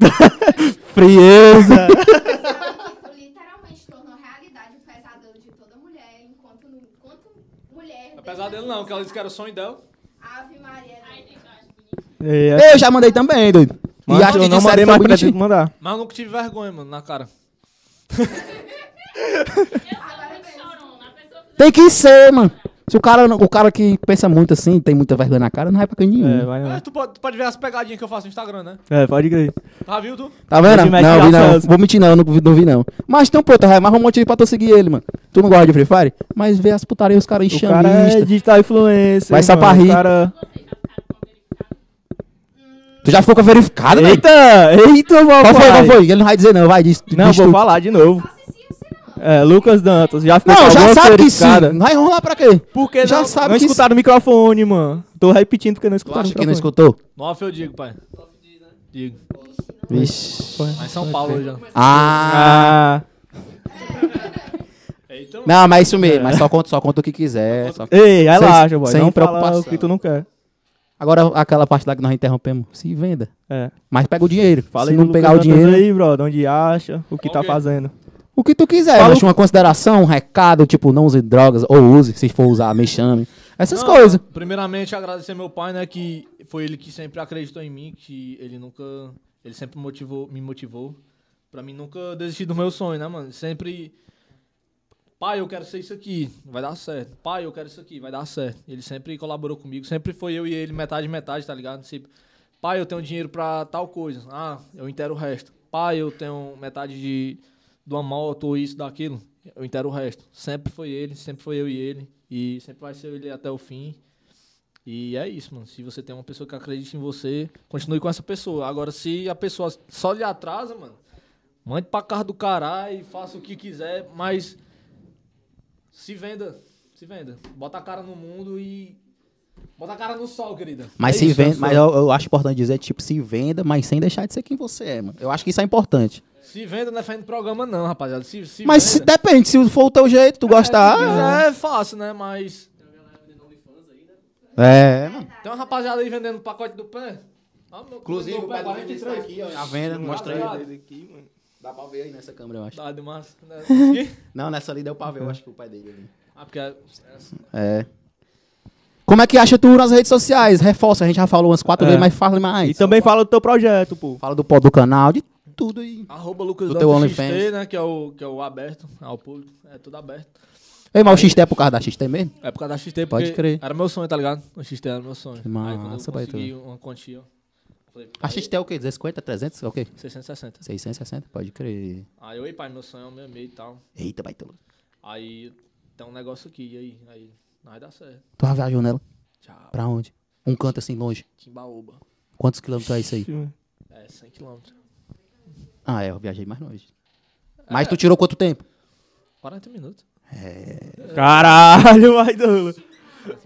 A: é.
C: Frieza.
F: Tu literalmente tornou realidade o pesadelo de toda mulher, enquanto, no- enquanto mulher.
D: Apesar dele não, que ela disse que era o sonho dela.
F: Ave Maria.
E: Ai, gente, eu acho bonito.
C: É,
A: Eu já mandei também, doido.
C: Mas
A: e acho que
C: eu não
A: disseram que
C: mandei
A: foi
C: mais pra
A: bonitinho.
C: te mandar.
D: Mas eu nunca tive vergonha, mano, na cara.
E: Agora eu chorou. A pessoa
A: Tem que ser, mano. Se o cara, não- o cara que pensa muito assim, tem muita vergonha na cara, não vai pra canto nenhum.
C: É, vai
D: É,
C: não.
D: tu, pode, tu pode ver as pegadinhas que eu faço no Instagram, né?
C: É, pode crer.
D: Já viu, tu?
A: Tá vendo?
C: Ele mete
A: Não, vi não.
C: graçoso.
A: Vou mentir não, não vi, não vi não. Mas então, pronto, é mais um motivo pra tu seguir ele, mano. Tu não gosta de Free Fire? Mas vê as putarias, os caras
C: O cara é
A: enxamistas.
C: digital influencer.
A: Vai
C: mano.
A: saparrir.
C: O cara...
A: Tu já ficou com a verificada, né?
C: Eita, eita, meu
A: Qual foi,
C: pai.
A: qual foi? Ele não vai dizer não, vai, diz,
C: Não,
A: diz
C: vou
A: tu.
C: falar de novo. É, Lucas Dantas, já ficou
A: Não,
C: com
A: já
C: alguma
A: sabe que sim.
C: verificada?
A: Não vai enrolar pra quê?
C: Porque
A: Já
C: não,
A: sabe
C: não
A: que
C: escutaram o microfone, mano. Tô repetindo porque não
A: Tu
C: escutaram
A: acha
C: o
A: que não
C: microfone.
A: escutou?
D: Nove eu digo, pai. Digo.
A: Vixe.
D: Mas São Paulo já.
A: Ah,
C: Ah,
D: Eita, mano.
A: não, mas é isso mesmo. Mas só conta, só conta o que quiser. só-
C: ei, relaxa,
A: Sem-
C: boy.
A: sem
C: não fala
A: preocupação.
C: o que tu não quer.
A: Agora, aquela parte lá que nós interrompemos. Se venda.
C: É.
A: Mas pega o dinheiro.
C: Fala
A: Se
C: aí
A: não
C: do
A: pegar o
C: Lucas Dantas
A: dinheiro,
C: aí, brother, onde acha, o que tá
D: Ok.
C: fazendo.
A: o que tu quiser.
C: Fala o-
A: Acho uma consideração, um recado, tipo, não use drogas. Ou use, se for usar, me chame. Essas
D: Não,
A: coisas.
D: Primeiramente, agradecer meu pai, né? Que foi ele que sempre acreditou em mim, que ele nunca. Ele sempre motivou, me motivou. Pra mim nunca desistir do meu sonho, né, mano? Sempre. Pai, eu quero ser isso aqui, vai dar certo. Pai, eu quero isso aqui, vai dar certo. Ele sempre colaborou comigo, sempre foi eu e ele, metade, metade, tá ligado? Sempre, pai, eu tenho dinheiro pra tal coisa. Ah, eu entero o resto. Pai, eu tenho metade de, de uma moto ou isso, daquilo. Eu entero o resto. Sempre foi ele, sempre foi eu e ele. E sempre vai ser ele até o fim. E é isso, mano. Se você tem uma pessoa que acredita em você, continue com essa pessoa. Agora, se a pessoa só lhe atrasa, mano, mande pra casa do caralho, faça o que quiser, mas se venda. Se venda. Bota a cara no mundo e. Bota a cara no sol, querida.
A: Mas
D: É
A: se
D: isso,
A: venda.
D: é
A: Mas
D: só.
A: eu, eu acho importante dizer, tipo, se venda, mas sem deixar de ser quem você é, mano. Eu acho que isso é importante.
D: Se venda não é fazendo programa, não, rapaziada. Se, se
A: Mas se-
D: venda.
A: depende, se for o teu jeito, tu gostar.
D: É, é fácil, né? Mas.
A: É, mano.
D: Tem uma rapaziada aí vendendo pacote do pé. Ah, meu, meu pé 43.
A: a venda,
D: tá né? mostra aí.
A: Dá pra ver aí nessa câmera, eu acho.
D: Tá demais. né?
A: Não, nessa ali deu pra ver, eu acho que o pai dele ali.
D: ah, porque é-
A: É. Como é que acha tu nas redes sociais? Reforça, a gente já falou umas quatro
C: É.
A: vezes, mas fala mais.
C: E também fala do teu projeto, pô.
A: Fala do pó do canal, de tudo aí.
D: Arroba Lucas
A: Do
D: Dantas
A: teu
D: XT,
A: OnlyFans.
D: né? Que é, o, que é o aberto ao público. É tudo aberto.
A: Ei, mas o XT é por causa da XT mesmo?
D: É por causa da XT, porque
A: Pode crer.
D: era meu sonho, tá ligado? O XT era meu sonho.
A: Que
D: Aí quando
A: massa,
D: eu
A: vai
D: consegui uma quantia, eu falei,
A: A XT é o quê? 250, 300? É o quê?
D: 660.
A: 660? Pode crer.
D: Aí eu, ei pai, meu sonho é o meu meio e tal.
A: Eita, baitolo.
D: Aí tem um negócio aqui, e aí? Aí, aí dá certo.
A: Tu já viajou nela?
D: Tchau,
A: Pra onde? Um canto assim longe.
D: Timbaúba.
A: Quantos quilômetros é isso aí?
D: É, 100km.
A: Ah, é, eu viajei mais longe. Mas tu tirou quanto tempo?
D: 40 minutos.
C: Caralho, vai do.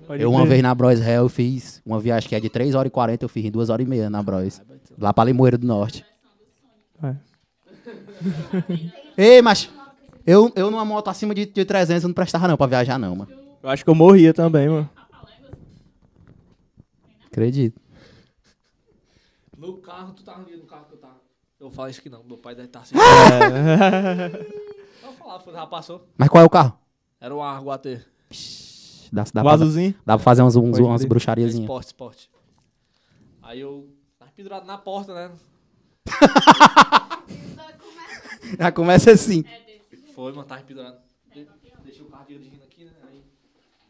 C: Pode
A: Eu uma
C: crer.
A: vez na Bros Hell eu fiz uma viagem que é de 3 horas e 40, eu fiz em 2 horas e meia na Bros. Lá pra Limoeiro do Norte.
C: É.
A: Ei, mas eu, eu numa moto acima de, de 300 eu não prestava não pra viajar não, mano.
C: Eu acho que eu morria também, mano.
A: Acredito.
D: No carro, tu tava no carro que eu tava. Eu falo isso que não, meu pai deve estar assim.
A: É, né?
D: Não falar, foi, já passou.
A: Mas qual é o carro?
D: Era um Argo AT.
A: Dá, dá,
C: Um
A: pra,
C: azulzinho.
A: dá pra fazer uns, uns,
C: Pode
A: umas
C: crer.
A: bruxariazinhas.
D: Esporte, esporte. Aí eu tava pendurado na porta, né?
A: Já começa assim.
D: Foi, mano, tava pendurado. De- Deixei o carro dirigindo aqui, né? Aí,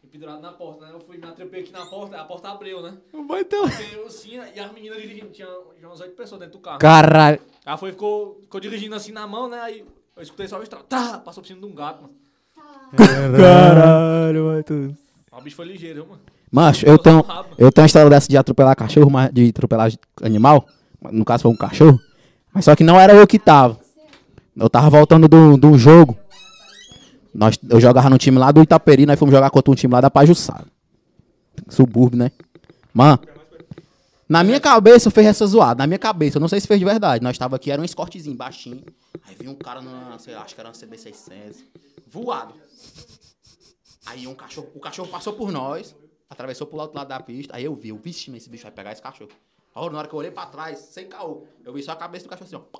D: me pendurado na porta, né? Eu fui, me atrepei aqui na porta, a porta abriu, né?
C: Vai então.
D: Porque eu assim, e as meninas dirigindo, tinha, tinha umas oito pessoas dentro do carro.
A: Caralho.
D: Ela foi, ficou, ficou dirigindo assim na mão, né? Aí eu escutei só o estralo. Tá, passou por cima de um gato, mano.
C: Caralho, vai tudo.
D: O bicho foi ligeiro, viu, mano.
A: Macho, eu tenho,
D: Passou rabo.
A: eu tenho uma história dessa de atropelar cachorro, mas de atropelar animal. No caso foi um cachorro. Mas só que não era eu que tava. Eu tava voltando do, do jogo. Nós, eu jogava no time lá do Itaperi, nós fomos jogar contra um time lá da Pajuçara. Subúrbio, né? Mano, na minha cabeça eu fez essa zoada. Na minha cabeça, eu não sei se fez de verdade. Nós tava aqui, era um escortezinho baixinho. Aí vinha um cara, na, sei lá, acho que era uma CB600, voado. Aí um cachorro, o cachorro passou por nós, atravessou pro outro lado da pista. Aí eu vi, eu vi, "Ixi, esse bicho vai pegar esse cachorro. Aí, na hora que eu olhei pra trás, sem caô, eu vi só a cabeça do cachorro assim, ó. pá.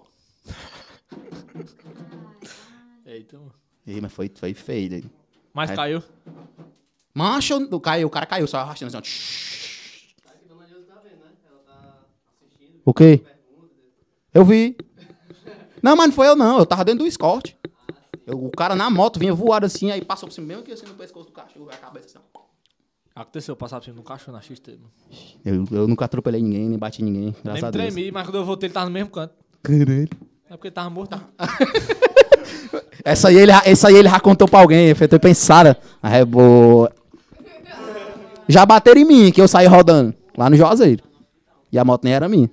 D: Eita, mano.
A: Ih, mas foi, foi feio, doido.
D: É, então. Mas
A: Aí-
D: caiu.
A: Macho, eu- caiu, o cara caiu, só arrastando assim, ó.
B: Tá que Dona Neuza tá vendo, né? Ela tá
A: O quê?
B: né?
A: Eu vi. Não, mas não foi eu, não. Eu tava dentro do escorte. Eu- o cara na moto vinha voado assim, aí passou por cima, mesmo que assim no pescoço do cachorro, a cabeça assim. ó.
D: Aconteceu, passar por cima de um cachorro na XT, mano.
A: Eu, eu nunca atropelei ninguém, nem bati ninguém, graças
D: Nem me
A: a Deus.
D: tremi, mas quando eu voltei ele tava no mesmo canto.
A: Caralho.
D: É porque ele tava morto.
A: Essa aí ele, já- essa aí ele já contou pra alguém, foi ter pensada. Mas é boa. Já bateram em mim, que eu saí rodando, lá no Juazeiro. E a moto nem era minha.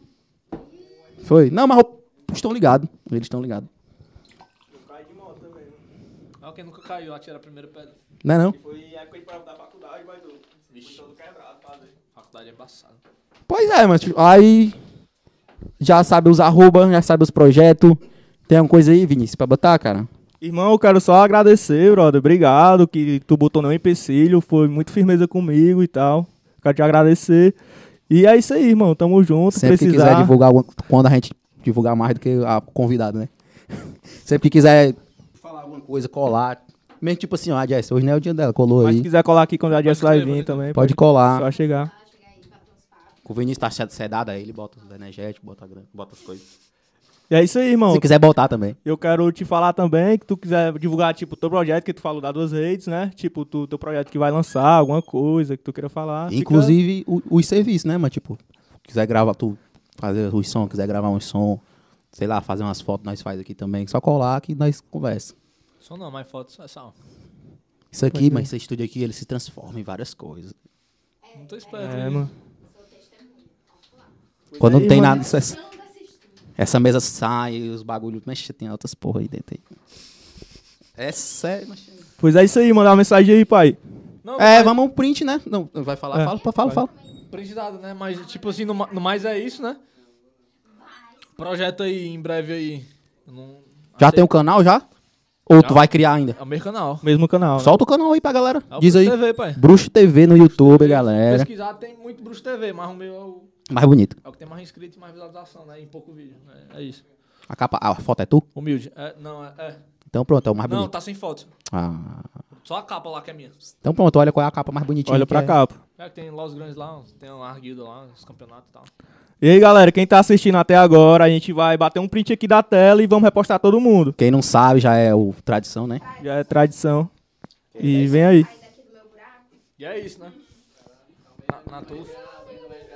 A: Foi. Não, mas eu- estão ligados. Eles estão ligados.
G: Cai de moto também. né?
D: Ah, quem nunca caiu, atira a primeira pedra.
A: Não é não?
G: Foi a época de prova da faculdade, mas eu fui todo quebrado, tá fazer.
D: Faculdade é embaçada.
A: Pois é, mas tipo, aí já sabe os arroba, já sabe os projetos. Tem alguma coisa aí, Vinícius, pra botar, cara?
C: Irmão, eu quero só agradecer, brother. Obrigado que tu botou não empecilho, foi muito firmeza comigo e tal. Quero te agradecer. E é isso aí, irmão. Tamo junto.
A: Sempre que
C: precisar.
A: quiser divulgar, alguma- quando a gente divulgar mais do que a convidada, né? Sempre que quiser falar alguma coisa, colar. Mesmo tipo assim, ó, a Jess, hoje não é o dia dela, colou
C: Mas se
A: aí.
C: quiser colar aqui quando a Jess vai
D: né?
C: vir também.
A: Pode colar.
C: Só chegar.
F: Ela chegar aí pra ter uns papos.
A: O Vinícius tá sed- sedado aí, ele bota os energéticos, bota, a grana, bota as coisas.
C: E é isso aí, irmão.
A: Se quiser botar também.
C: Eu quero te falar também que tu quiser divulgar, tipo, teu projeto que tu falou da Duas Redes, né? Tipo, tu, teu projeto que vai lançar, alguma coisa que tu queira falar. Fica-
A: Inclusive o- os serviços, né? Mas tipo, quiser gravar, tu fazer os som, quiser gravar um som, sei lá, fazer umas fotos, nós faz aqui também. Só colar que nós conversa.
D: Só não, mais foto, só essa. ó.
A: Isso aqui, mas esse estúdio aqui, ele se transforma em várias coisas.
D: Não tô esperando.
C: É, mano.
A: Quando não
C: aí,
A: tem
C: mano.
A: nada, isso é- essa,
F: Não assistindo.
A: mesa sai, os bagulhos. Mexe, tem outras porra aí dentro aí. É sério, mas...
C: Pois é isso aí, mandar uma mensagem aí, pai.
D: Não,
A: É,
D: mas-
A: vamos um print, né? Não, vai falar,
C: É.
A: fala, fala, fala.
D: Print dado, né? Mas, tipo assim, no, ma- no mais é isso, né? Projeto aí, em breve aí. Eu não...
A: Já tem um o canal, já? Ou tu vai criar ainda?
D: É o meu canal.
C: Mesmo canal. né?
A: Solta o canal aí pra galera.
D: É o
A: Diz aí.
D: Bruxo TV, pai.
A: Bruxo TV no YouTube, galera.
D: Pesquisar tem muito Bruxo TV, mas o meu é o,
A: Mais bonito.
D: é o que tem mais inscrito e mais visualização, né? Em pouco vídeo. né? É, isso.
A: A capa, a foto é tu?
D: Humilde. É, não, é. é.
A: Então pronto, é o mais
D: Não,
A: bonito.
D: tá sem foto.
A: Ah.
D: Só a capa lá que é minha.
A: Então pronto, olha qual é a capa mais bonitinha.
C: Olha
A: que
C: pra
A: é.
C: cá, pô.
D: É que tem lá os grandes lá, tem um arguido lá, os campeonatos e tal.
C: E aí, galera, quem tá assistindo até agora, a gente vai bater um print aqui da tela e vamos repostar todo mundo.
A: Quem não sabe, já é o tradição, né?
C: Já é tradição. E vem aí.
F: Sai daqui do meu buraco.
D: E é isso, né? Na, na tuf.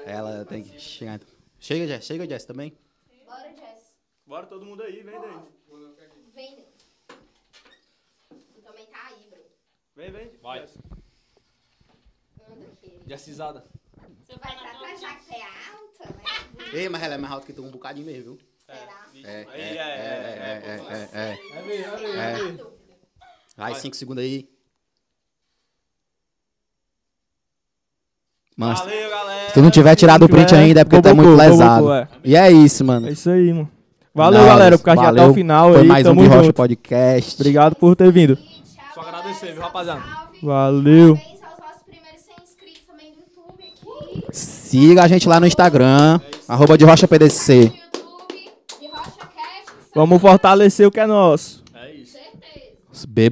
A: Ela tem que chegar. Chega, Jess. Chega, Jess, também.
F: Bora, Jess.
G: Bora todo mundo aí, vem daí.
F: Vem. né? Tu também tá aí, bro.
G: Vem, vem.
D: Vai.
F: Anda aqui.
D: De assisada.
E: Você
F: Vai
E: vai na
F: pra
E: mão.
F: trás, já que é alta, né?
A: Ei, mas ela é mais alta que tu um bocadinho mesmo, viu?
F: Será?
G: é,
A: É, é, é, é, é, é.
D: É ver, é ver.
A: É.
F: Na dúvida.
A: Vai, cinco segundos aí. Mano, se
G: Valeu, galera.
A: tu não tiver tirado o
C: Se tiver,
A: print ainda é porque tu é
C: bobocou,
A: muito lesado.
C: bobocou, é.
A: E é isso, mano.
C: É isso aí, mano. Valeu,
A: Nós,
C: galera, por causa de até
A: valeu.
C: o final
A: Foi
C: aí.
A: mais um
C: tamo
A: de Rocha
C: junto.
A: Podcast.
C: Obrigado por ter vindo.
F: E tchau,
D: Só agradecer,
F: galera.
D: viu,
F: Salve,
D: rapaziada?
F: salve.
C: Valeu.
F: Parabéns aos nossos primeiros 100 inscritos também do YouTube aqui.
A: Siga a gente lá no Instagram, arroba de Rocha PDC.
F: No YouTube de Rocha Cast.
C: Vamos fortalecer o que é nosso.
D: É isso.
F: Certeza.
A: Beba